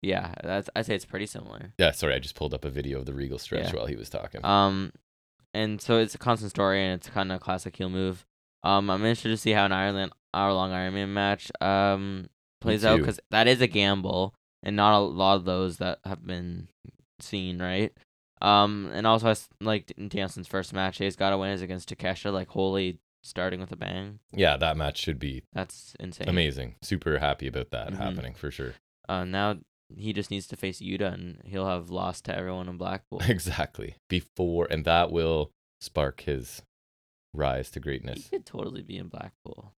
[SPEAKER 2] Yeah, that's I say it's pretty similar.
[SPEAKER 1] Yeah, sorry, I just pulled up a video of the Regal stretch
[SPEAKER 2] Yeah.
[SPEAKER 1] while he was talking.
[SPEAKER 2] Um, and so it's a constant story, and it's kind of a classic heel move. Um, I'm interested to see how an Ireland hour long Iron Man match um plays out
[SPEAKER 1] too.
[SPEAKER 2] because that is a gamble, and not a lot of those that have been seen, right? Um, and also I s- liked Danielson's first match. He's got to win is against Takesha. Like holy, starting with a bang.
[SPEAKER 1] yeah, that match should be
[SPEAKER 2] That's insane.
[SPEAKER 1] amazing. Super happy about that
[SPEAKER 2] Mhm.
[SPEAKER 1] happening for sure.
[SPEAKER 2] Uh, now he just needs to face Yuta, and he'll have lost to everyone in Blackpool.
[SPEAKER 1] Exactly. Before and that will spark his rise to
[SPEAKER 2] He
[SPEAKER 1] greatness.
[SPEAKER 2] could totally be in Blackpool.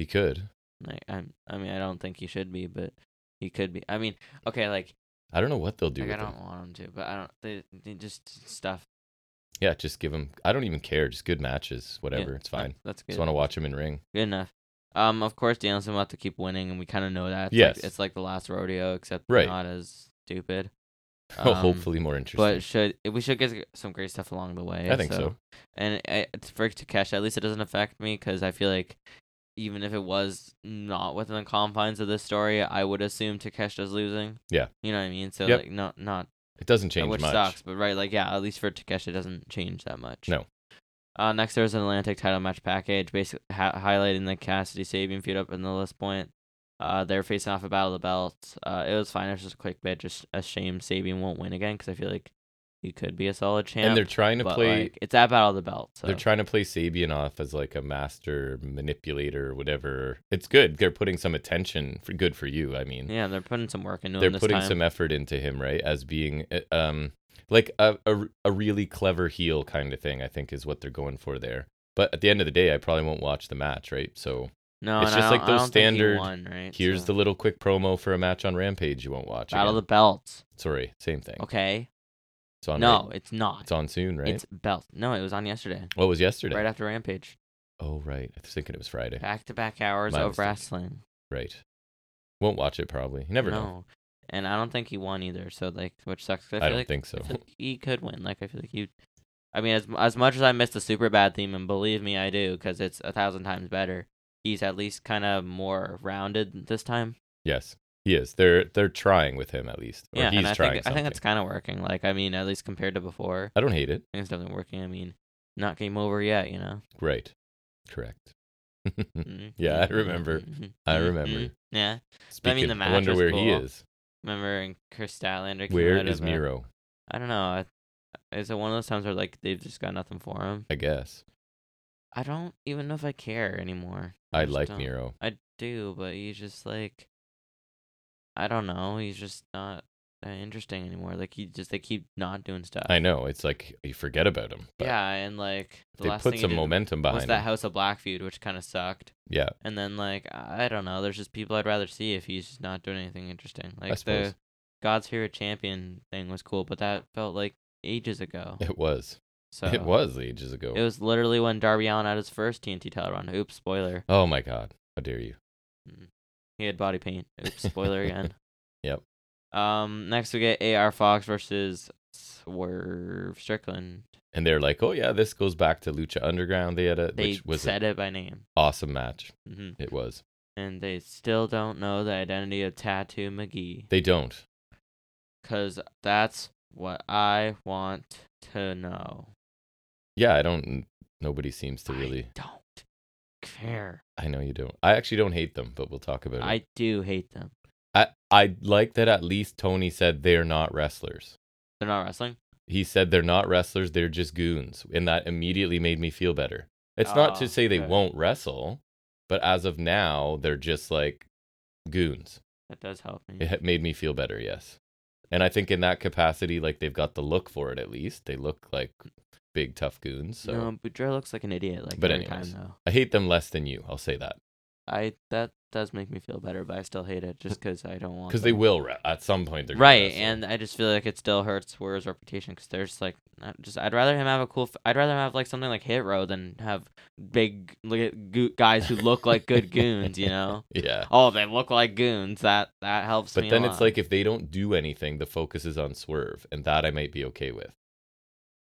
[SPEAKER 1] He could.
[SPEAKER 2] Like I, I mean, I don't think he should be, but he could be. I mean, okay, like,
[SPEAKER 1] I don't know what they'll do.
[SPEAKER 2] like I
[SPEAKER 1] with him.
[SPEAKER 2] don't want him to, but I don't. They, they just stuff.
[SPEAKER 1] Yeah, just give him. I don't even care. Just good matches,
[SPEAKER 2] Yeah,
[SPEAKER 1] whatever. it's
[SPEAKER 2] that-
[SPEAKER 1] fine.
[SPEAKER 2] That's good.
[SPEAKER 1] Just want to watch him in ring.
[SPEAKER 2] Good enough. Um, of course, Danielson will have to keep winning, and we kind of know that. It's
[SPEAKER 1] Yes.
[SPEAKER 2] like, it's like the last rodeo, except
[SPEAKER 1] Right.
[SPEAKER 2] not as stupid.
[SPEAKER 1] Oh,
[SPEAKER 2] Um,
[SPEAKER 1] Hopefully more
[SPEAKER 2] But
[SPEAKER 1] interesting.
[SPEAKER 2] should we should get some great stuff along the way?
[SPEAKER 1] I think so.
[SPEAKER 2] And I, it's for Takeshi, at least it doesn't affect me because I feel like even if it was not within the confines of this story, I would assume Takeshi's losing.
[SPEAKER 1] Yeah.
[SPEAKER 2] You know what I mean? So
[SPEAKER 1] Yep.
[SPEAKER 2] like, not not
[SPEAKER 1] It doesn't change
[SPEAKER 2] which
[SPEAKER 1] much.
[SPEAKER 2] sucks, but right, like yeah, at least for Takeshi, it doesn't change that much.
[SPEAKER 1] No.
[SPEAKER 2] Uh, next there was an Atlantic title match package, basically ha- highlighting the Cassidy Sabian feud up in the list point. Uh, they're facing off a battle of the belts. Uh, it was fine. It was just a quick bit. Just a shame Sabian won't win again because I feel like he could be a solid champ.
[SPEAKER 1] and they're trying to
[SPEAKER 2] but,
[SPEAKER 1] play.
[SPEAKER 2] like, it's at battle of the belts. So.
[SPEAKER 1] They're trying to play Sabian off as like a master manipulator or whatever. It's good. They're putting some attention for good for you. I mean,
[SPEAKER 2] yeah, they're putting some work into him
[SPEAKER 1] they're
[SPEAKER 2] this
[SPEAKER 1] putting
[SPEAKER 2] time.
[SPEAKER 1] some effort into him, right? As being uh, um like a, a a really clever heel kind of thing. I think is what they're going for there. But at the end of the day, I probably won't watch the match, right? So
[SPEAKER 2] no,
[SPEAKER 1] it's
[SPEAKER 2] and I
[SPEAKER 1] just like
[SPEAKER 2] don't- I
[SPEAKER 1] those
[SPEAKER 2] don't think he
[SPEAKER 1] standard,
[SPEAKER 2] Won, right?
[SPEAKER 1] here's
[SPEAKER 2] So-
[SPEAKER 1] the little quick promo for a match on Rampage. You won't watch.
[SPEAKER 2] uh, battle of the
[SPEAKER 1] again.
[SPEAKER 2] belts.
[SPEAKER 1] Sorry, same thing.
[SPEAKER 2] Okay.
[SPEAKER 1] It's on
[SPEAKER 2] No,
[SPEAKER 1] right-
[SPEAKER 2] it's not.
[SPEAKER 1] it's on soon, right?
[SPEAKER 2] It's belt. No, it was on yesterday.
[SPEAKER 1] what was yesterday?
[SPEAKER 2] Right after Rampage.
[SPEAKER 1] oh, right. I was thinking it was Friday.
[SPEAKER 2] Back to back hours
[SPEAKER 1] My
[SPEAKER 2] of
[SPEAKER 1] mistake.
[SPEAKER 2] wrestling.
[SPEAKER 1] Right. Won't watch it probably. You never
[SPEAKER 2] no.
[SPEAKER 1] know.
[SPEAKER 2] And I don't think he won either, so like which sucks. 'cause I,
[SPEAKER 1] I,
[SPEAKER 2] feel
[SPEAKER 1] don't
[SPEAKER 2] like,
[SPEAKER 1] think so.
[SPEAKER 2] I feel like he could win. Like I feel like he I mean as as much as I miss the super bad theme and believe me I do cuz it's a thousand times better. He's at least kind of more rounded this time.
[SPEAKER 1] yes, he is. They're they're trying with him at least. Or
[SPEAKER 2] yeah,
[SPEAKER 1] he's
[SPEAKER 2] and I
[SPEAKER 1] trying
[SPEAKER 2] think I
[SPEAKER 1] something.
[SPEAKER 2] think it's kind of working. Like I mean, at least compared to before,
[SPEAKER 1] I don't hate it.
[SPEAKER 2] I think it's definitely working. I mean, not game over yet, you know.
[SPEAKER 1] Right. Correct.
[SPEAKER 2] Mm,
[SPEAKER 1] Yeah, I
[SPEAKER 2] mm,
[SPEAKER 1] remember.
[SPEAKER 2] mm, mm,
[SPEAKER 1] I
[SPEAKER 2] mm,
[SPEAKER 1] remember.
[SPEAKER 2] mm. Yeah,
[SPEAKER 1] Speaking,
[SPEAKER 2] the match
[SPEAKER 1] wonder
[SPEAKER 2] was
[SPEAKER 1] where he
[SPEAKER 2] cool.
[SPEAKER 1] is.
[SPEAKER 2] remember and Chris Statlander. came
[SPEAKER 1] Where
[SPEAKER 2] out
[SPEAKER 1] is
[SPEAKER 2] of a-
[SPEAKER 1] Miro?
[SPEAKER 2] I don't know. I- Is it one of those times where like they've just got nothing for him?
[SPEAKER 1] I guess.
[SPEAKER 2] I don't even know if I care anymore.
[SPEAKER 1] I
[SPEAKER 2] just
[SPEAKER 1] like
[SPEAKER 2] don't.
[SPEAKER 1] Miro.
[SPEAKER 2] I do, but he's just like, I don't know. He's just not that interesting anymore. Like he just they keep not doing stuff.
[SPEAKER 1] I know. It's like you forget about him. But
[SPEAKER 2] Yeah, and like the
[SPEAKER 1] They
[SPEAKER 2] last
[SPEAKER 1] put
[SPEAKER 2] thing
[SPEAKER 1] some
[SPEAKER 2] he did
[SPEAKER 1] momentum
[SPEAKER 2] was
[SPEAKER 1] behind
[SPEAKER 2] that
[SPEAKER 1] him.
[SPEAKER 2] House of Black feud, which kind of sucked.
[SPEAKER 1] Yeah.
[SPEAKER 2] And then like I don't know. There's just people I'd rather see if he's just not doing anything interesting. Like
[SPEAKER 1] suppose.
[SPEAKER 2] the God's Hero Champion thing was cool, but that felt like ages ago.
[SPEAKER 1] It was.
[SPEAKER 2] So
[SPEAKER 1] It was ages ago.
[SPEAKER 2] Uh, It was literally when Darby Allen had his first TNT title run. Oops, spoiler.
[SPEAKER 1] oh my god. How dare you?
[SPEAKER 2] He had body paint. Oops, spoiler again.
[SPEAKER 1] Yep.
[SPEAKER 2] Um. Next we get AR Fox versus Swerve Strickland.
[SPEAKER 1] And they're like, "Oh yeah, this goes back to Lucha Underground." They had a
[SPEAKER 2] They
[SPEAKER 1] which was an
[SPEAKER 2] said it by name.
[SPEAKER 1] awesome match.
[SPEAKER 2] hmm
[SPEAKER 1] It was.
[SPEAKER 2] And they still don't know the identity of Tattoo McGee.
[SPEAKER 1] They don't.
[SPEAKER 2] Cause that's what I want to know.
[SPEAKER 1] Yeah, I don't. Nobody seems to
[SPEAKER 2] I
[SPEAKER 1] really.
[SPEAKER 2] don't care.
[SPEAKER 1] I know you don't. I actually don't hate them, but we'll talk about it.
[SPEAKER 2] I do hate them.
[SPEAKER 1] I I like that at least Tony said they're not wrestlers.
[SPEAKER 2] They're not wrestling.
[SPEAKER 1] He said they're not wrestlers. They're just goons, and that immediately made me feel better. It's not
[SPEAKER 2] Ah,
[SPEAKER 1] to say they
[SPEAKER 2] okay.
[SPEAKER 1] won't wrestle, but as of now, they're just like goons.
[SPEAKER 2] That does help me.
[SPEAKER 1] It had- made me feel better. Yes, and I think in that capacity, like they've got the look for it. At least they look like big tough goons. So
[SPEAKER 2] No, Boudreaux looks like an idiot. Like
[SPEAKER 1] But
[SPEAKER 2] every
[SPEAKER 1] anyways.
[SPEAKER 2] time though.
[SPEAKER 1] I hate them less than you. I'll say that.
[SPEAKER 2] I that does make me feel better, but I still hate it just because I don't want.
[SPEAKER 1] because they
[SPEAKER 2] them.
[SPEAKER 1] will re- at some point. They're gonna
[SPEAKER 2] right,
[SPEAKER 1] wrestle.
[SPEAKER 2] and I just feel like it still hurts Swerve's reputation because they're just like not just. I'd rather him have a cool. F- I'd rather him have like something like Hit Row than have big li- goo- guys who look like good goons. You know.
[SPEAKER 1] yeah.
[SPEAKER 2] Oh, they look like goons. That that helps me.
[SPEAKER 1] But
[SPEAKER 2] a
[SPEAKER 1] then it's
[SPEAKER 2] lot.
[SPEAKER 1] like if they don't do anything, the focus is on Swerve, and that I might be okay with.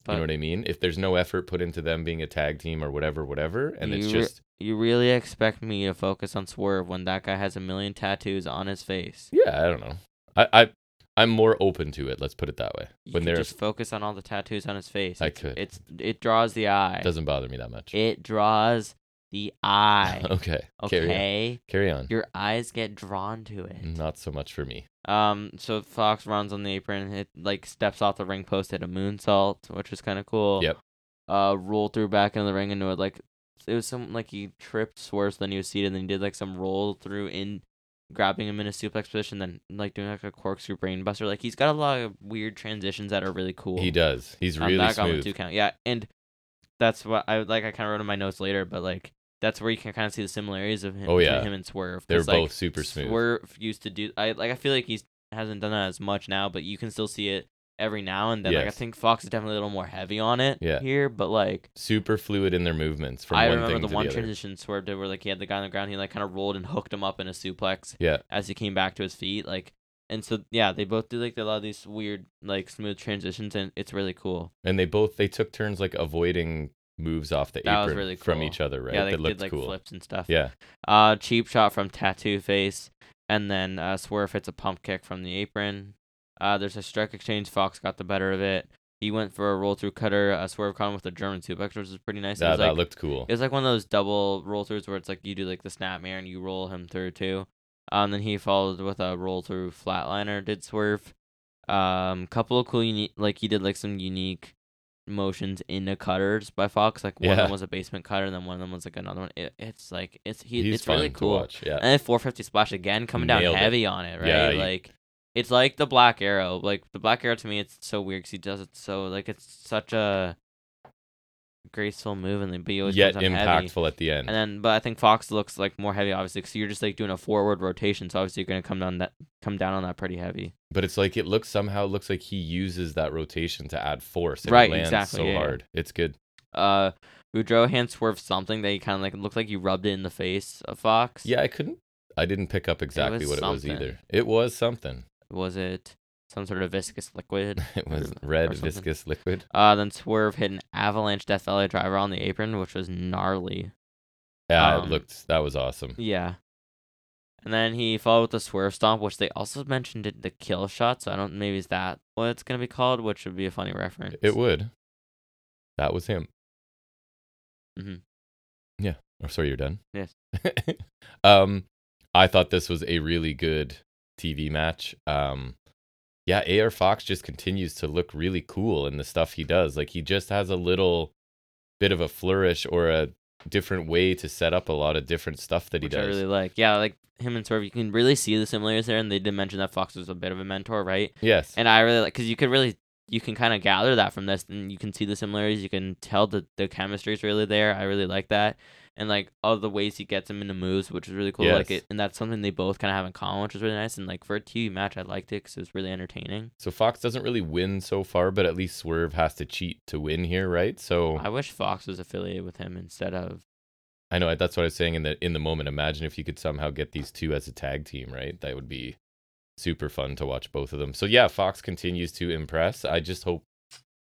[SPEAKER 2] But
[SPEAKER 1] you know what I mean? If there's no effort put into them being a tag team or whatever, whatever, and it's
[SPEAKER 2] You re-
[SPEAKER 1] just
[SPEAKER 2] you really expect me to focus on Swerve when that guy has a million tattoos on his face.
[SPEAKER 1] yeah, I don't know. I, I I'm more open to it. Let's put it that way.
[SPEAKER 2] You
[SPEAKER 1] when
[SPEAKER 2] could
[SPEAKER 1] they're
[SPEAKER 2] just focus on all the tattoos on his face.
[SPEAKER 1] I
[SPEAKER 2] It's-
[SPEAKER 1] could.
[SPEAKER 2] It's it draws the eye.
[SPEAKER 1] doesn't bother me that much.
[SPEAKER 2] It draws the eye.
[SPEAKER 1] okay. Mm-hmm. Carry on.
[SPEAKER 2] Okay.
[SPEAKER 1] Carry on.
[SPEAKER 2] Your eyes get drawn to it.
[SPEAKER 1] Not so much for me.
[SPEAKER 2] Um, so Fox runs on the apron, it like steps off the ring post at a moonsault, which is kind of cool.
[SPEAKER 1] Yep.
[SPEAKER 2] Uh, roll through back into the ring into it like it was some like he tripped Swerve, then he was seated, then he did like some roll through in, grabbing him in a suplex position, then like doing like a corkscrew brainbuster. Like he's got a lot of weird transitions that are really cool.
[SPEAKER 1] He does. He's
[SPEAKER 2] Um,
[SPEAKER 1] really
[SPEAKER 2] that got him a
[SPEAKER 1] smooth.
[SPEAKER 2] two count. Yeah, and that's what I like. I kind of wrote in my notes later, but like that's where you can kind of see the similarities of him.
[SPEAKER 1] Oh,
[SPEAKER 2] between
[SPEAKER 1] yeah.
[SPEAKER 2] him and Swerve.
[SPEAKER 1] They're
[SPEAKER 2] 'cause, like,
[SPEAKER 1] both super smooth.
[SPEAKER 2] Swerve used to do. I like. I feel like he hasn't done that as much now, but you can still see it every now and then. Like I
[SPEAKER 1] Yes.
[SPEAKER 2] think Fox is definitely a little more heavy on it
[SPEAKER 1] Yeah.
[SPEAKER 2] here, but like.
[SPEAKER 1] super fluid in their movements from
[SPEAKER 2] I
[SPEAKER 1] one
[SPEAKER 2] remember
[SPEAKER 1] thing
[SPEAKER 2] the
[SPEAKER 1] to
[SPEAKER 2] one
[SPEAKER 1] the other.
[SPEAKER 2] transition Swerve did where like he had the guy on the ground, he like kind of rolled and hooked him up in a suplex
[SPEAKER 1] Yeah,
[SPEAKER 2] as he came back to his feet, like. And so yeah, they both do like a lot of these weird like smooth transitions, and it's really cool.
[SPEAKER 1] and they both they took turns like avoiding moves off the
[SPEAKER 2] That was
[SPEAKER 1] apron
[SPEAKER 2] really
[SPEAKER 1] from
[SPEAKER 2] cool.
[SPEAKER 1] each other, right?
[SPEAKER 2] Yeah, they
[SPEAKER 1] that
[SPEAKER 2] did
[SPEAKER 1] looked
[SPEAKER 2] like
[SPEAKER 1] cool.
[SPEAKER 2] flips and stuff.
[SPEAKER 1] Yeah,
[SPEAKER 2] Uh, cheap shot from Tattoo Face, and then uh, Swerve hits a pump kick from the apron. Uh, there's a strike exchange. Fox got the better of it. He went for a roll through cutter. Uh, Swerve caught him with a German suplex, which is pretty nice. It
[SPEAKER 1] that,
[SPEAKER 2] was,
[SPEAKER 1] that
[SPEAKER 2] like,
[SPEAKER 1] looked cool.
[SPEAKER 2] it was like one of those double roll throughs where it's like you do like the snap mirror and you roll him through too. Um, then he followed with a roll through flatliner. Did Swerve. Um, couple of cool unique like he did like some unique motions in the cutters by Fox. Like one of
[SPEAKER 1] Yeah.
[SPEAKER 2] them was a basement cutter, and then one of them was like another one. It, it's like it's he,
[SPEAKER 1] He's
[SPEAKER 2] it's
[SPEAKER 1] fun
[SPEAKER 2] really cool.
[SPEAKER 1] to watch. Yeah,
[SPEAKER 2] And then 450 splash again, coming down
[SPEAKER 1] Nailed it.
[SPEAKER 2] heavy on it, right?
[SPEAKER 1] Yeah, you-
[SPEAKER 2] like it's like the Black Arrow. Like the Black Arrow to me, it's so weird because he does it so like it's such a graceful move, and then but he always
[SPEAKER 1] yet
[SPEAKER 2] comes down heavy.
[SPEAKER 1] impactful at the end.
[SPEAKER 2] And then, but I think Fox looks like more heavy, obviously, because you're just like doing a forward rotation, so obviously you're gonna come down that come down on that pretty heavy.
[SPEAKER 1] but it's like it looks somehow looks like he uses that rotation to add force. And
[SPEAKER 2] Right,
[SPEAKER 1] it lands
[SPEAKER 2] exactly,
[SPEAKER 1] So
[SPEAKER 2] yeah, yeah.
[SPEAKER 1] hard, it's good.
[SPEAKER 2] Uh, Boudreaux hand swerved something that he kind of like looked like he rubbed it in the face of Fox.
[SPEAKER 1] Yeah, I couldn't. I didn't pick up exactly
[SPEAKER 2] was
[SPEAKER 1] what
[SPEAKER 2] something.
[SPEAKER 1] it was either. It was something.
[SPEAKER 2] was it some sort of viscous liquid?
[SPEAKER 1] It was
[SPEAKER 2] Or- or
[SPEAKER 1] red
[SPEAKER 2] something.
[SPEAKER 1] viscous liquid.
[SPEAKER 2] Uh, then Swerve hit an avalanche death valley driver on the apron, which was gnarly.
[SPEAKER 1] Yeah,
[SPEAKER 2] Um,
[SPEAKER 1] it looked. That was awesome.
[SPEAKER 2] Yeah. And then he followed with the swerve stomp, which they also mentioned it the kill shot. So I don't maybe is that what it's gonna be called, which would be a funny reference.
[SPEAKER 1] It would. That was him.
[SPEAKER 2] Mhm.
[SPEAKER 1] Yeah. Oh, sorry, you're done.
[SPEAKER 2] Yes.
[SPEAKER 1] um, I thought this was a really good TV match. Um, yeah, Ar Fox just continues to look really cool in the stuff he does. Like he just has a little bit of a flourish or a different way to set up a lot of different stuff that he
[SPEAKER 2] which I
[SPEAKER 1] does.
[SPEAKER 2] really like. Yeah, like him and Swerve, you can really see the similarities there. And they did mention that Fox was a bit of a mentor, right?
[SPEAKER 1] yes.
[SPEAKER 2] And I really like because you could really you can kind of gather that from this, and you can see the similarities. You can tell that the chemistry is really there. I really like that, and like all the ways he gets him into moves, which is really cool. Like
[SPEAKER 1] Yes.
[SPEAKER 2] it, and that's something they both kind of have in common, which is really nice. And like for a TV match, I liked it because it was really entertaining.
[SPEAKER 1] so Fox doesn't really win so far, but at least Swerve has to cheat to win here, right? So
[SPEAKER 2] I wish Fox was affiliated with him instead of
[SPEAKER 1] I know that's what I was saying in the in the moment. Imagine if you could somehow get these two as a tag team, right? That would be super fun to watch both of them. So yeah, Fox continues to impress. I just hope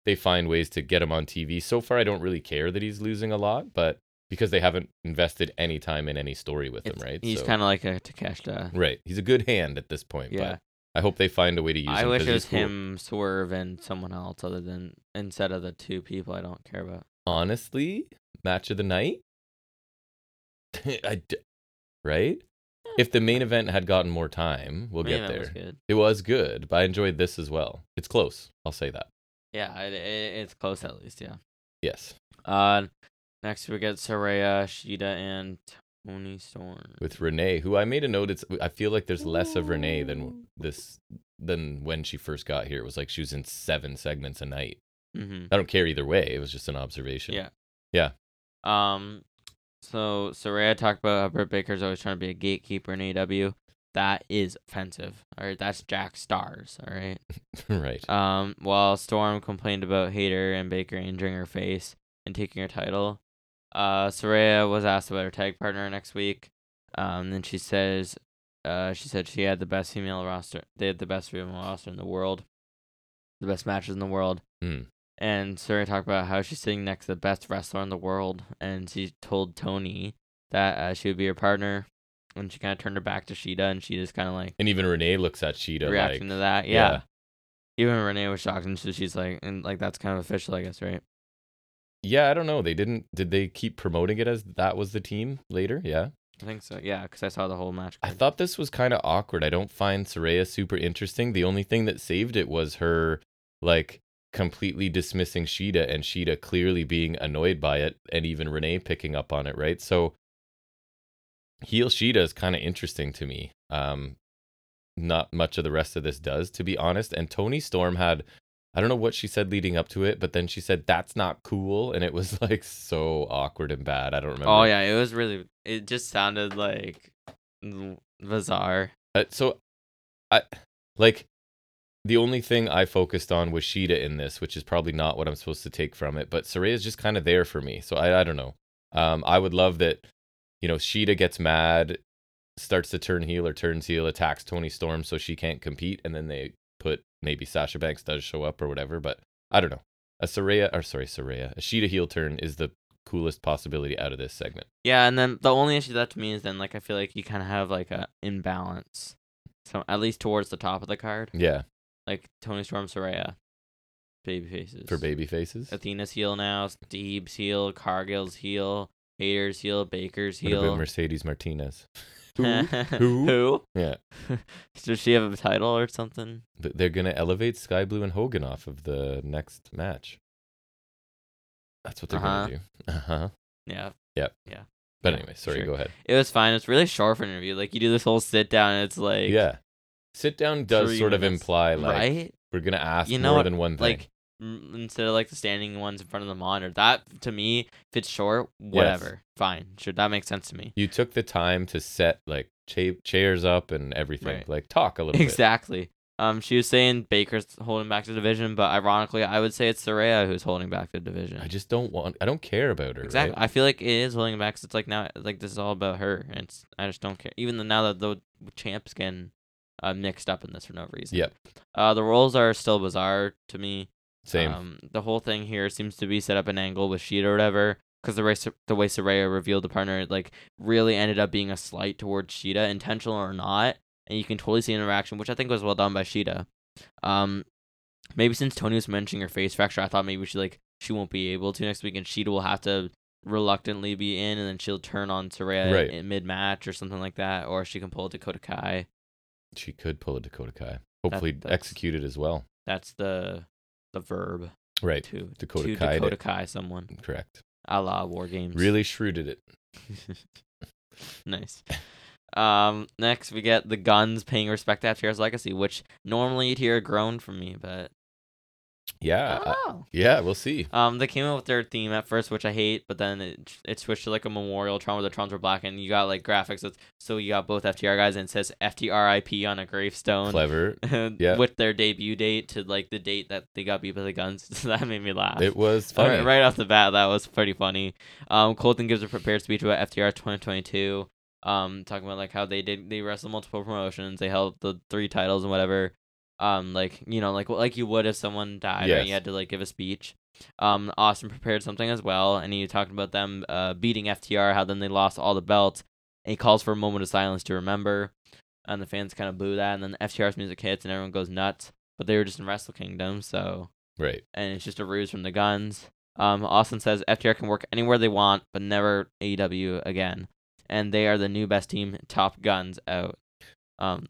[SPEAKER 1] they find ways to get him on TV. So far, I don't really care that he's losing a lot, but because they haven't invested any time in any story with him,
[SPEAKER 2] it's-
[SPEAKER 1] right?
[SPEAKER 2] He's
[SPEAKER 1] So-
[SPEAKER 2] kind of like a Takeshita.
[SPEAKER 1] right. He's a good hand at this point.
[SPEAKER 2] Yeah.
[SPEAKER 1] But I hope they find a way to use.
[SPEAKER 2] I
[SPEAKER 1] him
[SPEAKER 2] wish
[SPEAKER 1] 'cause
[SPEAKER 2] it
[SPEAKER 1] he's
[SPEAKER 2] was
[SPEAKER 1] cool.
[SPEAKER 2] him, Swerve, and someone else other than instead of the two people I don't care about.
[SPEAKER 1] Honestly, match of the night. I d- right. If the main event had gotten more time, we'll
[SPEAKER 2] Main
[SPEAKER 1] get
[SPEAKER 2] event
[SPEAKER 1] there.
[SPEAKER 2] was good.
[SPEAKER 1] It was good, but I enjoyed this as well. It's close. I'll say that.
[SPEAKER 2] Yeah, it, it, it's close at least. Yeah.
[SPEAKER 1] Yes.
[SPEAKER 2] Uh, next we get Soraya, Shida, and Tony Storm.
[SPEAKER 1] With Renee, who I made a note, it's I feel like there's less of Renee than this than when she first got here. It was like she was in seven segments a night.
[SPEAKER 2] Mm-hmm.
[SPEAKER 1] I don't care either way. It was just an observation.
[SPEAKER 2] Yeah.
[SPEAKER 1] Yeah.
[SPEAKER 2] Um, so Soraya talked about how Britt Baker's always trying to be a gatekeeper in AW. That is offensive. All right, that's Jack Stars. All right.
[SPEAKER 1] right.
[SPEAKER 2] Um, while Storm complained about Hater and Baker injuring her face and taking her title, uh, Soraya was asked about her tag partner next week. Um, then she says, uh, she said she had the best female roster. They had the best female roster in the world, the best matches in the world.
[SPEAKER 1] Hmm.
[SPEAKER 2] And Soraya talked about how she's sitting next to the best wrestler in the world, and she told Tony that uh, she would be her partner. And she kind of turned her back to Sheeta, and she just kind of like
[SPEAKER 1] And even Renee looks at Sheeta like
[SPEAKER 2] reacting to that. Yeah. Even Renee was shocked, and so she's like, and like that's kind of official, I guess, right?
[SPEAKER 1] Yeah, I don't know. They didn't did they keep promoting it as that was the team later? Yeah.
[SPEAKER 2] I think so. Yeah, because I saw the whole match.
[SPEAKER 1] I
[SPEAKER 2] card.
[SPEAKER 1] thought this was kind of awkward. I don't find Soraya super interesting. The only thing that saved it was her like completely dismissing Sheeta and Sheeta clearly being annoyed by it and even Renee picking up on it, right? So heel Sheeta is kind of interesting to me. Um not much of the rest of this does, to be honest. And Tony Storm had I don't know what she said leading up to it, but then she said that's not cool, and it was like so awkward and bad. I don't remember.
[SPEAKER 2] Oh yeah, it was really. It just sounded like l- bizarre.
[SPEAKER 1] Uh, so, I like the only thing I focused on was Sheeta in this, which is probably not what I'm supposed to take from it. But Saraya is just kind of there for me, so I I don't know. Um, I would love that, you know, Sheeta gets mad, starts to turn heel or turns heel, attacks Tony Storm, so she can't compete, and then they put maybe Sasha Banks does show up or whatever. But I don't know. A Saraya or sorry Saraya, a Sheeta heel turn is the coolest possibility out of this segment.
[SPEAKER 2] Yeah, and then the only issue that to me is then like I feel like you kind of have like a imbalance, so at least towards the top of the card,
[SPEAKER 1] Yeah,
[SPEAKER 2] like Tony Storm, Soraya, baby faces
[SPEAKER 1] for baby faces.
[SPEAKER 2] Athena's heel now, Steve's heel, Cargill's heel, Hater's heel, Baker's
[SPEAKER 1] What about
[SPEAKER 2] heel.
[SPEAKER 1] Mercedes Martinez? Who?
[SPEAKER 2] Who?
[SPEAKER 1] Yeah.
[SPEAKER 2] Does she have a title or something?
[SPEAKER 1] Th- They're going to elevate Sky Blue and Hogan off of the next match. That's what they're going to do. Uh huh.
[SPEAKER 2] Yeah,
[SPEAKER 1] But
[SPEAKER 2] Uh-huh. Yeah,
[SPEAKER 1] anyway, sorry,
[SPEAKER 2] sure.
[SPEAKER 1] go ahead.
[SPEAKER 2] it was fine. It's really short for an interview. Like you do this whole sit down, and it's like
[SPEAKER 1] yeah. Sit down does
[SPEAKER 2] three
[SPEAKER 1] sort of
[SPEAKER 2] minutes,
[SPEAKER 1] imply like
[SPEAKER 2] right?
[SPEAKER 1] we're going to ask
[SPEAKER 2] You know
[SPEAKER 1] more
[SPEAKER 2] what,
[SPEAKER 1] than one thing.
[SPEAKER 2] Like m- instead of like the standing ones in front of the monitor. That to me, if it's short, whatever, fine. Sure, that makes sense to me.
[SPEAKER 1] you took the time to set like cha- chairs up and everything.
[SPEAKER 2] Right.
[SPEAKER 1] Like talk a little bit.
[SPEAKER 2] Exactly. Um, she was saying Baker's holding back the division, but ironically, I would say it's Soraya who's holding back the division.
[SPEAKER 1] I just don't want I don't care about her.
[SPEAKER 2] Exactly.
[SPEAKER 1] Right?
[SPEAKER 2] I feel like it is holding it back 'cause it's like now, like this is all about her, and it's I just don't care. Even the, now that the champs getting uh, mixed up in this for no reason.
[SPEAKER 1] Yep.
[SPEAKER 2] Uh, the roles are still bizarre to me.
[SPEAKER 1] Same.
[SPEAKER 2] Um, the whole thing here seems to be set up an angle with Sheeta or whatever, because the way Sor- the way Soraya revealed the partner like really ended up being a slight towards Sheeta, intentional or not, and you can totally see an interaction, which I think was well done by Sheeta. Um, maybe since Tony was mentioning her face fracture, I thought maybe she like she won't be able to next week, and Sheeta will have to reluctantly be in, and then she'll turn on Soraya
[SPEAKER 1] Right.
[SPEAKER 2] in mid match or something like that, or she can pull Dakota Kai.
[SPEAKER 1] she could pull a Dakota Kai. Hopefully
[SPEAKER 2] that's-
[SPEAKER 1] executed as well.
[SPEAKER 2] That's the the verb
[SPEAKER 1] Right.
[SPEAKER 2] to
[SPEAKER 1] Dakota
[SPEAKER 2] to
[SPEAKER 1] Kai'd
[SPEAKER 2] Dakota
[SPEAKER 1] it.
[SPEAKER 2] Kai someone
[SPEAKER 1] Correct.
[SPEAKER 2] a la War Games.
[SPEAKER 1] Really shrewded it.
[SPEAKER 2] nice. Um, next we get the guns paying respect to Shara's legacy, which normally you'd hear a groan from me, but I
[SPEAKER 1] Yeah.
[SPEAKER 2] don't
[SPEAKER 1] I-
[SPEAKER 2] know.
[SPEAKER 1] yeah, we'll see.
[SPEAKER 2] Um, they came up with their theme at first, which I hate, but then it, it switched to like a memorial Tron where the Trons were black, and you got like graphics. With, so you got both FTR guys, and it says FTRIP on a gravestone
[SPEAKER 1] Clever. yeah.
[SPEAKER 2] with their debut date to like the date that they got beat by the guns. So that made me laugh.
[SPEAKER 1] It was
[SPEAKER 2] All
[SPEAKER 1] funny.
[SPEAKER 2] right- Right, off the bat, that was pretty funny. Um, Colton gives a prepared speech about FTR 2022, um, talking about like how they did they wrestled multiple promotions, they held the three titles and whatever. Um, like you know, like like you would if someone died and
[SPEAKER 1] Yes.
[SPEAKER 2] you had to like give a speech. Um, Austin prepared something as well, and he talked about them uh beating FTR, how then they lost all the belts. And he calls for a moment of silence to remember, and the fans kind of boo that, and then FTR's music hits and everyone goes nuts. But they were just in Wrestle Kingdom, so
[SPEAKER 1] Right.
[SPEAKER 2] and it's just a ruse from the guns. Um, Austin says FTR can work anywhere they want, but never AEW again. And they are the new best team, top guns out. Um,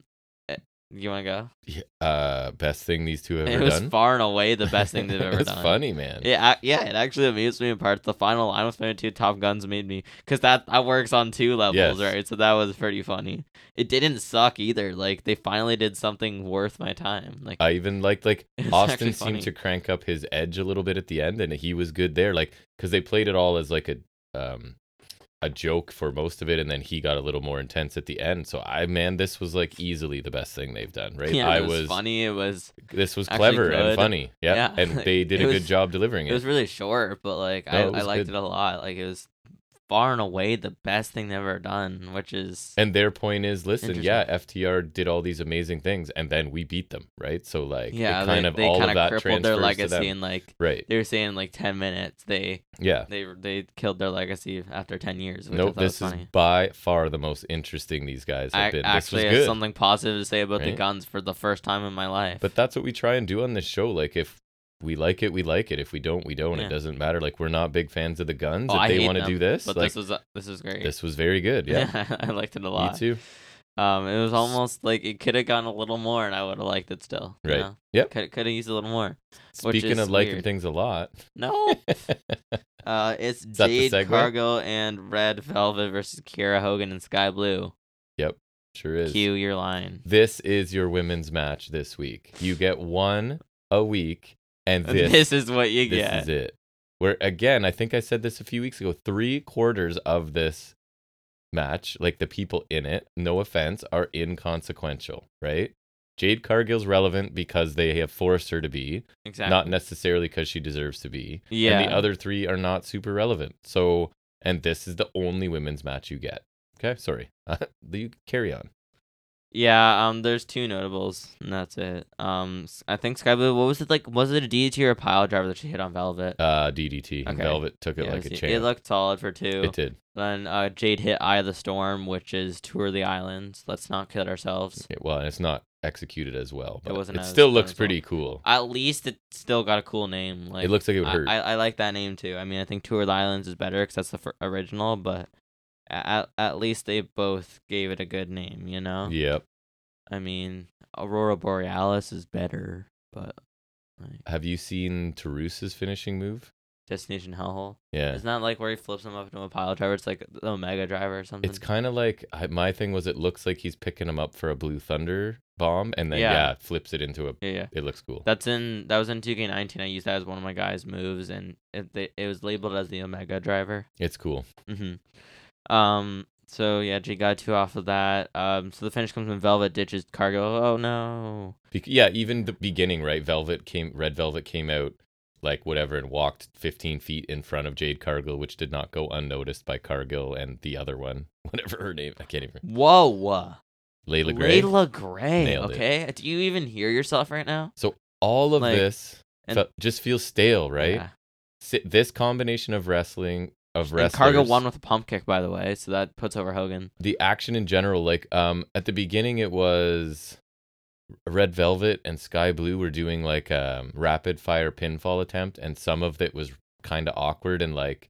[SPEAKER 2] eh, you want to go?
[SPEAKER 1] Yeah, Uh, best thing these two have
[SPEAKER 2] it
[SPEAKER 1] ever
[SPEAKER 2] was
[SPEAKER 1] done.
[SPEAKER 2] far and away the best thing they've ever
[SPEAKER 1] it's
[SPEAKER 2] done.
[SPEAKER 1] funny, man.
[SPEAKER 2] Yeah, I- yeah, it actually amused me in parts. The final line was two Top Guns made me because that that works on two levels,
[SPEAKER 1] Yes.
[SPEAKER 2] right? So that was pretty funny. It didn't suck either. Like they finally did something worth my time. Like
[SPEAKER 1] I even liked like
[SPEAKER 2] it's actually
[SPEAKER 1] Austin
[SPEAKER 2] funny.
[SPEAKER 1] seemed to crank up his edge a little bit at the end, and he was good there. Like because they played it all as like a um a joke for most of it, and then he got a little more intense at the end. So I man, this was like easily the best thing they've done. Right?
[SPEAKER 2] Yeah,
[SPEAKER 1] I
[SPEAKER 2] it was, funny. It was
[SPEAKER 1] This was
[SPEAKER 2] actually
[SPEAKER 1] clever
[SPEAKER 2] good.
[SPEAKER 1] and funny. Yeah.
[SPEAKER 2] Yeah,
[SPEAKER 1] And
[SPEAKER 2] like,
[SPEAKER 1] they did
[SPEAKER 2] it
[SPEAKER 1] a
[SPEAKER 2] was-
[SPEAKER 1] good job delivering
[SPEAKER 2] It
[SPEAKER 1] it.
[SPEAKER 2] was really short, but like
[SPEAKER 1] No,
[SPEAKER 2] I,
[SPEAKER 1] it
[SPEAKER 2] I
[SPEAKER 1] was
[SPEAKER 2] liked
[SPEAKER 1] good.
[SPEAKER 2] it a lot. Like it was far and away the best thing they've ever done, which is
[SPEAKER 1] and their point is, listen,
[SPEAKER 2] Interesting.
[SPEAKER 1] yeah, FTR did all these amazing things, and then we beat them, right? So like, it
[SPEAKER 2] yeah,
[SPEAKER 1] kind
[SPEAKER 2] they,
[SPEAKER 1] of
[SPEAKER 2] they
[SPEAKER 1] all
[SPEAKER 2] kind
[SPEAKER 1] of that
[SPEAKER 2] crippled their
[SPEAKER 1] transfers to them.
[SPEAKER 2] legacy and like
[SPEAKER 1] Right.
[SPEAKER 2] they were saying in, like ten minutes they
[SPEAKER 1] Yeah.
[SPEAKER 2] they they killed their legacy after ten years. Which I
[SPEAKER 1] Nope.
[SPEAKER 2] thought was
[SPEAKER 1] This is
[SPEAKER 2] funny.
[SPEAKER 1] by far the most interesting these guys have
[SPEAKER 2] I
[SPEAKER 1] been. This was
[SPEAKER 2] actually have
[SPEAKER 1] good.
[SPEAKER 2] something positive to say about the
[SPEAKER 1] Right?
[SPEAKER 2] guns for the first time in my life.
[SPEAKER 1] But that's what we try and do on this show. Like if we like it, we like it. If we don't, we don't.
[SPEAKER 2] Yeah.
[SPEAKER 1] It doesn't matter. Like we're not big fans of the guns.
[SPEAKER 2] Oh,
[SPEAKER 1] if
[SPEAKER 2] I
[SPEAKER 1] they
[SPEAKER 2] hate
[SPEAKER 1] want to
[SPEAKER 2] them,
[SPEAKER 1] do this,
[SPEAKER 2] but
[SPEAKER 1] like
[SPEAKER 2] this was uh, this was great.
[SPEAKER 1] this was very good. Yeah.
[SPEAKER 2] I liked it
[SPEAKER 1] Me
[SPEAKER 2] a lot.
[SPEAKER 1] too.
[SPEAKER 2] Um, it was almost like it could have gone a little more, and I would have liked it still. you
[SPEAKER 1] Right.
[SPEAKER 2] know?
[SPEAKER 1] Yep.
[SPEAKER 2] Could could have used a little more. Which
[SPEAKER 1] Speaking
[SPEAKER 2] is
[SPEAKER 1] of liking
[SPEAKER 2] weird.
[SPEAKER 1] things a lot.
[SPEAKER 2] No. Uh, it's
[SPEAKER 1] that the
[SPEAKER 2] Jade
[SPEAKER 1] segue?
[SPEAKER 2] Cargill and Red Velvet versus Kira Hogan and Sky Blue.
[SPEAKER 1] sure is.
[SPEAKER 2] Cue your line.
[SPEAKER 1] This is your women's match this week. You get one a week And
[SPEAKER 2] This,
[SPEAKER 1] this,
[SPEAKER 2] is what you
[SPEAKER 1] this
[SPEAKER 2] get.
[SPEAKER 1] is it. Where again, I think I said this a few weeks ago. Three quarters of this match, like the people in it, no offense, are inconsequential, right? Jade Cargill's relevant because they have forced her to be,
[SPEAKER 2] Exactly.
[SPEAKER 1] not necessarily because she deserves to be.
[SPEAKER 2] yeah.
[SPEAKER 1] And the other three are not super relevant. So, and this is the only women's match you get. Okay, sorry. you carry on.
[SPEAKER 2] Yeah, um, there's two notables, and that's it. Um, s- I think Sky Blue. What was it like? Was it a DDT or a pile driver that she hit on Velvet?
[SPEAKER 1] Uh, DDT and
[SPEAKER 2] Okay.
[SPEAKER 1] Velvet took it
[SPEAKER 2] Yeah,
[SPEAKER 1] like a
[SPEAKER 2] it, was-
[SPEAKER 1] champ.
[SPEAKER 2] it looked solid for two.
[SPEAKER 1] it did.
[SPEAKER 2] Then uh, Jade hit Eye of the Storm, which is tour of the islands. Let's not kid ourselves.
[SPEAKER 1] It, well, and it's not executed as well, but it,
[SPEAKER 2] wasn't as
[SPEAKER 1] still
[SPEAKER 2] done
[SPEAKER 1] looks
[SPEAKER 2] as well.
[SPEAKER 1] pretty cool.
[SPEAKER 2] At least it still got a cool name. Like
[SPEAKER 1] it looks like it would
[SPEAKER 2] I,
[SPEAKER 1] hurt.
[SPEAKER 2] I, I like that name too. I mean, I think tour of the islands is better because that's the fir- original, but a- at at least they both gave it a good name. You know.
[SPEAKER 1] Yep.
[SPEAKER 2] I mean, Aurora Borealis is better, but like,
[SPEAKER 1] Have you seen Tarusa's finishing move?
[SPEAKER 2] Destination Hellhole.
[SPEAKER 1] Yeah.
[SPEAKER 2] Isn't that like where he flips him up into a pile driver? It's like the Omega Driver or something.
[SPEAKER 1] It's kind of like I, my thing was it looks like he's picking him up for a blue thunder bomb and then
[SPEAKER 2] Yeah.
[SPEAKER 1] yeah, flips it into a
[SPEAKER 2] yeah, yeah.
[SPEAKER 1] it looks cool.
[SPEAKER 2] That's in that was in 2K19. I used that as one of my guys' moves, and it they, it was labeled as the Omega Driver.
[SPEAKER 1] It's cool.
[SPEAKER 2] Mm-hmm. Um. So yeah, G got two off of that. Um. So the finish comes when Velvet ditches Cargo. Oh no.
[SPEAKER 1] Bec- yeah, even the beginning, right? Velvet came Red Velvet came out like whatever and walked 15 feet in front of Jade Cargill, which did not go unnoticed by Cargill and the other one, whatever her name, I can't even.
[SPEAKER 2] Whoa.
[SPEAKER 1] Layla Gray.
[SPEAKER 2] Layla Gray.
[SPEAKER 1] Nailed it.
[SPEAKER 2] okay. Do you even hear yourself right now?
[SPEAKER 1] All of
[SPEAKER 2] like,
[SPEAKER 1] this
[SPEAKER 2] and-
[SPEAKER 1] felt- just feels stale, right?
[SPEAKER 2] Yeah.
[SPEAKER 1] Si- this combination of wrestling of
[SPEAKER 2] And
[SPEAKER 1] wrestlers.
[SPEAKER 2] Cargo won with a pump kick, by the way, so that puts over Hogan.
[SPEAKER 1] the action in general like um at the beginning it was red velvet and sky blue were doing like a rapid fire pinfall attempt and some of it was kind of awkward and like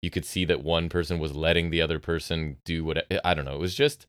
[SPEAKER 1] you could see that one person was letting the other person do what i don't know it was just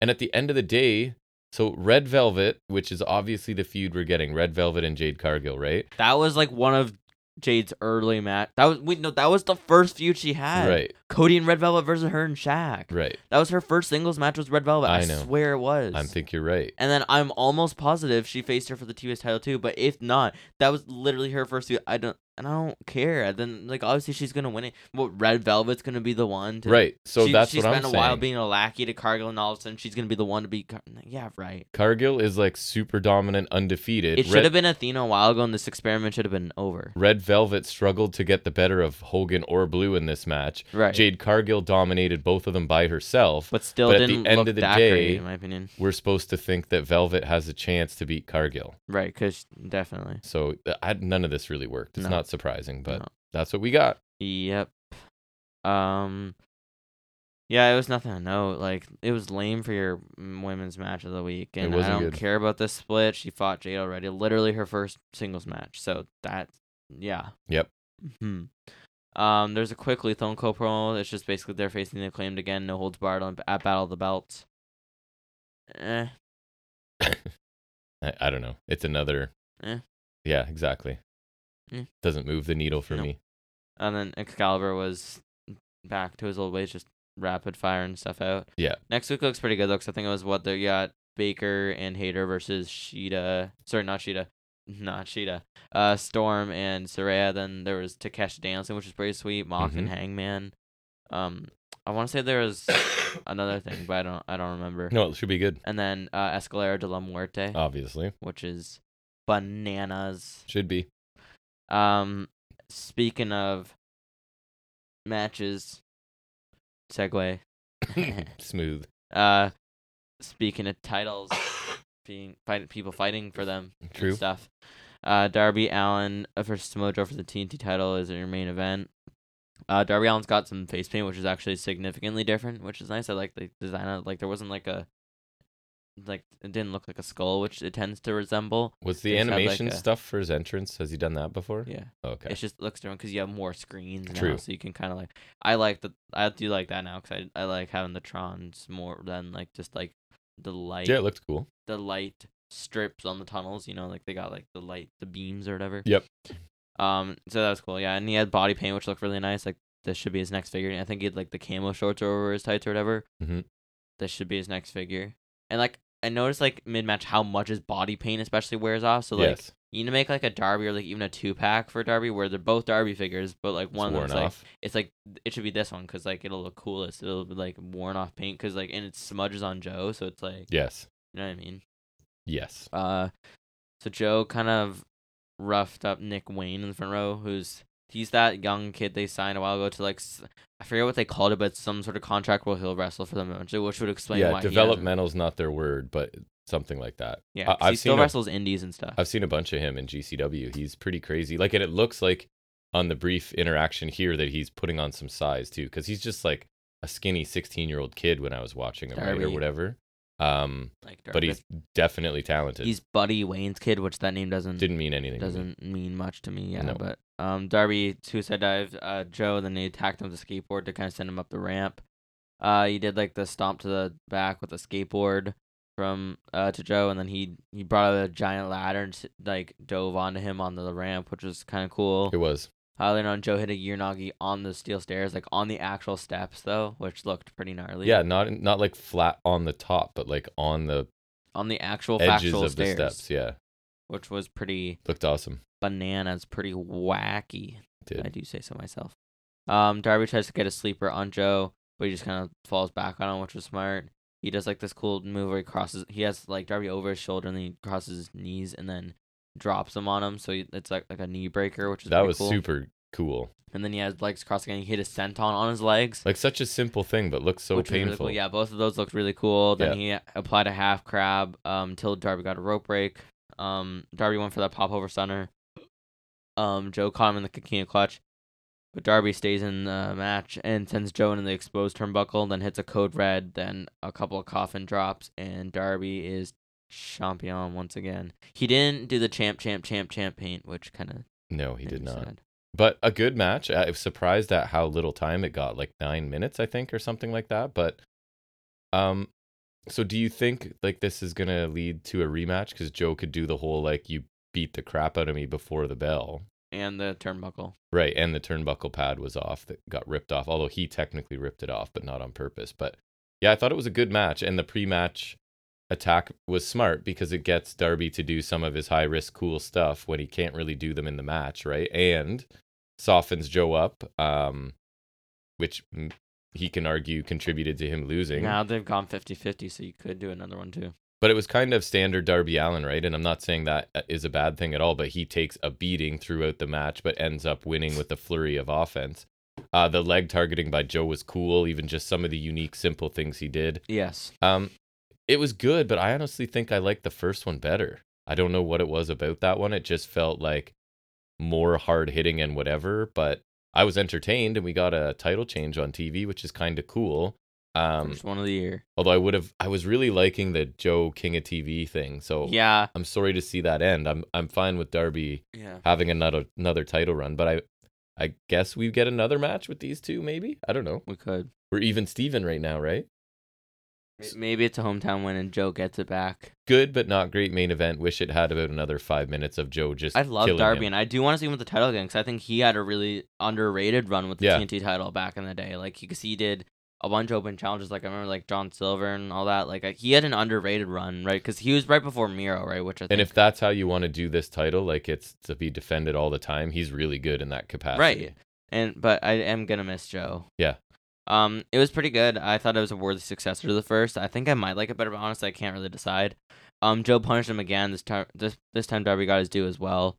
[SPEAKER 1] and at the end of the day so red velvet which is obviously the feud we're getting red velvet and jade cargill right
[SPEAKER 2] That was like one of Jade's early match. That was wait, no, that was the first feud she had.
[SPEAKER 1] right
[SPEAKER 2] Cody and Red Velvet versus her and Shaq.
[SPEAKER 1] right
[SPEAKER 2] That was her first singles match with Red Velvet. I,
[SPEAKER 1] I know.
[SPEAKER 2] swear it was.
[SPEAKER 1] i think you're right
[SPEAKER 2] and then I'm almost positive she faced her for the TBS title too. But if not, that was literally her first feud. I don't and I don't care. And Then like obviously she's gonna win it. What Red Velvet's gonna be the one. To,
[SPEAKER 1] right so
[SPEAKER 2] she,
[SPEAKER 1] that's
[SPEAKER 2] she
[SPEAKER 1] what i'm
[SPEAKER 2] spent
[SPEAKER 1] saying
[SPEAKER 2] a while being a lackey to Cargill, and all of a sudden she's gonna be the one to be. Car- yeah, right.
[SPEAKER 1] cargill is like super dominant undefeated
[SPEAKER 2] It should
[SPEAKER 1] Red-
[SPEAKER 2] have been Athena a while ago, and this experiment should have been over.
[SPEAKER 1] Red Velvet struggled to get the better of Hogan or Blue in this match.
[SPEAKER 2] Right.
[SPEAKER 1] Jade Cargill dominated both of them by herself.
[SPEAKER 2] but still
[SPEAKER 1] but at the
[SPEAKER 2] didn't
[SPEAKER 1] end
[SPEAKER 2] look
[SPEAKER 1] of the
[SPEAKER 2] that great,
[SPEAKER 1] day-
[SPEAKER 2] in my opinion.
[SPEAKER 1] We're supposed to think that Velvet has a chance to beat Cargill.
[SPEAKER 2] Right, because definitely.
[SPEAKER 1] So uh, I, none of this really worked. It's
[SPEAKER 2] No.
[SPEAKER 1] not surprising, but
[SPEAKER 2] No.
[SPEAKER 1] that's what we got.
[SPEAKER 2] Yep. Um. Yeah, it was nothing to note. Like it was lame for your m- women's match of the week, and I
[SPEAKER 1] wasn't
[SPEAKER 2] don't
[SPEAKER 1] good.
[SPEAKER 2] care about this split. She fought Jade already, literally her first singles match. So that, yeah.
[SPEAKER 1] Yep.
[SPEAKER 2] Hmm. Um. There's a quick Lethal and Co promo. It's just basically they're facing the acclaimed again, no holds barred on at Battle of the Belts. Eh.
[SPEAKER 1] I, I don't know. It's another.
[SPEAKER 2] Eh.
[SPEAKER 1] Yeah, exactly.
[SPEAKER 2] Eh.
[SPEAKER 1] Doesn't move the needle for
[SPEAKER 2] No.
[SPEAKER 1] me.
[SPEAKER 2] And then Excalibur was back to his old ways, just rapid fire and stuff out.
[SPEAKER 1] Yeah.
[SPEAKER 2] Next week looks pretty good though, 'cause I think it was what they got Baker and Hater versus Sheeta. Sorry, not Sheeta. Not Sheeta. Uh, Storm and Soraya. Then there was Takeshi Danielson, which was pretty sweet. Mock and Hangman. Um, I want to say there was another thing, but I don't. I don't remember.
[SPEAKER 1] No, it should be good.
[SPEAKER 2] And then uh, Escalera de la Muerte,
[SPEAKER 1] Oh. Obviously,
[SPEAKER 2] which is bananas.
[SPEAKER 1] should be.
[SPEAKER 2] Um, speaking of matches, segue.
[SPEAKER 1] Smooth.
[SPEAKER 2] Uh, speaking of titles, being fight, people fighting for them and
[SPEAKER 1] True.
[SPEAKER 2] stuff. Uh, Darby Allen versus Mojo for the TNT title is your main event. Uh, Darby Allen's got some face paint, which is actually significantly different, which is nice. I like the design. of Like there wasn't like a, like it didn't look like a skull, which it tends to resemble.
[SPEAKER 1] Was
[SPEAKER 2] They
[SPEAKER 1] the
[SPEAKER 2] just had, like,
[SPEAKER 1] animation
[SPEAKER 2] a-
[SPEAKER 1] stuff for his entrance? Has he done that before?
[SPEAKER 2] Yeah.
[SPEAKER 1] Okay.
[SPEAKER 2] It just looks different because you have more screens now,
[SPEAKER 1] True.
[SPEAKER 2] so you can kind of like. I like the. I do like that now because I I like having the trons more than like just like the light.
[SPEAKER 1] Yeah, it looked cool.
[SPEAKER 2] the light strips on the tunnels. You know, like they got like the light, the beams or whatever.
[SPEAKER 1] Yep.
[SPEAKER 2] Um. So that was cool. Yeah, and he had body paint, which looked really nice. Like this should be his next figure. And I think he had like the camo shorts over his tights or whatever.
[SPEAKER 1] Mhm.
[SPEAKER 2] This should be his next figure. And like I noticed like mid match how much his body paint especially wears off. So like
[SPEAKER 1] yes.
[SPEAKER 2] You need to make like a Darby or like even a two pack for Darby where they're both Darby figures, but like
[SPEAKER 1] It's
[SPEAKER 2] one
[SPEAKER 1] worn
[SPEAKER 2] that's like
[SPEAKER 1] off.
[SPEAKER 2] it's like it should be this one because like it'll look coolest. It'll be like worn off paint because like and it smudges on Joe, so it's like
[SPEAKER 1] Yes.
[SPEAKER 2] you know what I mean.
[SPEAKER 1] Yes.
[SPEAKER 2] Uh, so Joe kind of roughed up Nick Wayne in the front row, who's he's that young kid they signed a while ago to like s- I forget what they called it, but some sort of contract where he'll wrestle for them eventually, which would explain
[SPEAKER 1] yeah.
[SPEAKER 2] why he hasn't-
[SPEAKER 1] Developmental's not their word, but something like that.
[SPEAKER 2] yeah,
[SPEAKER 1] I-
[SPEAKER 2] 'cause
[SPEAKER 1] I've
[SPEAKER 2] he still
[SPEAKER 1] seen a-
[SPEAKER 2] wrestles indies and stuff.
[SPEAKER 1] I've seen a bunch of him in GCW. He's pretty crazy. Like, and it looks like on the brief interaction here that he's putting on some size too, because he's just like a skinny 16 year old kid when I was watching him right, or
[SPEAKER 2] Darby.
[SPEAKER 1] whatever. Um,
[SPEAKER 2] like,
[SPEAKER 1] but he's definitely talented.
[SPEAKER 2] he's Buddy Wayne's kid, which that name doesn't
[SPEAKER 1] Didn't mean anything. to me.
[SPEAKER 2] doesn't mean much to me. Yeah,
[SPEAKER 1] No.
[SPEAKER 2] but um, Darby suicide dive uh, Joe. Then they attacked him with a skateboard to kind of send him up the ramp. Uh, he did like the stomp to the back with a skateboard from uh to Joe, and then he he brought out a giant ladder and s- like dove onto him onto the ramp, which was kind of cool.
[SPEAKER 1] It was.
[SPEAKER 2] Uh, later on, Joe hit a Uranagi on the steel stairs, like on the actual steps though, which looked pretty gnarly.
[SPEAKER 1] Yeah, not not like flat on the top, but like on the
[SPEAKER 2] on the actual
[SPEAKER 1] edges
[SPEAKER 2] factual
[SPEAKER 1] of
[SPEAKER 2] stairs,
[SPEAKER 1] the steps. Yeah,
[SPEAKER 2] which was pretty
[SPEAKER 1] looked awesome.
[SPEAKER 2] bananas, pretty wacky. I
[SPEAKER 1] Did
[SPEAKER 2] do say so myself. Um, Darby tries to get a sleeper on Joe, but he just kind of falls back on him, which was smart. He does like this cool move where he crosses. He has like Darby over his shoulder and then he crosses his knees and then drops him on him. So he, it's like like a knee breaker, which is
[SPEAKER 1] that
[SPEAKER 2] pretty
[SPEAKER 1] was
[SPEAKER 2] cool.
[SPEAKER 1] super cool.
[SPEAKER 2] And then he has legs crossing and he hit a senton on his legs,
[SPEAKER 1] Like such a simple thing, but looks so
[SPEAKER 2] which was really
[SPEAKER 1] painful.
[SPEAKER 2] cool. Yeah, both of those looked really cool. Then he applied a half crab um, till Darby got a rope break. Um, Darby went for that pop over stunner. Um, Joe caught him in the Kikina clutch, but Darby stays in the match and sends Joe into the exposed turnbuckle, then hits a code red, then a couple of coffin drops, and Darby is champion once again. He didn't do the champ, champ, champ, champ paint, which kind of
[SPEAKER 1] No, he did not. But a good match. I was surprised at how little time it got, like nine minutes, I think, or something like that. But, um, so do you think like this is gonna lead to a rematch? Because Joe could do the whole like you beat the crap out of me before the bell,
[SPEAKER 2] And the turnbuckle.
[SPEAKER 1] right? And the turnbuckle pad was off that got ripped off. Although he technically ripped it off, but not on purpose. But yeah, I thought it was a good match, and the pre-match attack was smart because it gets Darby to do some of his high risk cool stuff when he can't really do them in the match, right? And softens Joe up, um, which mm, he can argue contributed to him losing.
[SPEAKER 2] Now they've gone 50-50, so you could do another one too.
[SPEAKER 1] But it was kind of standard Darby Allen, right? And I'm not saying that uh, is a bad thing at all, but he takes a beating throughout the match, but ends up winning with a flurry of offense. Uh, the leg targeting by Joe was cool, even just some of the unique, simple things he did.
[SPEAKER 2] Yes.
[SPEAKER 1] Um, it was good, but I honestly think I liked the first one better. I don't know what it was about that one. It just felt like more hard hitting and whatever. But I was entertained, and we got a title change on TV, which is kind of cool. Um,
[SPEAKER 2] First one of the year.
[SPEAKER 1] although I would have, I was really liking the Joe King of TV thing. So
[SPEAKER 2] Yeah.
[SPEAKER 1] I'm sorry to see that end. I'm I'm fine with Darby
[SPEAKER 2] Yeah.
[SPEAKER 1] having another another title run, but I I guess we get another match with these two. Maybe I don't know.
[SPEAKER 2] We could.
[SPEAKER 1] We're even Steven right now, right? S-
[SPEAKER 2] Maybe it's a hometown win and Joe gets it back.
[SPEAKER 1] good but not great main event. Wish it had about another five minutes of Joe just.
[SPEAKER 2] I love
[SPEAKER 1] killing
[SPEAKER 2] Darby,
[SPEAKER 1] him.
[SPEAKER 2] and I do want to see him with the title again because I think he had a really underrated run with the
[SPEAKER 1] Yeah.
[SPEAKER 2] TNT title back in the day. Like, because he did a bunch of open challenges. Like, I remember, like, John Silver and all that. Like, I, he had an underrated run, right? Because he was right before Miro, right? Which I think.
[SPEAKER 1] And if that's how you want to do this title, like it's to be defended all the time, he's really good in that capacity.
[SPEAKER 2] Right. And but I am gonna miss Joe.
[SPEAKER 1] Yeah.
[SPEAKER 2] Um, it was pretty good. I thought it was a worthy successor to the first. I think I might like it better, but honestly, I can't really decide. Um, Joe punished him again this time. This this time, Darby got his due as well.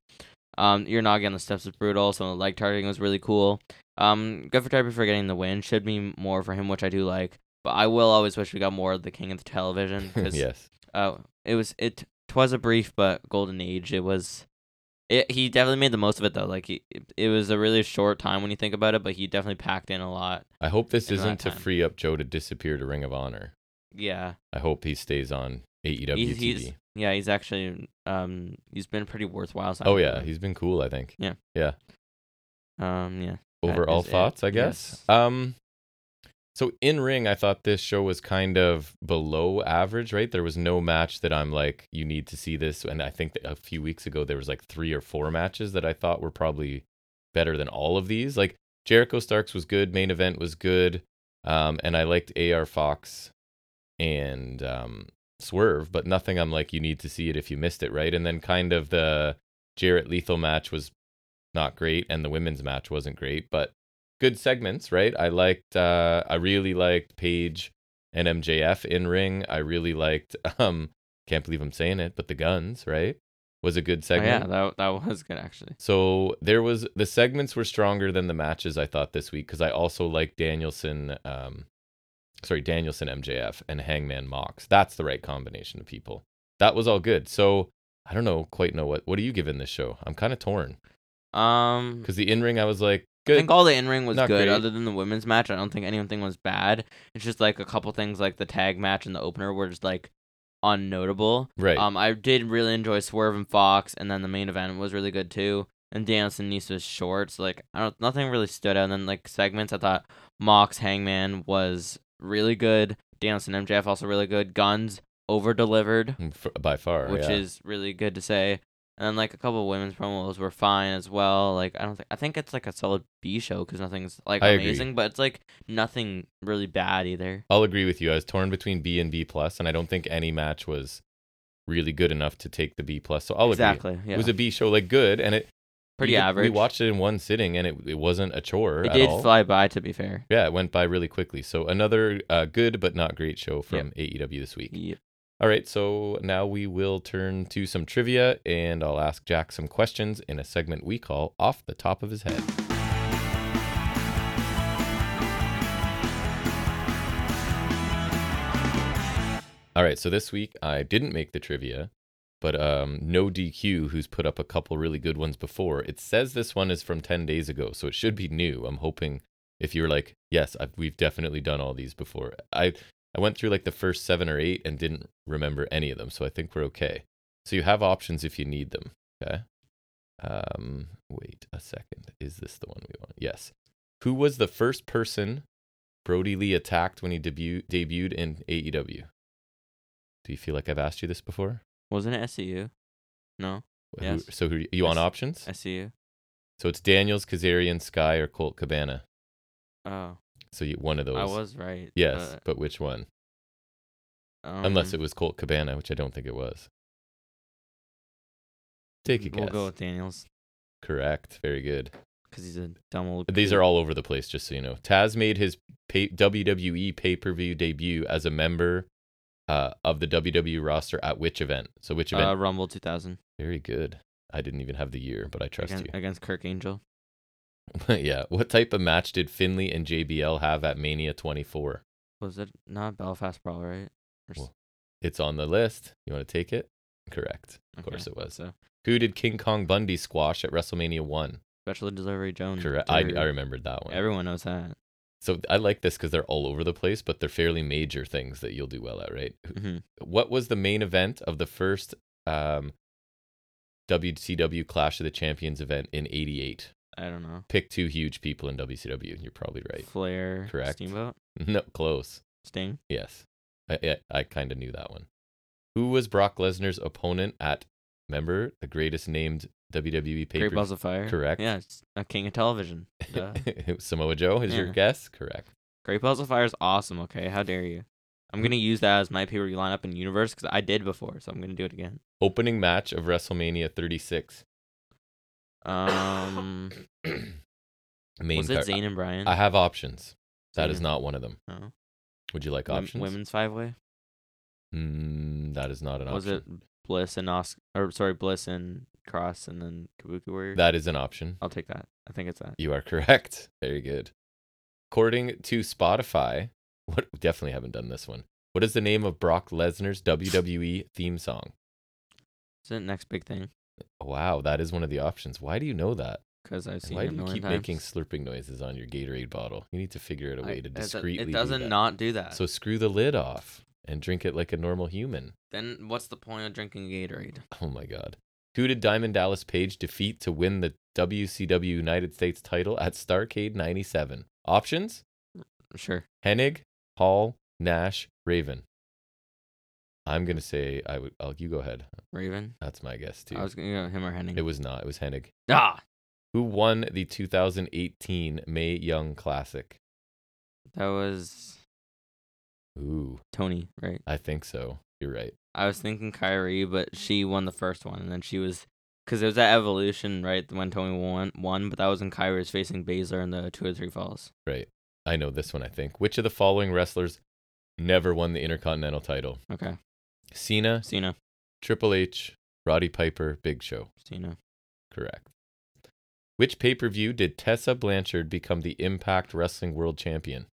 [SPEAKER 2] Um, Uranagi on the steps was brutal. Some of the leg targeting was really cool. Um, good for Darby for getting the win. Should be more for him, which I do like. But I will always wish we got more of the King of the Television because
[SPEAKER 1] yes.
[SPEAKER 2] uh, it was it twas a brief but golden age. It was, it he definitely made the most of it though. Like he, it, it was a really short time when you think about it, but he definitely packed in a lot.
[SPEAKER 1] I hope this
[SPEAKER 2] In that
[SPEAKER 1] isn't to
[SPEAKER 2] time.
[SPEAKER 1] free up Joe to disappear to Ring of Honor.
[SPEAKER 2] Yeah,
[SPEAKER 1] I hope he stays on E AEW
[SPEAKER 2] he's,
[SPEAKER 1] TV.
[SPEAKER 2] he's yeah he's actually um he's been pretty worthwhile. signing
[SPEAKER 1] oh
[SPEAKER 2] for
[SPEAKER 1] yeah,
[SPEAKER 2] them.
[SPEAKER 1] he's been cool. I think
[SPEAKER 2] um yeah That
[SPEAKER 1] overall
[SPEAKER 2] is it.
[SPEAKER 1] thoughts, I guess.
[SPEAKER 2] Yes.
[SPEAKER 1] Um. So in ring, I thought this show was kind of below average, right? There was no match that I'm like, you need to see this. And I think that a few weeks ago there was like three or four matches that I thought were probably better than all of these. Like Jericho Starks was good, main event was good, um, and I liked AR Fox and um, Swerve, but nothing I'm like, you need to see it if you missed it, right? And then kind of the Jarrett Lethal match was not great, and the women's match wasn't great, but good segments, right? I liked, uh, I really liked Paige and MJF in ring. I really liked, um, can't believe I'm saying it, but the guns, right? Was a good
[SPEAKER 2] Oh,
[SPEAKER 1] segment.
[SPEAKER 2] yeah, that that was good actually.
[SPEAKER 1] So there was the segments were stronger than the matches I thought this week because I also like Danielson, um, sorry Danielson MJF and Hangman Mox. That's the right combination of people. That was all good. So I don't know quite know what what do you give in this show? I'm kind of torn
[SPEAKER 2] Um,
[SPEAKER 1] because the in ring I was like
[SPEAKER 2] I
[SPEAKER 1] good.
[SPEAKER 2] think all the in ring was
[SPEAKER 1] Not
[SPEAKER 2] good,
[SPEAKER 1] great.
[SPEAKER 2] other than the women's match. I don't think anything was bad. It's just like a couple things, like the tag match and the opener, were just like unnotable.
[SPEAKER 1] right.
[SPEAKER 2] Um, I did really enjoy Swerve and Fox, and then the main event was really good too. And Danielson Nisa's shorts, like I don't, nothing really stood out. And then like segments, I thought Mox Hangman was really good. Danielson MJF also really good. Guns over delivered,
[SPEAKER 1] Mm, F- by far,
[SPEAKER 2] which
[SPEAKER 1] Oh, yeah.
[SPEAKER 2] is really good to say. And then like a couple of women's promos were fine as well. Like I don't think I think it's like a solid B show because nothing's like
[SPEAKER 1] I agree.
[SPEAKER 2] amazing, but it's like nothing really bad either.
[SPEAKER 1] I'll agree with you. I was torn between B and B plus, and I don't think any match was really good enough to take the B plus. So I'll agree.
[SPEAKER 2] exactly. Yeah.
[SPEAKER 1] It was a B show, like good, and it
[SPEAKER 2] pretty
[SPEAKER 1] you could-
[SPEAKER 2] average.
[SPEAKER 1] We watched it in one sitting, and it, it wasn't a chore.
[SPEAKER 2] It
[SPEAKER 1] at
[SPEAKER 2] did
[SPEAKER 1] all.
[SPEAKER 2] fly by, to be fair.
[SPEAKER 1] Yeah, it went by really quickly. So another uh, good but not great show from AEW this week.
[SPEAKER 2] Yeah.
[SPEAKER 1] All right, so now we will turn to some trivia, and I'll ask Jack some questions in a segment we call "Off the Top of His Head." All right, so this week I didn't make the trivia, but um, no DQ, who's put up a couple really good ones before. It says this one is from ten days ago, so it should be new. I'm hoping if you're like, yes, I've, we've definitely done all these before. I I went through like the first seven or eight and didn't remember any of them, so I think we're okay. So you have options if you need them. Okay. Um, wait a second. Is this the one we want? Yes. Who was the first person Brody Lee attacked when he debu- debuted in AEW? Do you feel like I've asked you this before?
[SPEAKER 2] Wasn't it SCU? No,
[SPEAKER 1] Who-
[SPEAKER 2] Yes.
[SPEAKER 1] so who, you want
[SPEAKER 2] Yes.
[SPEAKER 1] options?
[SPEAKER 2] SCU.
[SPEAKER 1] So it's Daniels, Kazarian, Sky, or Colt Cabana.
[SPEAKER 2] Oh,
[SPEAKER 1] So you, one of those.
[SPEAKER 2] I was uh, right.
[SPEAKER 1] Yes, but which one?
[SPEAKER 2] but,
[SPEAKER 1] Unless it
[SPEAKER 2] um,
[SPEAKER 1] was Colt Cabana, which I don't think it was. Take a
[SPEAKER 2] Mm, we'll
[SPEAKER 1] guess.
[SPEAKER 2] go with Daniels
[SPEAKER 1] Correct. Very good.
[SPEAKER 2] because he's a dumb old.
[SPEAKER 1] These are all over the place, just so you know. Taz made his pay- WWE pay per view E debut as a member uh, of the WWE roster at which event? So, which event?
[SPEAKER 2] uh, Rumble 2000
[SPEAKER 1] Very good. I didn't even have the year, but I trust
[SPEAKER 2] against, against Kirk Angel.
[SPEAKER 1] you. yeah. What type of match did Finley and JBL have at Mania 24?
[SPEAKER 2] Was it not Belfast Brawl, right? Or s-
[SPEAKER 1] Well, It's on the list. You want to take it? Correct. Of
[SPEAKER 2] okay,
[SPEAKER 1] course it was.
[SPEAKER 2] So
[SPEAKER 1] Who did King Kong Bundy squash at WrestleMania 1?
[SPEAKER 2] Special Delivery Jones.
[SPEAKER 1] Correct. I,
[SPEAKER 2] Dirty.
[SPEAKER 1] I remembered that one.
[SPEAKER 2] Everyone knows that.
[SPEAKER 1] so I like this because they're all over the place, but they're fairly major things that you'll do well at, right?
[SPEAKER 2] hmm
[SPEAKER 1] What was the main event of the first um, WCW Clash of the Champions event in '88?
[SPEAKER 2] I don't know.
[SPEAKER 1] Pick two huge people in WCW, and you're probably right.
[SPEAKER 2] Flair.
[SPEAKER 1] Correct.
[SPEAKER 2] Steamboat.
[SPEAKER 1] No, close.
[SPEAKER 2] Sting.
[SPEAKER 1] Yes, I I, I kind of knew that one. Who was Brock Lesnar's opponent at? Remember the greatest named E WWE paper?
[SPEAKER 2] Great Balls of Fire.
[SPEAKER 1] Correct.
[SPEAKER 2] Yeah, it's a king of television. Duh.
[SPEAKER 1] Samoa Joe is your
[SPEAKER 2] Yeah.
[SPEAKER 1] guess? Correct.
[SPEAKER 2] Great Balls of Fire is awesome. Okay, how dare you? I'm gonna use that as my pay per view lineup in Universe because I did before, so I'm gonna do it again.
[SPEAKER 1] Opening match of WrestleMania 36.
[SPEAKER 2] Um,
[SPEAKER 1] Main
[SPEAKER 2] was it
[SPEAKER 1] card.
[SPEAKER 2] Zayn and Bryan?
[SPEAKER 1] I have options. That is
[SPEAKER 2] Zayn.
[SPEAKER 1] not one of them.
[SPEAKER 2] Oh.
[SPEAKER 1] Would you like
[SPEAKER 2] Wom-
[SPEAKER 1] options?
[SPEAKER 2] women's five way.
[SPEAKER 1] Mm, that is not an
[SPEAKER 2] Was it
[SPEAKER 1] option.
[SPEAKER 2] Bliss and Oscar? Or sorry, Bliss and Cross, and then Kabuki Warrior.
[SPEAKER 1] That is an option.
[SPEAKER 2] I'll take that. I think it's that.
[SPEAKER 1] You are correct. Very good. According to Spotify, what definitely haven't done this one. What is the name of Brock Lesnar's WWE theme song?
[SPEAKER 2] Is it next big thing?
[SPEAKER 1] Wow, that is one of the options. Why do you know that?
[SPEAKER 2] Because I've seen
[SPEAKER 1] Why
[SPEAKER 2] it a
[SPEAKER 1] do you
[SPEAKER 2] million
[SPEAKER 1] keep
[SPEAKER 2] times.
[SPEAKER 1] making slurping noises on your Gatorade bottle? You need to figure out a
[SPEAKER 2] I-
[SPEAKER 1] way to
[SPEAKER 2] it does-
[SPEAKER 1] discreetly.
[SPEAKER 2] It
[SPEAKER 1] do
[SPEAKER 2] doesn't
[SPEAKER 1] that.
[SPEAKER 2] not do that.
[SPEAKER 1] So screw the lid off and drink it like a normal human.
[SPEAKER 2] then what's the point of drinking Gatorade?
[SPEAKER 1] Oh my God. Who did Diamond Dallas Page defeat to win the WCW United States title at Starcade 97? Options
[SPEAKER 2] Sure.
[SPEAKER 1] Hennig, Hall, Nash, Raven. I'm going to say, I would, oh, you go ahead.
[SPEAKER 2] Raven.
[SPEAKER 1] That's my guess too.
[SPEAKER 2] I was gonna go him or Henning.
[SPEAKER 1] It was not, it was Hennig.
[SPEAKER 2] ah,
[SPEAKER 1] Who won the 2018 May Young Classic?
[SPEAKER 2] that was
[SPEAKER 1] Ooh,
[SPEAKER 2] Tony, right?
[SPEAKER 1] I think so. You're right.
[SPEAKER 2] I was thinking Kyrie, but she won the first one, and then she was because there was that evolution right when Tony won, won, but that was when Kyrie was facing Baszler in the two or three falls.
[SPEAKER 1] Right. I know this one, I think. Which of the following wrestlers never won the Intercontinental title?
[SPEAKER 2] Okay,
[SPEAKER 1] Cena,
[SPEAKER 2] Cena,
[SPEAKER 1] Triple H, Roddy Piper, Big Show.
[SPEAKER 2] Cena,
[SPEAKER 1] Correct. Which pay per view did Tessa Blanchard become the Impact Wrestling World Champion?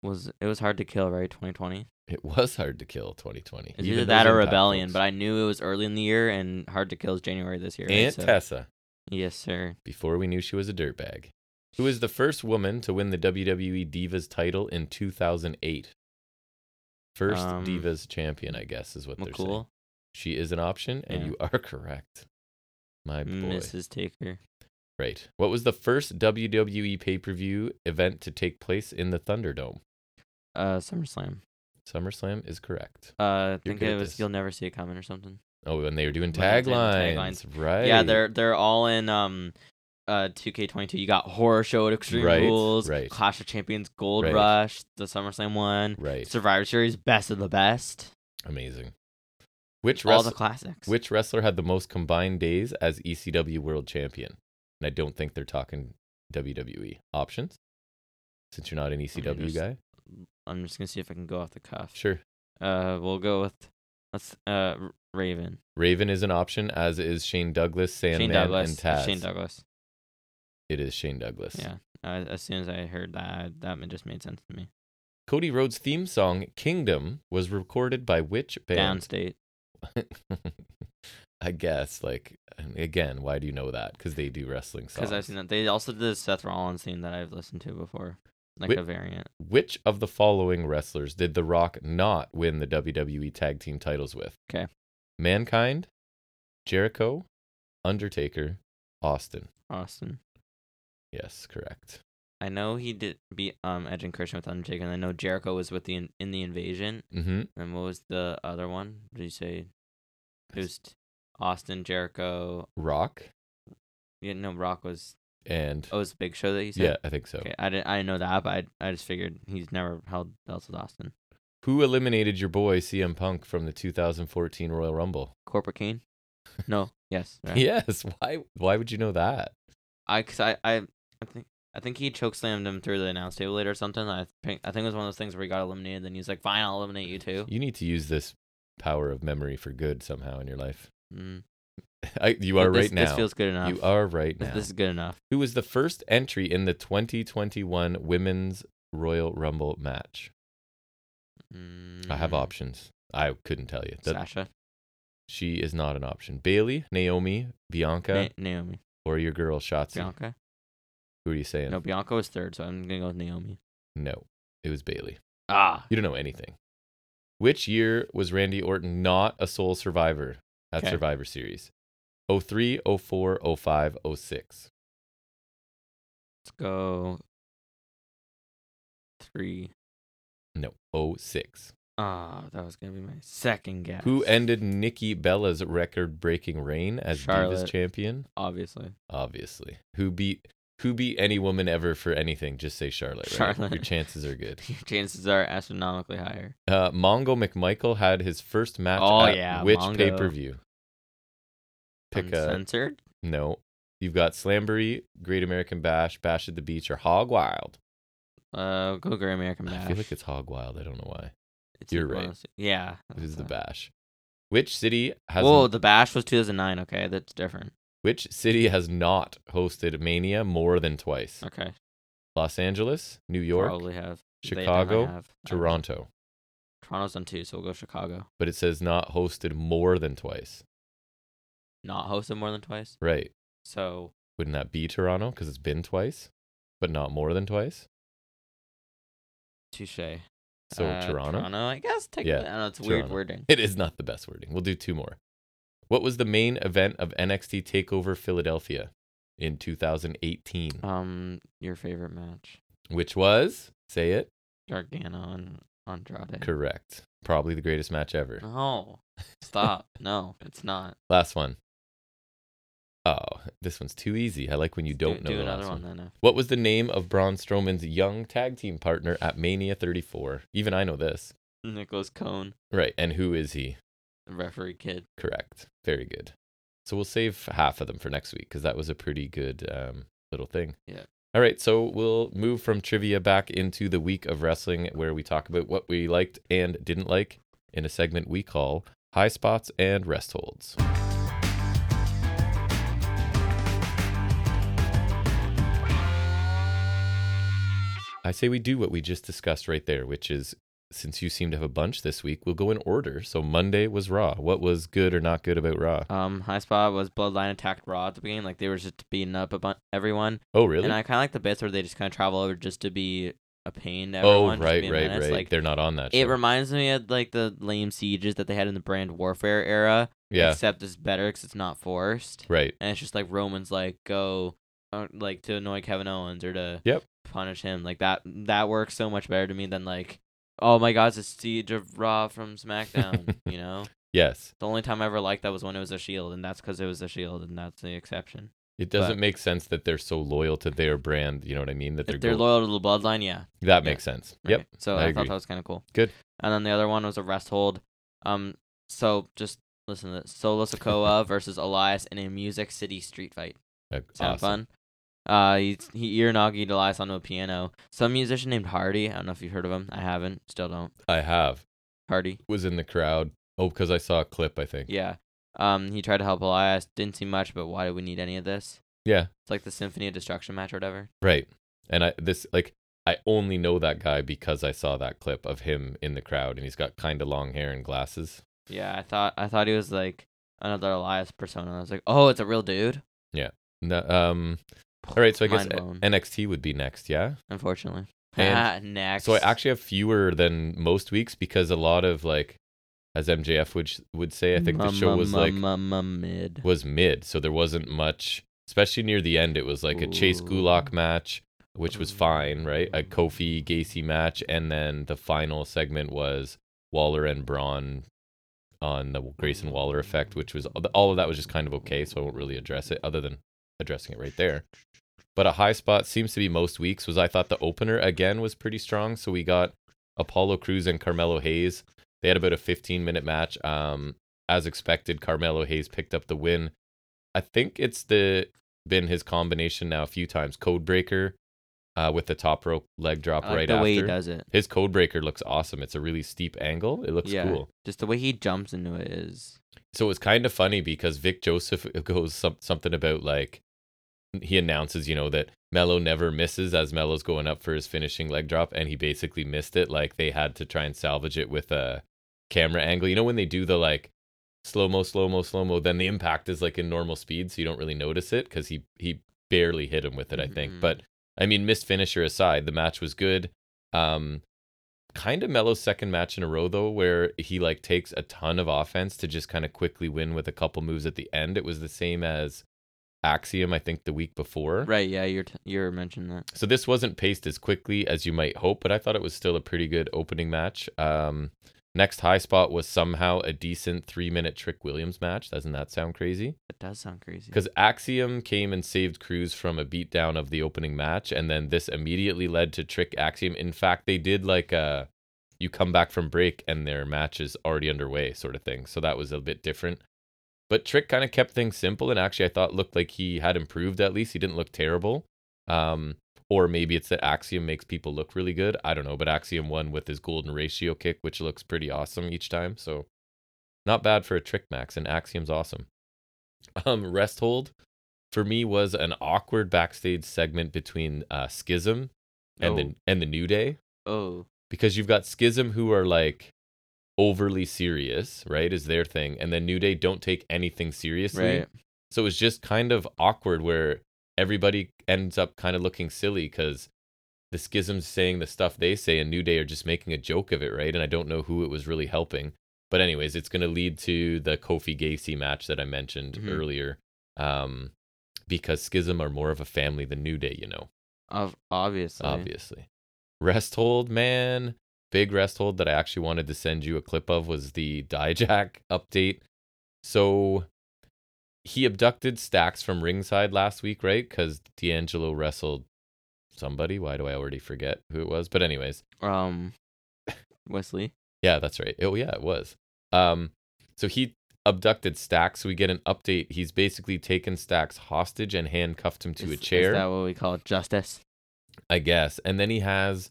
[SPEAKER 2] was it was hard to kill right 2020.
[SPEAKER 1] It was hard to kill 2020.
[SPEAKER 2] It's either
[SPEAKER 1] those
[SPEAKER 2] that or
[SPEAKER 1] Impact
[SPEAKER 2] Rebellion,
[SPEAKER 1] folks.
[SPEAKER 2] but I knew it was early in the year and hard to kill is January this year. right?
[SPEAKER 1] Aunt
[SPEAKER 2] So-
[SPEAKER 1] Tessa,
[SPEAKER 2] yes, sir.
[SPEAKER 1] before we knew she was a dirtbag, who was the first woman to win the WWE Divas title in 2008. First
[SPEAKER 2] Um,
[SPEAKER 1] Divas champion, I guess, is what they're saying.
[SPEAKER 2] McCool,
[SPEAKER 1] She is an option, and
[SPEAKER 2] Yeah.
[SPEAKER 1] you are correct. My boy.
[SPEAKER 2] Mrs. Taker.
[SPEAKER 1] Right. What was the first WWE pay per view event to take place in the Thunderdome?
[SPEAKER 2] Uh, SummerSlam.
[SPEAKER 1] SummerSlam is correct.
[SPEAKER 2] Uh, I think
[SPEAKER 1] good
[SPEAKER 2] it
[SPEAKER 1] at
[SPEAKER 2] was
[SPEAKER 1] this.
[SPEAKER 2] you'll never see it coming or something.
[SPEAKER 1] Oh, and they were doing
[SPEAKER 2] Right, they were
[SPEAKER 1] taglines.
[SPEAKER 2] taglines.
[SPEAKER 1] Right.
[SPEAKER 2] Yeah, they're they're all in um, uh, 2K22. You got horror show at Extreme
[SPEAKER 1] Right,
[SPEAKER 2] Rules,
[SPEAKER 1] right.
[SPEAKER 2] Clash of Champions, Gold
[SPEAKER 1] Right.
[SPEAKER 2] Rush, the SummerSlam one,
[SPEAKER 1] right.
[SPEAKER 2] Survivor Series, Best of the Best,
[SPEAKER 1] Amazing. Which
[SPEAKER 2] all the
[SPEAKER 1] wrestler,
[SPEAKER 2] classics.
[SPEAKER 1] which wrestler had the most combined days as ECW World Champion? And I don't think they're talking WWE options. Since you're not an ECW
[SPEAKER 2] there's-
[SPEAKER 1] guy,
[SPEAKER 2] I'm just gonna see if I can go off the cuff.
[SPEAKER 1] sure.
[SPEAKER 2] Uh, we'll go with let's uh R- Raven,
[SPEAKER 1] Raven is an option, as is Shane Douglas, Sandman,
[SPEAKER 2] Shane Douglas,
[SPEAKER 1] and Taz.
[SPEAKER 2] Shane Douglas.
[SPEAKER 1] It is Shane Douglas.
[SPEAKER 2] Yeah. Uh, as soon as I heard that, that ma- just made sense to me.
[SPEAKER 1] Cody Rhodes' theme song "Kingdom" was recorded by which band?
[SPEAKER 2] Downstate.
[SPEAKER 1] I guess. Like again, why do you know that? Because they do wrestling songs.
[SPEAKER 2] Because I've seen that. They also did the Seth Rollins theme that I've listened to before, like
[SPEAKER 1] Wait.
[SPEAKER 2] a variant.
[SPEAKER 1] Which of the following wrestlers did The Rock not win the WWE Tag Team titles with?
[SPEAKER 2] 'Kay.
[SPEAKER 1] Mankind, Jericho, Undertaker, Austin.
[SPEAKER 2] Austin.
[SPEAKER 1] Yes, correct.
[SPEAKER 2] I know he did beat um Edge and Christian with Undertaker, and I know Jericho was with the in, in the Invasion.
[SPEAKER 1] Mm-hmm.
[SPEAKER 2] And what was the other one? Did you say? It was t- Austin Jericho.
[SPEAKER 1] Rock
[SPEAKER 2] Yeah, no, Rock was.
[SPEAKER 1] and
[SPEAKER 2] Oh, it was Big Show that you said.
[SPEAKER 1] yeah, I think so.
[SPEAKER 2] Okay, I didn't. I didn't know that, but I, I just figured he's never held belts with Austin.
[SPEAKER 1] Who eliminated your boy CM Punk from the 2014 Royal Rumble?
[SPEAKER 2] Corporate Kane. No. yes. Right.
[SPEAKER 1] Yes. Why? Why would you know that?
[SPEAKER 2] I, cause I, I, I think I think he choke slammed him through the announce table later or something. I think I think it was one of those things where he got eliminated. Then he's like, "Fine, I'll eliminate you too."
[SPEAKER 1] You need to use this power of memory for good somehow in your life.
[SPEAKER 2] Mm.
[SPEAKER 1] I, you are
[SPEAKER 2] But this,
[SPEAKER 1] right now.
[SPEAKER 2] This feels good enough.
[SPEAKER 1] you are right
[SPEAKER 2] This,
[SPEAKER 1] now.
[SPEAKER 2] this is good enough.
[SPEAKER 1] Who was the first entry in the 2021 Women's Royal Rumble match? I have
[SPEAKER 2] Mm.
[SPEAKER 1] options. I couldn't tell you. That-
[SPEAKER 2] Sasha,
[SPEAKER 1] she is not an option. Bailey, Naomi, Bianca,
[SPEAKER 2] Na- Naomi,
[SPEAKER 1] or your girl Shotzi.
[SPEAKER 2] Bianca.
[SPEAKER 1] Who are you saying?
[SPEAKER 2] No, Bianca was third, so I'm gonna go with Naomi.
[SPEAKER 1] No, it was Bailey.
[SPEAKER 2] Ah,
[SPEAKER 1] You don't know anything. Which year was Randy Orton not a sole survivor at
[SPEAKER 2] Okay.
[SPEAKER 1] Survivor Series? 03, 04, 05, 06.
[SPEAKER 2] let's go three.
[SPEAKER 1] No, 06.
[SPEAKER 2] Ah, that was gonna be my second guess.
[SPEAKER 1] Who ended Nikki Bella's record breaking reign as
[SPEAKER 2] Charlotte.
[SPEAKER 1] Divas champion?
[SPEAKER 2] Obviously,
[SPEAKER 1] obviously. Who beat who beat any woman ever for anything? Just say Charlotte. Right?
[SPEAKER 2] Charlotte.
[SPEAKER 1] Your chances are good.
[SPEAKER 2] your chances are astronomically higher.
[SPEAKER 1] Uh, Mongo McMichael had his first match.
[SPEAKER 2] Oh,
[SPEAKER 1] at
[SPEAKER 2] yeah,
[SPEAKER 1] which
[SPEAKER 2] Mongo.
[SPEAKER 1] pay per view? Pick a
[SPEAKER 2] Uncensored.
[SPEAKER 1] no. You've got Slambury, Great American Bash, Bash at the Beach, or Hog Wild.
[SPEAKER 2] Uh, go Great American Bash.
[SPEAKER 1] I feel like it's Hog Wild. I don't know why.
[SPEAKER 2] It's
[SPEAKER 1] You're
[SPEAKER 2] like one
[SPEAKER 1] right.
[SPEAKER 2] of those- Yeah.
[SPEAKER 1] It is the
[SPEAKER 2] bash.
[SPEAKER 1] Bash. Which city has
[SPEAKER 2] Whoa, the bash was 2009. Okay, that's different.
[SPEAKER 1] which city has not hosted Mania more than twice?
[SPEAKER 2] Okay,
[SPEAKER 1] Los Angeles, New York,
[SPEAKER 2] Mm. probably have They definitely
[SPEAKER 1] Chicago,
[SPEAKER 2] have. Um,
[SPEAKER 1] Toronto.
[SPEAKER 2] Toronto's on two, so we'll go Chicago.
[SPEAKER 1] But it says not hosted more than twice.
[SPEAKER 2] Not hosted more than twice.
[SPEAKER 1] Right.
[SPEAKER 2] So
[SPEAKER 1] Wouldn't that be Toronto? Because it's been twice, but not more than twice.
[SPEAKER 2] touche.
[SPEAKER 1] So
[SPEAKER 2] Uh,
[SPEAKER 1] Toronto?
[SPEAKER 2] Toronto, I guess. Technically, I don't know. It's weird
[SPEAKER 1] Toronto.
[SPEAKER 2] wording.
[SPEAKER 1] It is not the best wording. We'll do two more. What was the main event of NXT TakeOver Philadelphia in 2018?
[SPEAKER 2] Um, your favorite match,
[SPEAKER 1] Which was, say it,
[SPEAKER 2] Gargano and Andrade.
[SPEAKER 1] correct. Probably the greatest match
[SPEAKER 2] Uh,
[SPEAKER 1] ever.
[SPEAKER 2] No, stop. no, it's not.
[SPEAKER 1] Last one. Oh, this one's too easy. I like when you don't
[SPEAKER 2] do,
[SPEAKER 1] know
[SPEAKER 2] do
[SPEAKER 1] the
[SPEAKER 2] another
[SPEAKER 1] last
[SPEAKER 2] one,
[SPEAKER 1] one.
[SPEAKER 2] then. uh,
[SPEAKER 1] What was the name of Braun Strowman's young tag team partner at Mania 34? Even I know this.
[SPEAKER 2] Nicholas Cohn,
[SPEAKER 1] Right. And who is he?
[SPEAKER 2] the referee kid.
[SPEAKER 1] Correct. Very good. So we'll save half of them for next week because that was a pretty good um, little thing.
[SPEAKER 2] Yeah.
[SPEAKER 1] All right. So we'll move from trivia back into the week of wrestling where we talk about what we liked and didn't like in a segment we call High Spots and Rest Holds. I say we do what we just discussed right there, which is since you seem to have a bunch this week, we'll go in order. So Monday was Raw. What was good or not good about Raw?
[SPEAKER 2] Um, high spot was Bloodline attacked Raw at the beginning, like they were just beating up a bun- everyone.
[SPEAKER 1] Oh, really?
[SPEAKER 2] And I kind of like the bits where they just kind of travel over just to be a pain to
[SPEAKER 1] oh,
[SPEAKER 2] everyone. just
[SPEAKER 1] right,
[SPEAKER 2] be a
[SPEAKER 1] right,
[SPEAKER 2] menace.
[SPEAKER 1] right.
[SPEAKER 2] Like
[SPEAKER 1] They're not on that.
[SPEAKER 2] it
[SPEAKER 1] show.
[SPEAKER 2] reminds me of like the lame sieges that they had in the Brand Warfare era.
[SPEAKER 1] yeah,
[SPEAKER 2] Except it's better because it's not forced,
[SPEAKER 1] right.
[SPEAKER 2] and it's just like Roman's like go, uh, like to annoy Kevin Owens or to
[SPEAKER 1] Yep.
[SPEAKER 2] punish him. Like that that works so much better to me than like. Oh my God! It's a siege of Raw from SmackDown. you know,
[SPEAKER 1] Yes,
[SPEAKER 2] the only time I ever liked that was when it was a Shield, and that's because it was a Shield, and that's the exception.
[SPEAKER 1] it doesn't
[SPEAKER 2] But-
[SPEAKER 1] make sense that they're so loyal to their brand. You know what I mean? That they're,
[SPEAKER 2] If they're
[SPEAKER 1] go-
[SPEAKER 2] loyal to the bloodline, yeah.
[SPEAKER 1] That
[SPEAKER 2] yeah.
[SPEAKER 1] makes sense.
[SPEAKER 2] Right.
[SPEAKER 1] Yep.
[SPEAKER 2] So
[SPEAKER 1] I
[SPEAKER 2] I,
[SPEAKER 1] agree.
[SPEAKER 2] thought that was kind of cool.
[SPEAKER 1] Good.
[SPEAKER 2] And then the other one was a rest hold. Um. So just listen to this. Solo Sokoa versus Elias in a Music City street fight.
[SPEAKER 1] Uh,
[SPEAKER 2] Sound
[SPEAKER 1] awesome.
[SPEAKER 2] fun? Uh, he he ear noggied Elias onto a piano. Some musician named Hardy. I don't know if you've heard of him. I haven't. Still don't.
[SPEAKER 1] I have
[SPEAKER 2] Hardy.
[SPEAKER 1] was in the crowd. Oh, because I saw a clip. I think.
[SPEAKER 2] Yeah. Um. He tried to help Elias. Didn't see much. But why do we need any of this?
[SPEAKER 1] Yeah.
[SPEAKER 2] It's like the Symphony of Destruction match or whatever.
[SPEAKER 1] Right. And I this like I only know that guy because I saw that clip of him in the crowd, and he's got kind of long hair and glasses.
[SPEAKER 2] Yeah. I thought I thought he was like another Elias persona. I was like, oh, it's a real dude.
[SPEAKER 1] No, um. All right. So I guess
[SPEAKER 2] Mind blown.
[SPEAKER 1] NXT would be next. Yeah.
[SPEAKER 2] Unfortunately.
[SPEAKER 1] And-
[SPEAKER 2] Next.
[SPEAKER 1] So I actually have fewer than most weeks because a lot of like, as MJF would would say, I think the show was like
[SPEAKER 2] mid.
[SPEAKER 1] was mid, so there wasn't much, especially near the end. It was like a Chase
[SPEAKER 2] Ooh.
[SPEAKER 1] Gulak match, which was fine, right? A Kofi Gacy match, and then the final segment was Waller and Braun on the Grayson Waller effect, which was all of that was just kind of okay. So I won't really address it, other than addressing it right there. But a high spot seems to be most weeks was I thought the opener again was pretty strong. So we got Apollo Cruz and Carmelo Hayes. They had about a 15 minute match. Um, as expected, Carmelo Hayes picked up the win. I think it's the been his combination now a few times. Codebreaker uh, with the top rope leg drop
[SPEAKER 2] I like
[SPEAKER 1] right
[SPEAKER 2] the
[SPEAKER 1] after.
[SPEAKER 2] way he does it.
[SPEAKER 1] His Codebreaker looks awesome. It's a really steep angle. It looks
[SPEAKER 2] Yeah.
[SPEAKER 1] cool.
[SPEAKER 2] Just the way he jumps into it is.
[SPEAKER 1] So it was kind of funny because Vic Joseph goes some, something about like he announces, you know, that Mello never misses as Mello's going up for his finishing leg drop, and he basically missed it. Like they had to try and salvage it with a camera angle. You know when they do the like slow mo, slow mo, slow mo, then the impact is like in normal speed, so you don't really notice it because he he barely hit him with it, I think.
[SPEAKER 2] Mhm.
[SPEAKER 1] But I mean, missed finisher aside, the match was good. Um, kind of Melo's second match in a row though, where he like takes a ton of offense to just kind of quickly win with a couple moves at the end. It was the same as Axiom, I think, the week before.
[SPEAKER 2] Right. Yeah. You're t- you're mentioning that.
[SPEAKER 1] So this wasn't paced as quickly as you might hope, but I thought it was still a pretty good opening match. Um, next high spot was somehow a decent three minute Trick Williams match. Doesn't that sound crazy?
[SPEAKER 2] That does sound crazy.
[SPEAKER 1] Because Axiom came and saved Cruz from a beatdown of the opening match, and then this immediately led to Trick Axiom. In fact, they did like a you come back from break and their match is already underway sort of thing. So that was a bit different. But Trick kind of kept things simple, and actually, I thought looked like he had improved at least. He didn't look terrible. Um, or maybe it's that Axiom makes people look really good. I don't know, but Axiom won with his golden ratio kick, which looks pretty awesome each time. So not bad for a trick max, and Axiom's awesome. Um, rest hold for me was an awkward backstage segment between uh, Schism and the and the New Day
[SPEAKER 2] Oh.
[SPEAKER 1] because you've got Schism who are like overly serious, right? Is their thing, and then New Day don't take anything seriously.
[SPEAKER 2] Right.
[SPEAKER 1] So it's just kind of awkward where everybody ends up kind of looking silly because the schisms saying the stuff they say and New Day are just making a joke of it, right? And I don't know who it was really helping. But anyways, it's going to lead to the Kofi Gacy match that I mentioned
[SPEAKER 2] Mhm.
[SPEAKER 1] earlier, um, because Schism are more of a family than New Day, you know,
[SPEAKER 2] Of obviously.
[SPEAKER 1] obviously. Rest hold, man, big rest hold that I actually wanted to send you a clip of was the DiJack update. So he abducted Stacks from ringside last week, right? Because D'Angelo wrestled somebody. Why do I already forget who it was? But anyways,
[SPEAKER 2] Um. Wesley.
[SPEAKER 1] yeah, that's right. Oh yeah, it was. Um, so he abducted Stacks. We get an update. He's basically taken Stacks hostage and handcuffed him to
[SPEAKER 2] Is-
[SPEAKER 1] a chair.
[SPEAKER 2] Is that what we call justice?
[SPEAKER 1] I guess. And then he has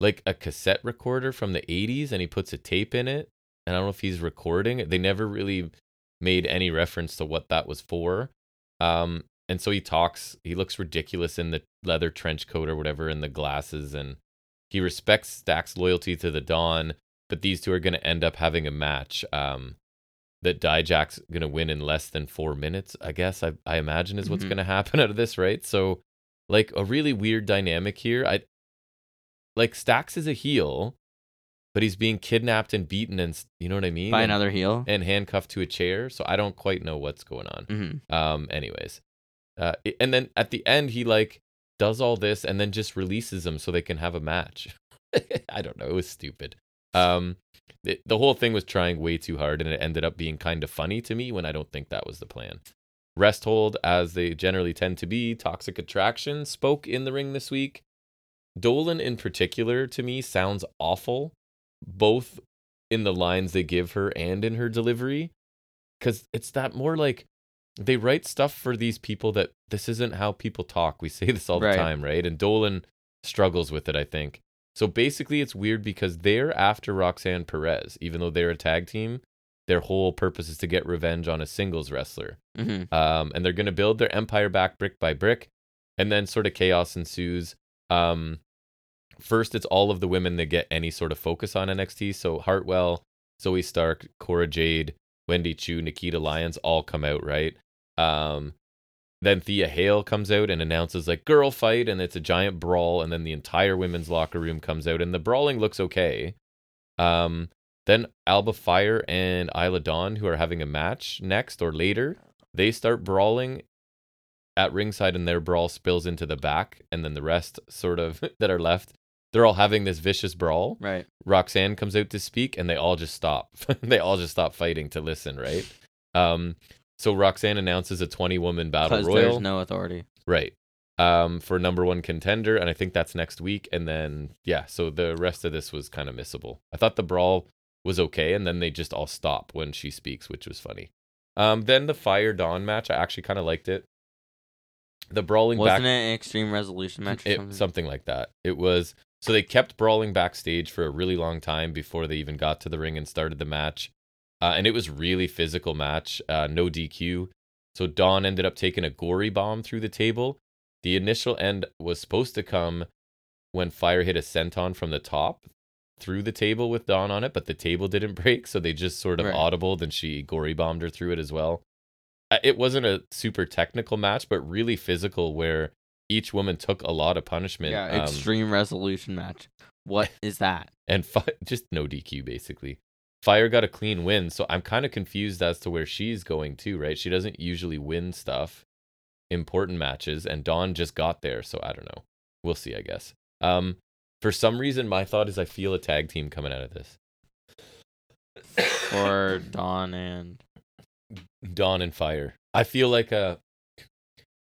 [SPEAKER 1] like a cassette recorder from the 80s and he puts a tape in it. And I don't know if he's recording it. They never really made any reference to what that was for. Um, and so he talks, he looks ridiculous in the leather trench coat or whatever and the glasses. And he respects Stack's loyalty to the Dawn, but these two are going to end up having a match. Um, that Dijak's gonna win in less than four minutes, I guess. I I imagine is what's
[SPEAKER 2] Mhm.
[SPEAKER 1] gonna happen out of this, right? So, like a really weird dynamic here. I like Stax is a heel, but he's being kidnapped and beaten, and s- you know what I mean,
[SPEAKER 2] By
[SPEAKER 1] and,
[SPEAKER 2] another heel.
[SPEAKER 1] and handcuffed to a chair. So I don't quite know what's going on.
[SPEAKER 2] hmm
[SPEAKER 1] Um, anyways, uh, i- and then at the end he like does all this and then just releases them so they can have a match. I don't know. It was stupid. Um, the, the whole thing was trying way too hard, and it ended up being kind of funny to me when I don't think that was the plan. Rest hold, as they generally tend to be, toxic attraction spoke in the ring this week. Dolan, in particular, to me sounds awful, both in the lines they give her and in her delivery, because it's that more like they write stuff for these people that this isn't how people talk. We say this all the
[SPEAKER 2] Right.
[SPEAKER 1] time, right? And Dolan struggles with it, I think. So basically, it's weird because they're after Roxanne Perez, even though they're a tag team. Their whole purpose is to get revenge on a singles wrestler.
[SPEAKER 2] hmm
[SPEAKER 1] Um, and they're going to build their empire back brick by brick. And then sort of chaos ensues. Um, first, it's all of the women that get any sort of focus on NXT. So Hartwell, Zoe Stark, Cora Jade, Wendy Chu, Nikita Lyons all come out, right? Um, then Thea Hale comes out and announces like girl fight, and it's a giant brawl. And then the entire women's locker room comes out, and the brawling looks okay. Um, then Alba Fire and Isla Dawn, who are having a match next or later, they start brawling at ringside, and their brawl spills into the back, and then the rest sort of that are left, they're all having this vicious brawl.
[SPEAKER 2] Right.
[SPEAKER 1] Roxanne comes out to speak, and they all just stop. they all just stop fighting to listen, right? Um, so Roxanne announces a 20 woman battle
[SPEAKER 2] Because there's
[SPEAKER 1] royal,
[SPEAKER 2] no authority.
[SPEAKER 1] right? Um, for number one contender, and I think that's next week. And then yeah, so the rest of this was kind of missable. I thought the brawl was okay, and then they just all stop when she speaks, which was funny. Um, then the Fire Dawn match, I actually kind of liked it. The brawling back
[SPEAKER 2] Wasn't it an extreme resolution match or
[SPEAKER 1] it-
[SPEAKER 2] something?
[SPEAKER 1] something like that. It was so they kept brawling backstage for a really long time before they even got to the ring and started the match. Uh, and it was really physical match, uh, no DQ. So Dawn ended up taking a gory bomb through the table. The initial end was supposed to come when Fire hit a senton from the top through the table with Dawn on it, but the table didn't break, so they just sort of
[SPEAKER 2] Right.
[SPEAKER 1] audible. Then she gory bombed her through it as well. Uh, It wasn't a super technical match, but really physical, where each woman took a lot of punishment.
[SPEAKER 2] yeah,
[SPEAKER 1] um,
[SPEAKER 2] extreme resolution match. What is that?
[SPEAKER 1] and fi- just no DQ basically. Fire got a clean win, so I'm kind of confused as to where she's going to, right? She doesn't usually win stuff, important matches, and Dawn just got there, so I don't know. We'll see, I guess. Um, for some reason, my thought is I feel a tag team coming out of this.
[SPEAKER 2] For Dawn and
[SPEAKER 1] Dawn and Fire. I feel like a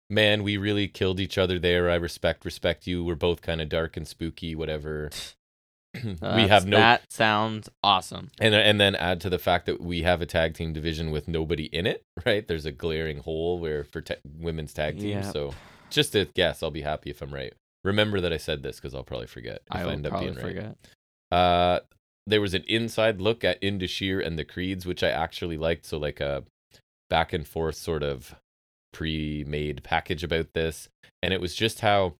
[SPEAKER 1] man. We really killed each other there. I respect, respect you. We're both kind of dark and spooky, whatever. we
[SPEAKER 2] That's-
[SPEAKER 1] have no
[SPEAKER 2] uh, That sounds awesome.
[SPEAKER 1] And and then add to the fact that we have a tag team division with nobody in it, right? There's a glaring hole where for ta- women's tag team.
[SPEAKER 2] Yep.
[SPEAKER 1] So just a guess. I'll be happy if I'm right. Remember that I said this because I'll probably forget. If
[SPEAKER 2] I will probably forget.
[SPEAKER 1] Uh, there was an inside look at Indashir and the Creeds, which I actually liked. So like a back and forth sort of pre-made package about this, and it was just how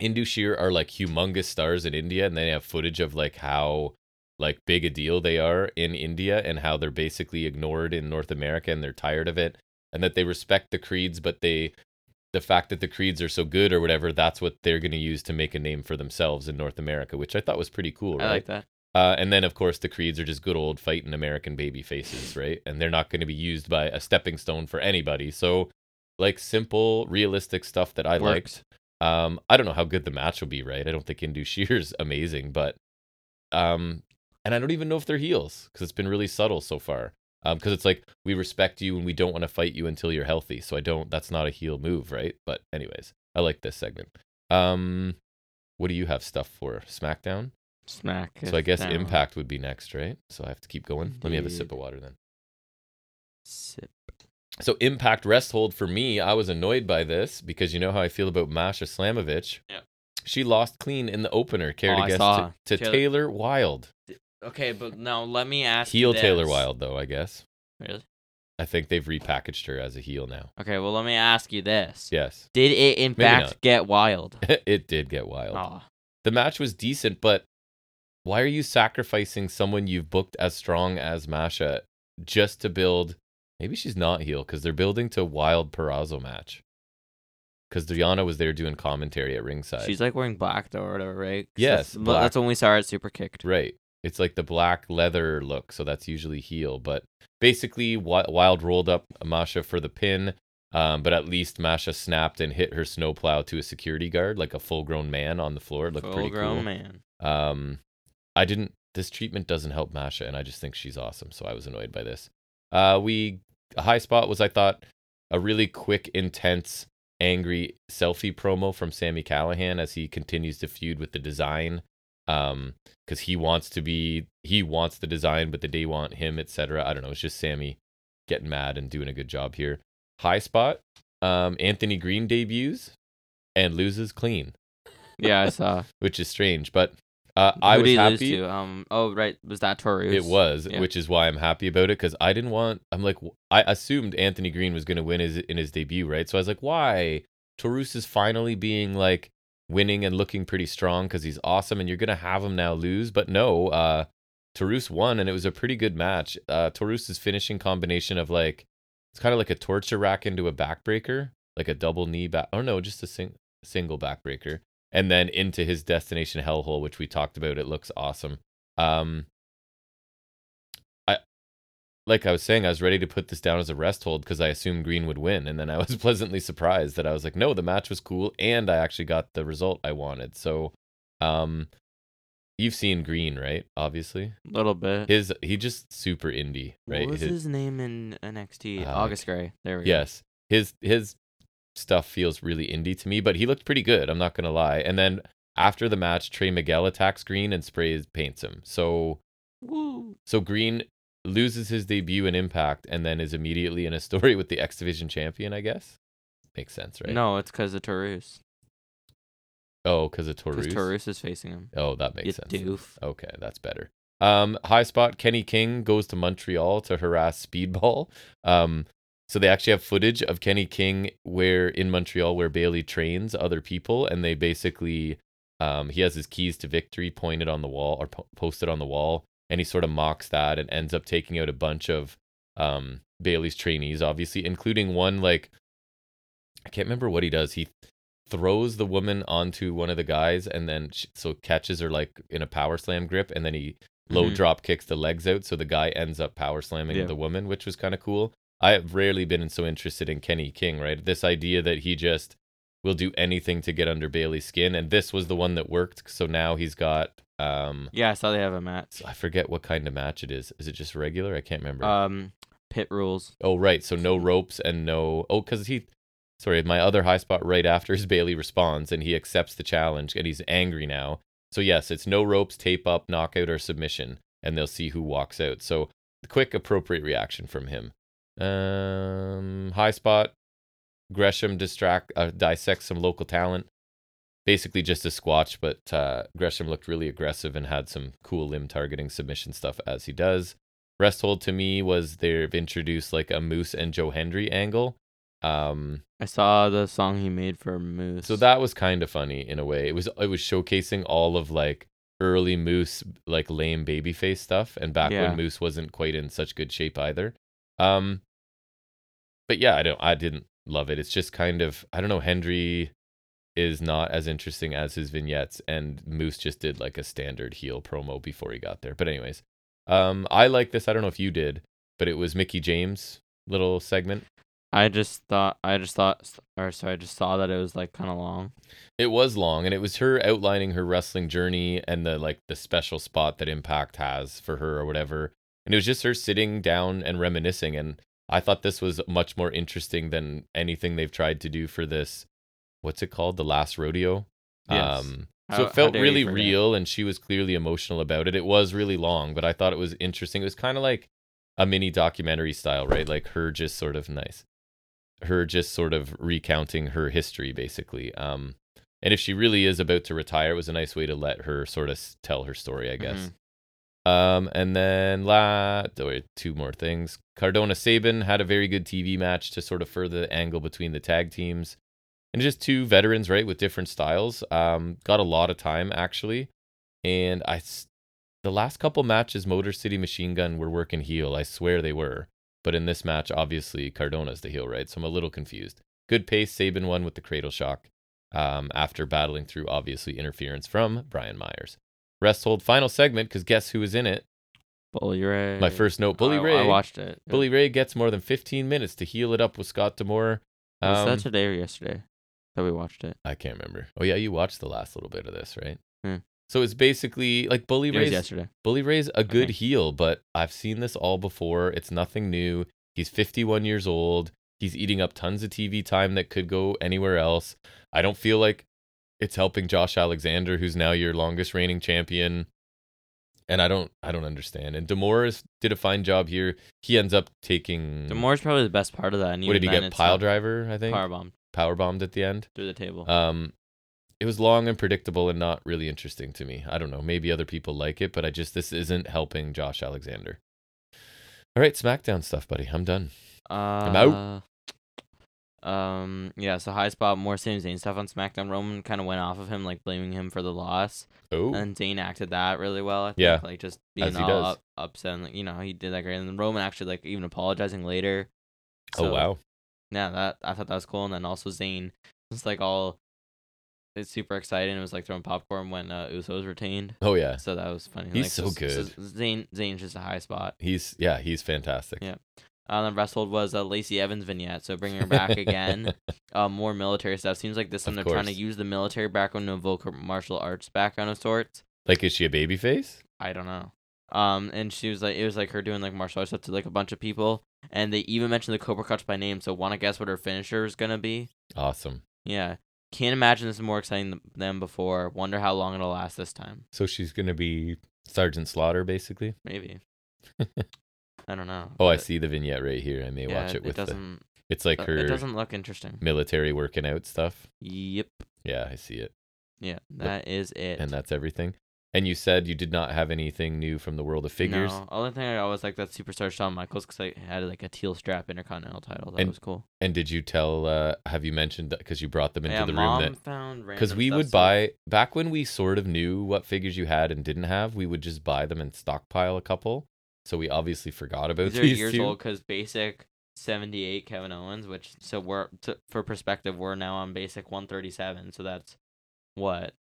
[SPEAKER 1] Indushir are like humongous stars in India, and they have footage of like how like big a deal they are in India and how they're basically ignored in North America and they're tired of it, and that they respect the creeds, but they the fact that the creeds are so good or whatever, that's what they're going to use to make a name for themselves in North America, which I thought was pretty cool, right?
[SPEAKER 2] I like that.
[SPEAKER 1] Uh, and then, of course, the creeds are just good old fighting American baby faces, right? And they're not going to be used by a stepping stone for anybody. So, like simple, realistic stuff that I
[SPEAKER 2] Works.
[SPEAKER 1] liked. Um, I don't know how good the match will be, right? I don't think Indu Shear's amazing, but um, and I don't even know if they're heels because it's been really subtle so far. Um, because it's like we respect you and we don't want to fight you until you're healthy. So I don't. That's not a heel move, right? But anyways, I like this segment. Um, what do you have stuff for SmackDown?
[SPEAKER 2] Smack.
[SPEAKER 1] So I
[SPEAKER 2] it
[SPEAKER 1] guess
[SPEAKER 2] down.
[SPEAKER 1] Impact would be next, right? So I have to keep going. Let me have a
[SPEAKER 2] Indeed.
[SPEAKER 1] sip of water then.
[SPEAKER 2] Sip.
[SPEAKER 1] So impact rest hold for me, I was annoyed by this because you know how I feel about Masha Slamovich.
[SPEAKER 2] Yeah.
[SPEAKER 1] She lost clean in the opener. Care
[SPEAKER 2] Oh,
[SPEAKER 1] to
[SPEAKER 2] I
[SPEAKER 1] guess
[SPEAKER 2] saw.
[SPEAKER 1] to, to
[SPEAKER 2] Taylor-
[SPEAKER 1] Taylor, Wilde.
[SPEAKER 2] Okay, but now let me ask.
[SPEAKER 1] Heel
[SPEAKER 2] this.
[SPEAKER 1] Taylor Wilde, though I guess.
[SPEAKER 2] Really?
[SPEAKER 1] I think they've repackaged her as a heel now.
[SPEAKER 2] Okay, well let me ask you this.
[SPEAKER 1] Yes,
[SPEAKER 2] Did it in
[SPEAKER 1] Maybe
[SPEAKER 2] fact
[SPEAKER 1] not.
[SPEAKER 2] get wild?
[SPEAKER 1] it did get wild.
[SPEAKER 2] Oh,
[SPEAKER 1] The match was decent, but why are you sacrificing someone you've booked as strong as Masha just to build? Maybe she's not heel because they're building to Wild Perazzo match. Because Diana was there doing commentary at ringside.
[SPEAKER 2] she's like wearing black though, or whatever, right? 'Cause
[SPEAKER 1] Yes,
[SPEAKER 2] that's, but that's when we saw her at Super Kicked.
[SPEAKER 1] Right. It's like the black leather look, so that's usually heel. But basically, Wi- Wild rolled up Masha for the pin, um, but at least Masha snapped and hit her snowplow to a security guard, like a full-grown man on the floor. It looked
[SPEAKER 2] Full
[SPEAKER 1] pretty
[SPEAKER 2] grown
[SPEAKER 1] cool.
[SPEAKER 2] man.
[SPEAKER 1] Um, I didn't. This treatment doesn't help Masha, and I just think she's awesome. So I was annoyed by this. Uh, we a high spot was I thought a really quick, intense, angry selfie promo from Sammy Callahan as he continues to feud with the design, um, because he wants to be he wants the design, but the day want him, etc. I don't know. It's just Sammy getting mad and doing a good job here. High spot. Um, Anthony Green debuts and loses clean,
[SPEAKER 2] Yeah, I saw.
[SPEAKER 1] which is strange, but. Uh, I
[SPEAKER 2] Who
[SPEAKER 1] was
[SPEAKER 2] did he
[SPEAKER 1] happy.
[SPEAKER 2] lose to? Um. Oh, right. Was that Toru?
[SPEAKER 1] It was,
[SPEAKER 2] yeah.
[SPEAKER 1] which is why I'm happy about it because I didn't want. I'm like, w- I assumed Anthony Green was going to win his in his debut, right? So I was like, why? Torus is finally being like winning and looking pretty strong because he's awesome, and you're going to have him now lose. But no, uh, Torus won, and it was a pretty good match. Uh, Torus's finishing combination of like, it's kind of like a torture rack into a backbreaker, like a double knee back. Oh no, just a sing- single backbreaker. And then into his destination hellhole, which we talked about. It looks awesome. Um, like I was saying, I was ready to put this down as a rest hold because I assumed Green would win. And then I was pleasantly surprised that I was like, no, the match was cool and I actually got the result I wanted. So, um, you've seen Green, right? Obviously.
[SPEAKER 2] little bit.
[SPEAKER 1] His, he just super indie, right?
[SPEAKER 2] What was
[SPEAKER 1] His-
[SPEAKER 2] his, name in NXT?
[SPEAKER 1] Uh,
[SPEAKER 2] August Gray. There we go.
[SPEAKER 1] Yes. His his stuff feels really indie to me, but he looked pretty good, I'm not gonna lie. And then after the match, Trey Miguel attacks Green and sprays paints him. So
[SPEAKER 2] Woo.
[SPEAKER 1] so Green loses his debut in Impact and then is immediately in a story with the X Division champion, I guess. Makes sense, right?
[SPEAKER 2] No, it's because of Torus.
[SPEAKER 1] Oh, because of
[SPEAKER 2] Because
[SPEAKER 1] Torus.
[SPEAKER 2] Torus is facing him.
[SPEAKER 1] Oh, that makes
[SPEAKER 2] you
[SPEAKER 1] sense.
[SPEAKER 2] doof.
[SPEAKER 1] Okay, that's better. Um, high spot Kenny King goes to Montreal to harass Speedball. Um, so they actually have footage of Kenny King where in Montreal where Bailey trains other people, and they basically um, he has his keys to victory pointed on the wall or po- posted on the wall, and he sort of mocks that and ends up taking out a bunch of um, Bailey's trainees, obviously, including one like I can't remember what he does. He throws the woman onto one of the guys and then sh so catches her like in a power slam grip and then he low
[SPEAKER 2] Mhm.
[SPEAKER 1] drop kicks the legs out so the guy ends up power slamming
[SPEAKER 2] Yeah.
[SPEAKER 1] the woman which was kind of cool i have rarely been so interested in kenny king right this idea that he just will do anything to get under bailey's skin and this was the one that worked so now he's got um
[SPEAKER 2] Yeah, I saw they have a match.
[SPEAKER 1] i forget what kind of match it is is it just regular i can't remember
[SPEAKER 2] Um, pit rules.
[SPEAKER 1] Oh, right. So no ropes and no. Oh, because he. Sorry, my other high spot right after is Bailey responds and he accepts the challenge and he's angry now. So, yes, it's no ropes, tape up, knockout, or submission, and they'll see who walks out. So, quick, appropriate reaction from him. Um, high spot. Gresham distract uh, dissects some local talent. Basically, just a squatch, but uh, Gresham looked really aggressive and had some cool limb targeting submission stuff as he does. Rest hold to me was they've introduced like a Moose and Joe Hendry angle. Um,
[SPEAKER 2] I saw the song he made for Moose.
[SPEAKER 1] so that was kind of funny in a way. It was it was showcasing all of like early Moose like lame babyface stuff, and back
[SPEAKER 2] Yeah.
[SPEAKER 1] when Moose wasn't quite in such good shape either. Um, but yeah, I don't I didn't love it. It's just kind of I don't know. Hendry is not as interesting as his vignettes, and Moose just did like a standard heel promo before he got there. But anyways, um, I like this. I don't know if you did, but it was Mickey James little segment.
[SPEAKER 2] I just thought. I just thought. Or sorry, I just saw that it was like kind of long.
[SPEAKER 1] It was long, and it was her outlining her wrestling journey and the like the special spot that Impact has for her or whatever. And it was just her sitting down and reminiscing. And I thought this was much more interesting than anything they've tried to do for this. What's it called? The Last Rodeo.
[SPEAKER 2] Yes.
[SPEAKER 1] Um,
[SPEAKER 2] How-
[SPEAKER 1] so
[SPEAKER 2] how
[SPEAKER 1] it felt
[SPEAKER 2] dare you
[SPEAKER 1] really
[SPEAKER 2] forget.
[SPEAKER 1] real, and she was clearly emotional about it. It was really long, but I thought it was interesting. It was kind of like a mini documentary style, right? Like her just sort of nice. Her just sort of recounting her history basically. Um and if she really is about to retire, it was a nice way to let her sort of s- tell her story, I guess. Um, and then la, oh, wait, two more things. Cardona Sabin had a very good TV match to sort of further the angle between the tag teams, and just two veterans, right, with different styles. Um, got a lot of time actually, and I, s- the last couple matches, Motor City Machine Gun were working heel. I swear they were, but in this match, obviously Cardona's the heel, right? So I'm a little confused. Good pace, Sabin won with the cradle shock, um, after battling through obviously interference from Brian Myers. Rest hold final segment because guess who was in it?
[SPEAKER 2] Bully Ray.
[SPEAKER 1] My first note, Bully
[SPEAKER 2] Mm. I,
[SPEAKER 1] Ray.
[SPEAKER 2] I watched it. Yeah.
[SPEAKER 1] Bully Ray gets more than 15 minutes to heal it up with Scott Demore.
[SPEAKER 2] Was
[SPEAKER 1] Um,
[SPEAKER 2] that today or yesterday that we watched it?
[SPEAKER 1] I can't remember. Oh yeah, you watched the last little bit of this, right?
[SPEAKER 2] Hmm.
[SPEAKER 1] So it's basically like Bully
[SPEAKER 2] It was
[SPEAKER 1] Ray's
[SPEAKER 2] yesterday.
[SPEAKER 1] Bully Ray's a good
[SPEAKER 2] think.
[SPEAKER 1] heel, but I've seen this all before. It's nothing new. He's 51 years old. He's eating up tons of TV time that could go anywhere else. I don't feel like it's helping Josh Alexander, who's now your longest reigning champion. And I don't, I don't understand. And Demoris did a fine job here. He ends up taking.
[SPEAKER 2] Demore's probably the best part of that. And
[SPEAKER 1] Hmm. what did he
[SPEAKER 2] even then,
[SPEAKER 1] get?
[SPEAKER 2] it's
[SPEAKER 1] Pile
[SPEAKER 2] not-
[SPEAKER 1] driver, I think. Power,
[SPEAKER 2] Powerbomb
[SPEAKER 1] bombed at the end.
[SPEAKER 2] through the table.
[SPEAKER 1] Um, it was long and predictable and not really interesting to me. I don't know. Maybe other people like it, but I just this isn't helping Josh Alexander. All right, SmackDown stuff, buddy. I'm done.
[SPEAKER 2] Uh,
[SPEAKER 1] out.
[SPEAKER 2] Um, yeah, so high spot, more Sami Zayn stuff on SmackDown. Roman kind of went off of him, like blaming him for the loss.
[SPEAKER 1] Oh,
[SPEAKER 2] And Zayn acted that really well. I think.
[SPEAKER 1] Yeah,
[SPEAKER 2] Like just
[SPEAKER 1] as
[SPEAKER 2] being
[SPEAKER 1] he
[SPEAKER 2] all
[SPEAKER 1] does.
[SPEAKER 2] up, upset. And, like, you know, he did that great. And then Roman actually, like, even apologizing later.
[SPEAKER 1] oh
[SPEAKER 2] So,
[SPEAKER 1] wow.
[SPEAKER 2] Yeah, that I thought that was cool. And then also Zayn was like all. It's super exciting. It was like throwing popcorn when uh, Usos retained.
[SPEAKER 1] Oh yeah.
[SPEAKER 2] So that was funny.
[SPEAKER 1] He's
[SPEAKER 2] like,
[SPEAKER 1] so good.
[SPEAKER 2] Zayn, Zayn's just a high spot.
[SPEAKER 1] He's yeah. He's fantastic.
[SPEAKER 2] Yeah. Uh, then wrestled was uh, Lacey Evans vignette, so bringing her back again. uh, more military stuff. Seems like this time
[SPEAKER 1] Of
[SPEAKER 2] they're trying to
[SPEAKER 1] course.
[SPEAKER 2] use the military background to invoke her martial arts background of sorts.
[SPEAKER 1] like, is she a baby face?
[SPEAKER 2] I don't know. Um, and she was like, it was like her doing like martial arts stuff to like a bunch of people, and they even mentioned the Cobra Clutch by name. So want to guess what her finisher is gonna be?
[SPEAKER 1] Awesome. Yeah.
[SPEAKER 2] Yeah, can't imagine this is more exciting th- than before. Wonder how long it'll last this time.
[SPEAKER 1] So she's gonna be Sergeant Slaughter, basically.
[SPEAKER 2] Maybe. I don't know.
[SPEAKER 1] Oh, I
[SPEAKER 2] but
[SPEAKER 1] see the vignette right here. I may
[SPEAKER 2] yeah,
[SPEAKER 1] watch it with the.
[SPEAKER 2] doesn't. uh,
[SPEAKER 1] It's like
[SPEAKER 2] it
[SPEAKER 1] her
[SPEAKER 2] doesn't look interesting.
[SPEAKER 1] military working out stuff.
[SPEAKER 2] Yep.
[SPEAKER 1] Yeah, I see it.
[SPEAKER 2] Yeah, that is it.
[SPEAKER 1] and that's everything. And you said you did not have anything new from the world of figures.
[SPEAKER 2] No, only thing I always like that superstar Shawn Michaels because I had like a teal strap Intercontinental title. That
[SPEAKER 1] And
[SPEAKER 2] was cool.
[SPEAKER 1] And did you tell? Uh, have you mentioned because you brought them into
[SPEAKER 2] yeah,
[SPEAKER 1] the
[SPEAKER 2] mom
[SPEAKER 1] room that
[SPEAKER 2] found random
[SPEAKER 1] because we
[SPEAKER 2] stuff,
[SPEAKER 1] would
[SPEAKER 2] so-
[SPEAKER 1] buy back when we sort of knew what figures you had and didn't have, we would just buy them and stockpile a couple. So we obviously forgot about
[SPEAKER 2] These are
[SPEAKER 1] these
[SPEAKER 2] years
[SPEAKER 1] two.
[SPEAKER 2] old because basic seventy eight Kevin Owens, which so we're to, for perspective, we're now on basic one thirty seven. So that's what,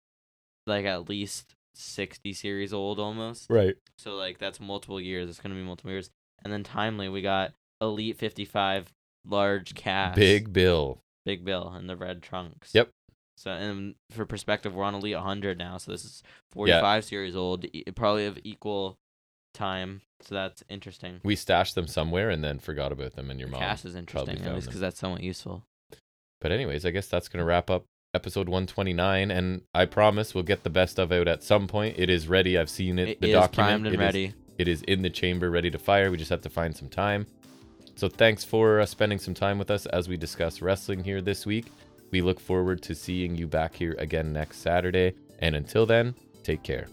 [SPEAKER 2] like at least sixty series old almost.
[SPEAKER 1] Right.
[SPEAKER 2] So like that's multiple years. It's gonna be multiple years. And then timely, we got elite fifty five large cast
[SPEAKER 1] Big Bill.
[SPEAKER 2] Big Bill and the red trunks.
[SPEAKER 1] Yep.
[SPEAKER 2] So, and for perspective, we're on Elite 100 now, so this is 45 series old, e- probably of equal time. So that's interesting.
[SPEAKER 1] We stashed them somewhere and then forgot about them and your
[SPEAKER 2] The
[SPEAKER 1] mom.
[SPEAKER 2] cast is interesting, at
[SPEAKER 1] found
[SPEAKER 2] least
[SPEAKER 1] them.
[SPEAKER 2] because that's somewhat useful.
[SPEAKER 1] But anyways, I guess that's gonna wrap up episode 129 and I promise we'll get the best of out at some point. It is ready. I've seen it.
[SPEAKER 2] It
[SPEAKER 1] the
[SPEAKER 2] is
[SPEAKER 1] document
[SPEAKER 2] primed and
[SPEAKER 1] it is
[SPEAKER 2] ready.
[SPEAKER 1] It is in the chamber, ready to fire. We just have to find some time. So thanks for uh, spending some time with us as we discuss wrestling here this week. We look forward to seeing you back here again next Saturday. And until then, take care.